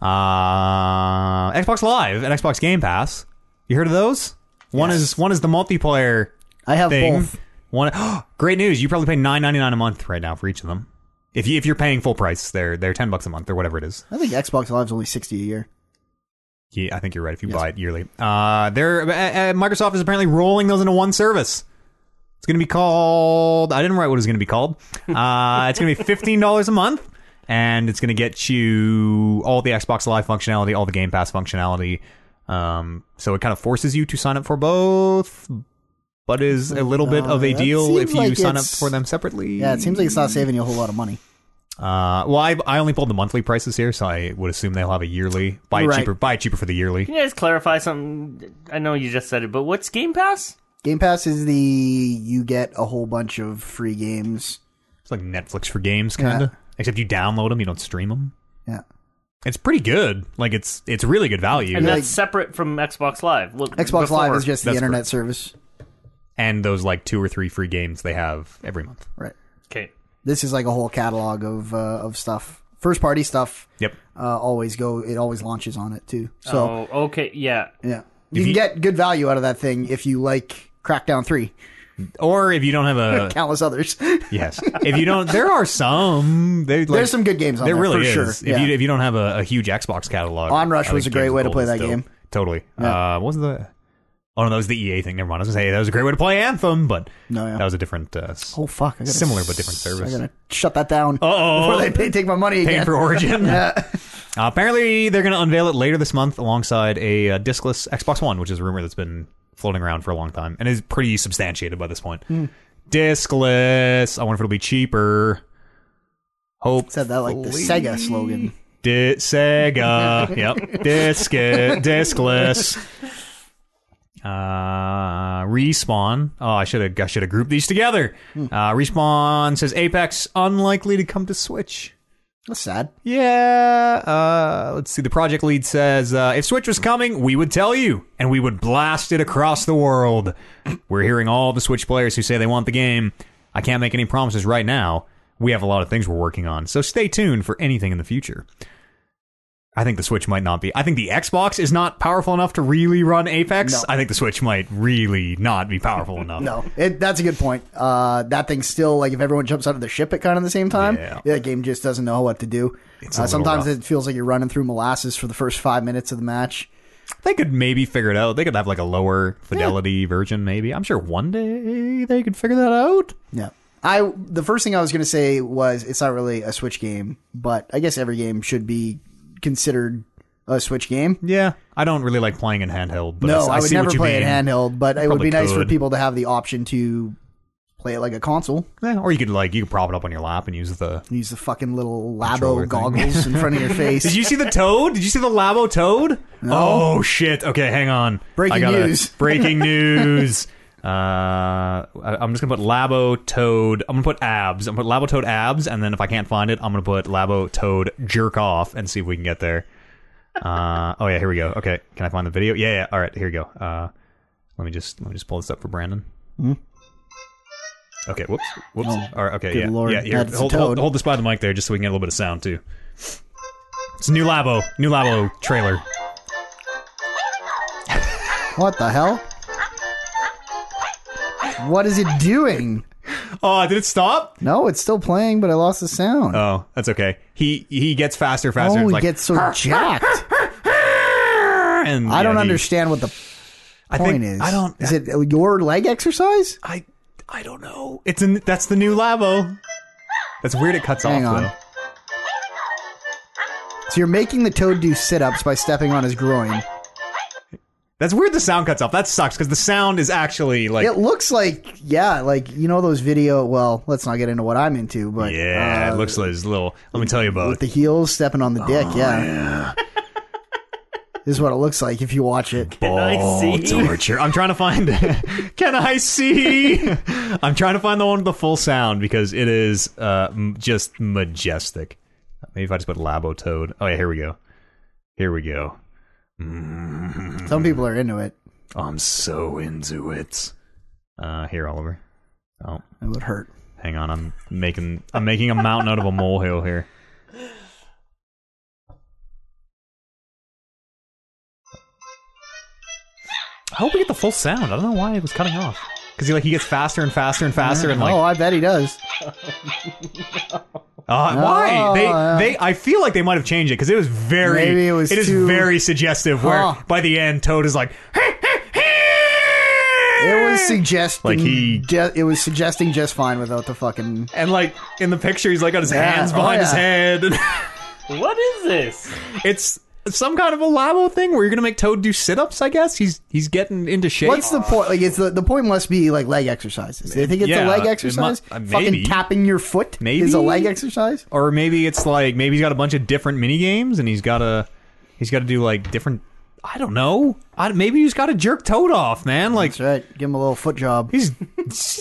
S1: Uh, Xbox Live and Xbox Game Pass. You heard of those? One is one is the multiplayer
S2: I have
S1: thing.
S2: both.
S1: One, great news! You probably pay nine ninety nine a month right now for each of them. If you if you're paying full price, they're they're ten bucks a month or whatever it is.
S2: I think Xbox Live's only sixty a year.
S1: Yeah, I think you're right. If you buy it yearly, uh, they're uh, uh, Microsoft is apparently rolling those into one service. It's going to be called. I didn't write what it was going to be called. Uh, it's going to be fifteen dollars a month, and it's going to get you all the Xbox Live functionality, all the Game Pass functionality. Um, so it kind of forces you to sign up for both, but is a little bit of a
S2: that
S1: deal
S2: seems
S1: if you
S2: like
S1: sign up
S2: it's-
S1: for them separately.
S2: Yeah, it seems like it's not saving you a whole lot of money.
S1: Uh, well, I, I only pulled the monthly prices here, so I would assume they'll have a yearly. Buy it
S2: Right.
S1: cheaper, buy it cheaper for the yearly.
S3: Can you guys clarify something? I know you just said it, but what's Game Pass?
S2: Game Pass is the you get a whole bunch of free games.
S1: It's like Netflix for games, kind of. Except you download them, you don't stream them.
S2: Yeah.
S1: It's pretty good. Like it's it's really good value,
S3: And
S1: and,
S2: Yeah.
S3: that's separate from Xbox Live. Look,
S2: Xbox Live
S3: before-
S2: is just the
S1: That's
S2: internet
S1: correct.
S2: service.
S1: those like two or three free games they have every month.
S2: Right.
S3: okay.
S2: This is like a whole catalog of uh, of stuff. First party stuff
S1: Yep.
S2: uh, always go it always launches on it too. So
S3: Oh, okay, yeah.
S2: Yeah. You
S1: If
S2: can
S1: you-
S2: get good value out of that thing if you like Crackdown 3,
S1: Or if you don't have a
S2: countless others.
S1: yes, if you don't, there are some. They, like,
S2: There's some good games on
S1: There
S2: there,
S1: really
S2: for
S1: is.
S2: sure.
S1: If
S2: Yeah.
S1: you if you don't have a, a huge Xbox catalog,
S2: Onrush
S1: I
S2: was
S1: think
S2: a great
S1: Games
S2: way to
S1: Gold
S2: play
S1: is
S2: that
S1: dope.
S2: game.
S1: Totally. Uh, what was the? Oh no, that was the EA thing. Never mind. I was gonna say that was a great way to play Anthem, but
S2: No, yeah.
S1: that was a different. Uh, s-
S2: oh, fuck. I gotta,
S1: Similar but different
S2: I'm
S1: service.
S2: going to shut that down
S1: Uh-oh.
S2: before they pay, take my money
S1: Paying
S2: again.
S1: for Origin. Uh, apparently, they're going to unveil it later this month alongside a uh, discless Xbox One, which is a rumor that's been floating around for a long time and is pretty substantiated by this point.
S2: Hmm.
S1: Discless. I wonder if it'll be cheaper. Hope
S2: Said that like the Sega slogan.
S1: Di- Sega. yep. Disc discless. Uh, respawn. Oh, I should have. I should have grouped these together.
S2: Hmm.
S1: Uh, respawn says Apex unlikely to come to Switch.
S2: That's sad.
S1: Yeah. Uh, let's see. The project lead says uh, if Switch was coming, we would tell you and we would blast it across the world. We're hearing all the Switch players who say they want the game. I can't make any promises right now. We have a lot of things we're working on, so stay tuned for anything in the future. I think the Switch might not be. I think the Xbox is not powerful enough to really run Apex.
S2: No.
S1: I think the Switch might really not be powerful enough.
S2: No, it, that's a good point. Uh, that thing's still like if everyone jumps out of the ship at kind of the same time,
S1: Yeah.
S2: that game just doesn't know what to do.
S1: a
S2: Uh,
S1: little
S2: sometimes
S1: rough.
S2: it feels like you're running through molasses for the first five minutes of the match.
S1: They could maybe figure it out. They could have like a lower fidelity version, maybe. I'm sure one day they could figure that out.
S2: Yeah. I the first thing I was going to say was it's not really a Switch game, but I guess every game should be considered a Switch game.
S1: Yeah, I don't really like playing in handheld. But
S2: No,
S1: I,
S2: I, would
S1: see
S2: never
S1: what you
S2: play it
S1: mean.
S2: handheld, but it would
S1: Probably
S2: be nice for
S1: could.
S2: people to have the option to play it like a console.
S1: Yeah, Eh, or you could like you could prop it up on your lap and use the.
S2: Use the fucking little labo
S1: Controller thing.
S2: goggles in front of your
S1: Did
S2: face.
S1: you see the toad? Did you see the Labo toad? Oh shit! Okay, hang on.
S2: Breaking
S1: I gotta,
S2: news.
S1: Breaking news. Uh, I- I'm just gonna put Labo Toad. I'm gonna put abs. I'm gonna put Labo Toad abs, and then if I can't find it, I'm gonna put Labo Toad jerk off and see if we can get there. Uh, oh yeah, here we go. Okay, can I find the video? Yeah, yeah. All right, here we go. Uh, let me just let me just pull this up for Brandon.
S2: Hmm?
S1: Okay. Whoops. Whoops. All right. Okay.
S2: Oh, good
S1: yeah.
S2: lord,
S1: Yeah. Here,
S2: that's a
S1: hold, hold,
S2: toad.
S1: hold this by the mic there, just so we can get a little bit of sound too. It's new Labo. New Labo trailer.
S2: What the hell? What is it doing?
S1: Oh, did it stop?
S2: No, it's still playing, but I lost the sound.
S1: Oh, that's okay. He he gets faster, faster.
S2: oh,
S1: and
S2: it
S1: like,
S2: gets so jacked.
S1: and
S2: I
S1: yeah,
S2: don't
S1: he-
S2: understand what the
S1: I
S2: point
S1: think,
S2: is.
S1: I don't.
S2: Is it your leg exercise?
S1: I I don't know. It's in. That's the new Labo. That's weird. It cuts
S2: Hang
S1: off
S2: on.
S1: though.
S2: So you're making the toad do sit-ups by stepping on his groin.
S1: That's weird. The sound cuts off. That sucks because the sound is actually like.
S2: It looks like, yeah, like you know those video. Well, let's not get into what I'm into, but
S1: yeah,
S2: uh,
S1: it looks like it's a little. Let me tell you about.
S2: with the heels stepping on the
S1: Oh,
S2: dick. yeah, this is what it looks like if you watch it.
S3: Can I
S1: Oh,
S3: see?
S1: torture. I'm trying to find. can I see? I'm trying to find the one with the full sound because it is uh, m- just majestic. Maybe if I just put Labo Toad. Oh yeah, here we go. Here we go.
S2: Some people are into it.
S1: I'm so into it. Uh, here, Oliver. Oh,
S2: It would hurt.
S1: hang on. I'm making. I'm making a mountain out of a molehill here. I hope we get the full sound. I don't know why it was cutting off. Because he like he gets faster and faster and faster and like
S2: oh, I bet he does.
S1: Uh,
S2: No,
S1: why they
S2: yeah.
S1: they? I feel like they might have changed it because it was very.
S2: Maybe it was
S1: is
S2: too-
S1: very suggestive. Where
S2: Huh.
S1: by the end, Toad is like.
S2: It was suggesting
S1: Like he-
S2: ju- it was suggesting just fine without the fucking
S1: And like in the picture, he's like on his hands
S2: oh,
S1: behind his
S2: yeah.
S1: head.
S3: What is this?
S1: it's some kind of a labo thing where you're gonna make Toad do sit-ups. I guess he's he's getting into shape.
S2: What's the point? Like, it's the, the point must be like leg exercises. They think it's
S1: Yeah,
S2: a leg
S1: it
S2: exercise.
S1: mu- uh, maybe.
S2: Fucking tapping your foot
S1: Maybe.
S2: is a leg exercise.
S1: or maybe it's like maybe he's got a bunch of different mini games and he's got to he's got to do like different. I don't know. I, maybe he's got to jerk Toad off, man. Like
S2: That's right. Give him a little foot job.
S1: he's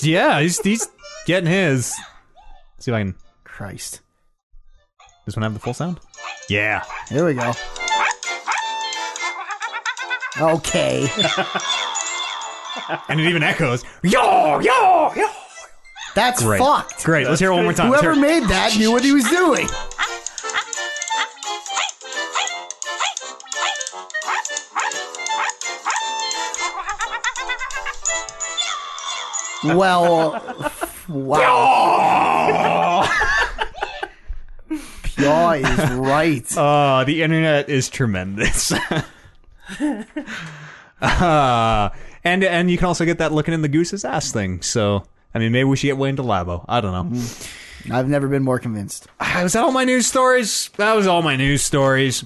S1: yeah, he's he's getting his. see if I can.
S2: Christ.
S1: Does one have the full sound? Yeah.
S2: There we go. Okay.
S1: And it even echoes. Yo, yo, yo.
S2: That's
S1: Great.
S2: fucked.
S1: Great. Let's hear it one more time. Let's
S2: Whoever
S1: hear it.
S2: made that knew what he was doing. Well, wow. Pyaw is right.
S1: Uh, the internet is tremendous. uh, and and you can also get that looking in the goose's ass thing. So I mean, maybe we should get way into Labo. I don't know.
S2: I've never been more convinced.
S1: Ah, Was that all my news stories? That was all my news stories.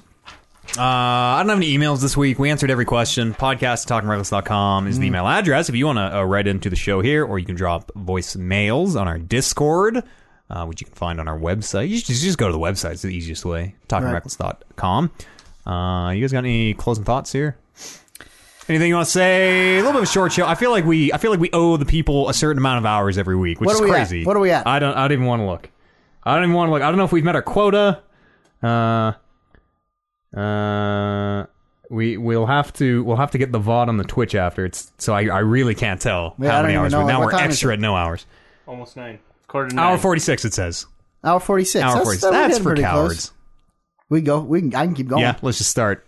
S1: Uh, I don't have any emails this week. We answered every question. Podcast at talkingreckless.com
S2: Mm.
S1: is the email address. If you want to uh, write into the show here, or you can drop voicemails on our Discord, uh, which you can find on our website. You should just, just go to the website. It's the easiest way. Talkingreckless.com. Uh, you guys got any closing thoughts here? Anything you want to say? A little bit of a short show. I feel like we, I feel like we owe the people a certain amount of hours every week, which
S2: What
S1: is
S2: are we at?
S1: crazy.
S2: What are we at?
S1: I don't, I don't even want to look. I don't even want to look. I don't know if we've met our quota. Uh, uh, we we'll have to we'll have to get the vod on the Twitch after. It's so I, I really can't tell
S2: Yeah, I
S1: how
S2: don't
S1: many
S2: even
S1: hours.
S2: know.
S1: But now
S2: What
S1: we're
S2: time is
S1: extra at no hours.
S3: Almost nine. Quarter to nine.
S1: Hour forty six. It says
S2: Hour 46.
S1: hour
S2: that's,
S1: forty six.
S2: we're
S1: That's
S2: getting
S1: for
S2: pretty close. Oh.
S1: cowards.
S2: We go. We can, I can keep going.
S1: Yeah, let's just start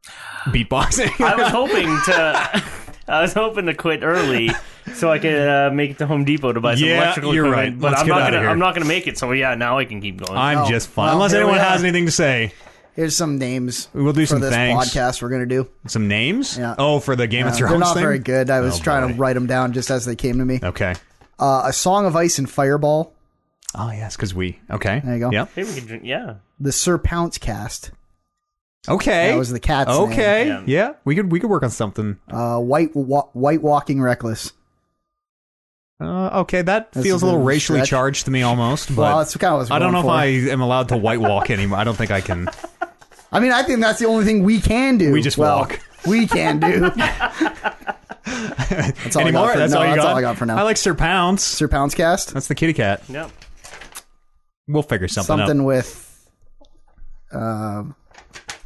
S1: beatboxing.
S3: I was hoping to. I was hoping to quit early so I could uh, make it to Home Depot to buy some
S1: Yeah,
S3: electrical
S1: you're
S3: equipment.
S1: right.
S3: But
S1: Let's
S3: I'm
S1: get
S3: not
S1: outta
S3: gonna.
S1: here.
S3: I'm not gonna make it. So yeah, now I can keep going.
S1: I'm
S2: Oh,
S1: just fine.
S2: well,
S1: Unless
S2: here we
S1: anyone
S2: are.
S1: has anything to say,
S2: Here's some names.
S1: We'll do
S2: for
S1: some
S2: this
S1: thanks.
S2: podcast we're gonna do.
S1: some names.
S2: Yeah.
S1: Oh, for the Game
S2: Uh,
S1: of Thrones
S2: they're not
S1: thing.
S2: very good. I was
S1: Oh,
S2: trying to
S1: boy.
S2: write them down just as they came to me.
S1: Okay.
S2: Uh, a Song of Ice and Fireball.
S1: Oh yes, because we. Okay.
S2: There you go.
S1: Yep.
S3: Maybe we can drink. Yeah.
S2: The Sir Pounce cast.
S1: Okay.
S2: That was the cat's name.
S1: Okay.
S3: Yeah.
S1: Yeah. We could we could work on something.
S2: Uh, White wa- White Walking Reckless.
S1: Uh, okay, that
S2: That's
S1: feels a
S2: a bit
S1: little
S2: of a
S1: racially
S2: stretch.
S1: charged to me almost, but
S2: Well, that's kind of what
S1: I
S2: I
S1: don't know
S2: for.
S1: if I am allowed to white walk anymore. I don't think I can.
S2: I mean, I think that's the only thing we can do.
S1: We just
S2: Well,
S1: walk.
S2: We can do. that's all I
S1: anymore.
S2: got for,
S1: that's
S2: no,
S1: all you
S2: that's
S1: got.
S2: all I got for now.
S1: I like Sir Pounce.
S2: Sir Pounce cast.
S1: that's the kitty cat.
S3: Yep.
S1: We'll figure something,
S2: Something
S1: out.
S2: with um,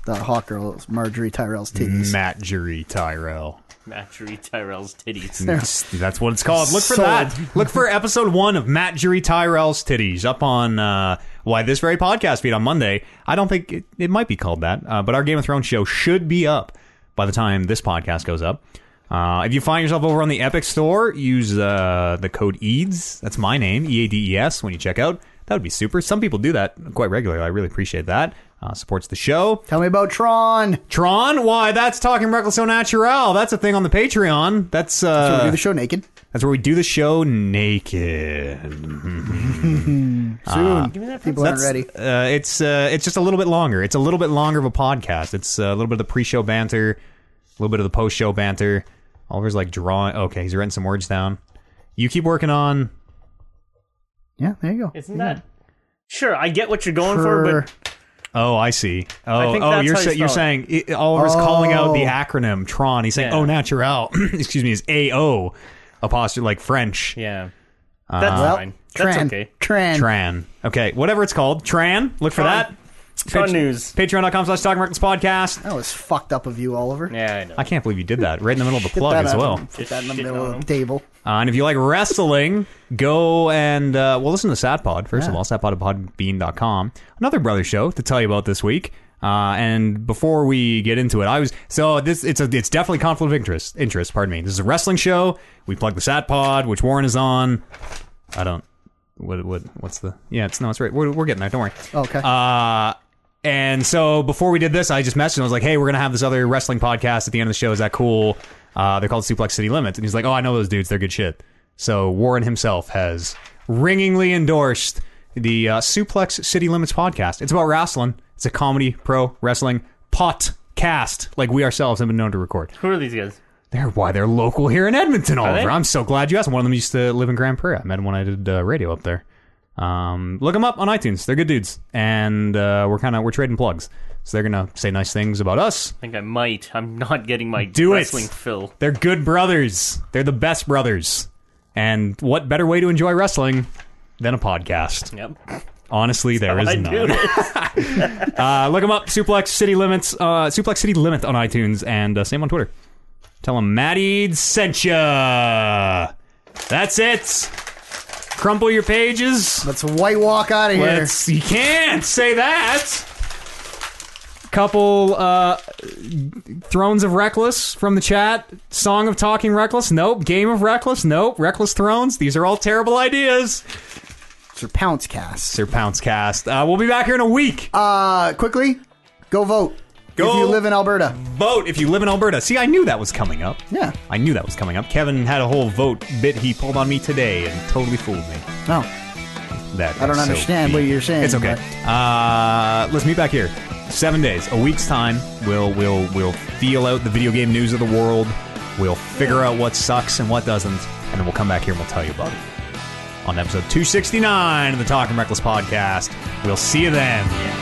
S2: the hot girl, Marjorie Tyrell's titties.
S1: Matt Jury Tyrell.
S3: Matchery Tyrell's titties.
S1: That's, that's what it's called. Look for
S2: Sold.
S1: that. Look for episode one of Matt Jury Tyrell's titties up on uh, why this very podcast feed on Monday. I don't think it, it might be called that, uh, but our Game of Thrones show should be up by the time this podcast goes up. Uh, if you find yourself over on the Epic Store, use uh, the code EADS. That's my name, E A D E S. When you check out, that would be super. Some people do that quite regularly. I really appreciate that. Uh, supports the show.
S2: Tell me about Tron.
S1: Tron, why that's talking reckless so natural. That's a thing on the Patreon. That's uh,
S2: Should we do the show naked?
S1: that's where we do the show naked.
S2: Soon.
S1: Ah.
S2: People aren't
S1: That's,
S2: ready.
S1: Uh, it's uh, it's just a little bit longer. It's a little bit longer of a podcast. It's uh, a little bit of the pre-show banter, a little bit of the post-show banter. Oliver's like drawing. Okay, he's writing some words down. You keep working on.
S2: Yeah, there you go.
S3: Isn't that? Sure, I get what you're going for,
S2: Sure.
S3: but
S1: Oh, I see. Oh,
S3: think
S1: oh,
S3: that's
S1: you're
S3: how you
S1: sa-
S3: spell
S1: you're
S3: it.
S1: saying it, Oliver's calling out the
S2: Oh.
S1: acronym Tron. He's saying,
S3: Yeah.
S1: "Oh, natural." Excuse me, is A O apostrophe like French
S3: yeah.
S1: Ah.
S3: That's
S2: Well,
S3: fine.
S2: Tran.
S3: That's okay.
S2: Tran.
S1: Tran. Okay, whatever it's called, Tran. Look for
S3: Tron.
S1: that.
S3: Tron
S1: Pat-
S3: news.
S1: Patreon.com/slash Talking Reckless Podcast.
S2: That was fucked up of you, Oliver.
S3: Yeah, I know.
S1: I can't believe you did that right in the middle of the
S2: Get
S1: plug
S2: that
S1: as
S2: out.
S1: well.
S2: Put that in the
S3: Shit
S2: middle
S3: on
S2: of
S3: 'em.
S2: the table.
S1: Uh, and if you like wrestling, go and uh, well listen to Satpod first of
S2: Yeah.
S1: all, Satpod at podbean.com. Another brother show to tell you about this week. Uh, and before we get into it, I was so this it's a it's definitely conflict of interest. Interest, pardon me. This is a wrestling show. We plug the Satpod, which Warren is on. I don't. What what what's the? Yeah, it's no, it's right. We're, we're getting there. Don't worry.
S2: Okay.
S1: Uh, and so before we did this, I just messaged him. I was like, "Hey, we're gonna have this other wrestling podcast at the end of the show. Is that cool?" Uh, they're called Suplex City Limits, and he's like, "Oh, I know those dudes. They're good shit." So Warren himself has ringingly endorsed the uh, Suplex City Limits podcast. It's about wrestling. It's a comedy pro wrestling podcast, like we ourselves have been known to record.
S3: Who are these guys?
S1: They're why they're local here in Edmonton,
S3: they?
S1: Oliver. I'm so glad you asked. One of them used to live in Grand Prairie. I met him when I did uh, radio up there. Um, look them up on iTunes. They're good dudes, and uh, we're kind of we're trading plugs. So they're gonna say nice things about us.
S3: I think I might. I'm not getting my
S1: Do it.
S3: wrestling fill.
S1: They're good brothers. They're the best brothers. And what better way to enjoy wrestling than a podcast?
S3: Yep.
S1: Honestly, there is
S3: I
S1: none.
S3: do.
S1: Uh, look them up. Suplex City Limits. Uh, Suplex City Limit on iTunes and uh, same on Twitter. Tell them Maddie sent ya. That's it. Crumple your pages.
S2: Let's white walk out of here.
S1: Let's, you can't say that. Couple uh, Thrones of Reckless from the chat. Song of Talking Reckless. Nope. Game of Reckless. Nope. Reckless Thrones. These are all terrible ideas.
S2: Sir Pounce Cast.
S1: Sir Pounce Cast. Uh, we'll be back here in a week.
S2: Uh, quickly, go vote.
S1: Go.
S2: If you live in Alberta.
S1: vote if you live in Alberta. See, I knew that was coming up.
S2: Yeah.
S1: I knew that was coming up. Kevin had a whole vote bit he pulled on me today and totally fooled me.
S2: No.
S1: That
S2: I don't
S1: is so
S2: understand what
S1: mean.
S2: you're saying,
S1: It's okay. Uh, let's meet back here. Seven days, a week's time. We'll we'll we'll feel out the video game news of the world. We'll figure out what sucks and what doesn't, and then we'll come back here and we'll tell you about it on episode 269 of the Talking Reckless podcast. We'll see you then.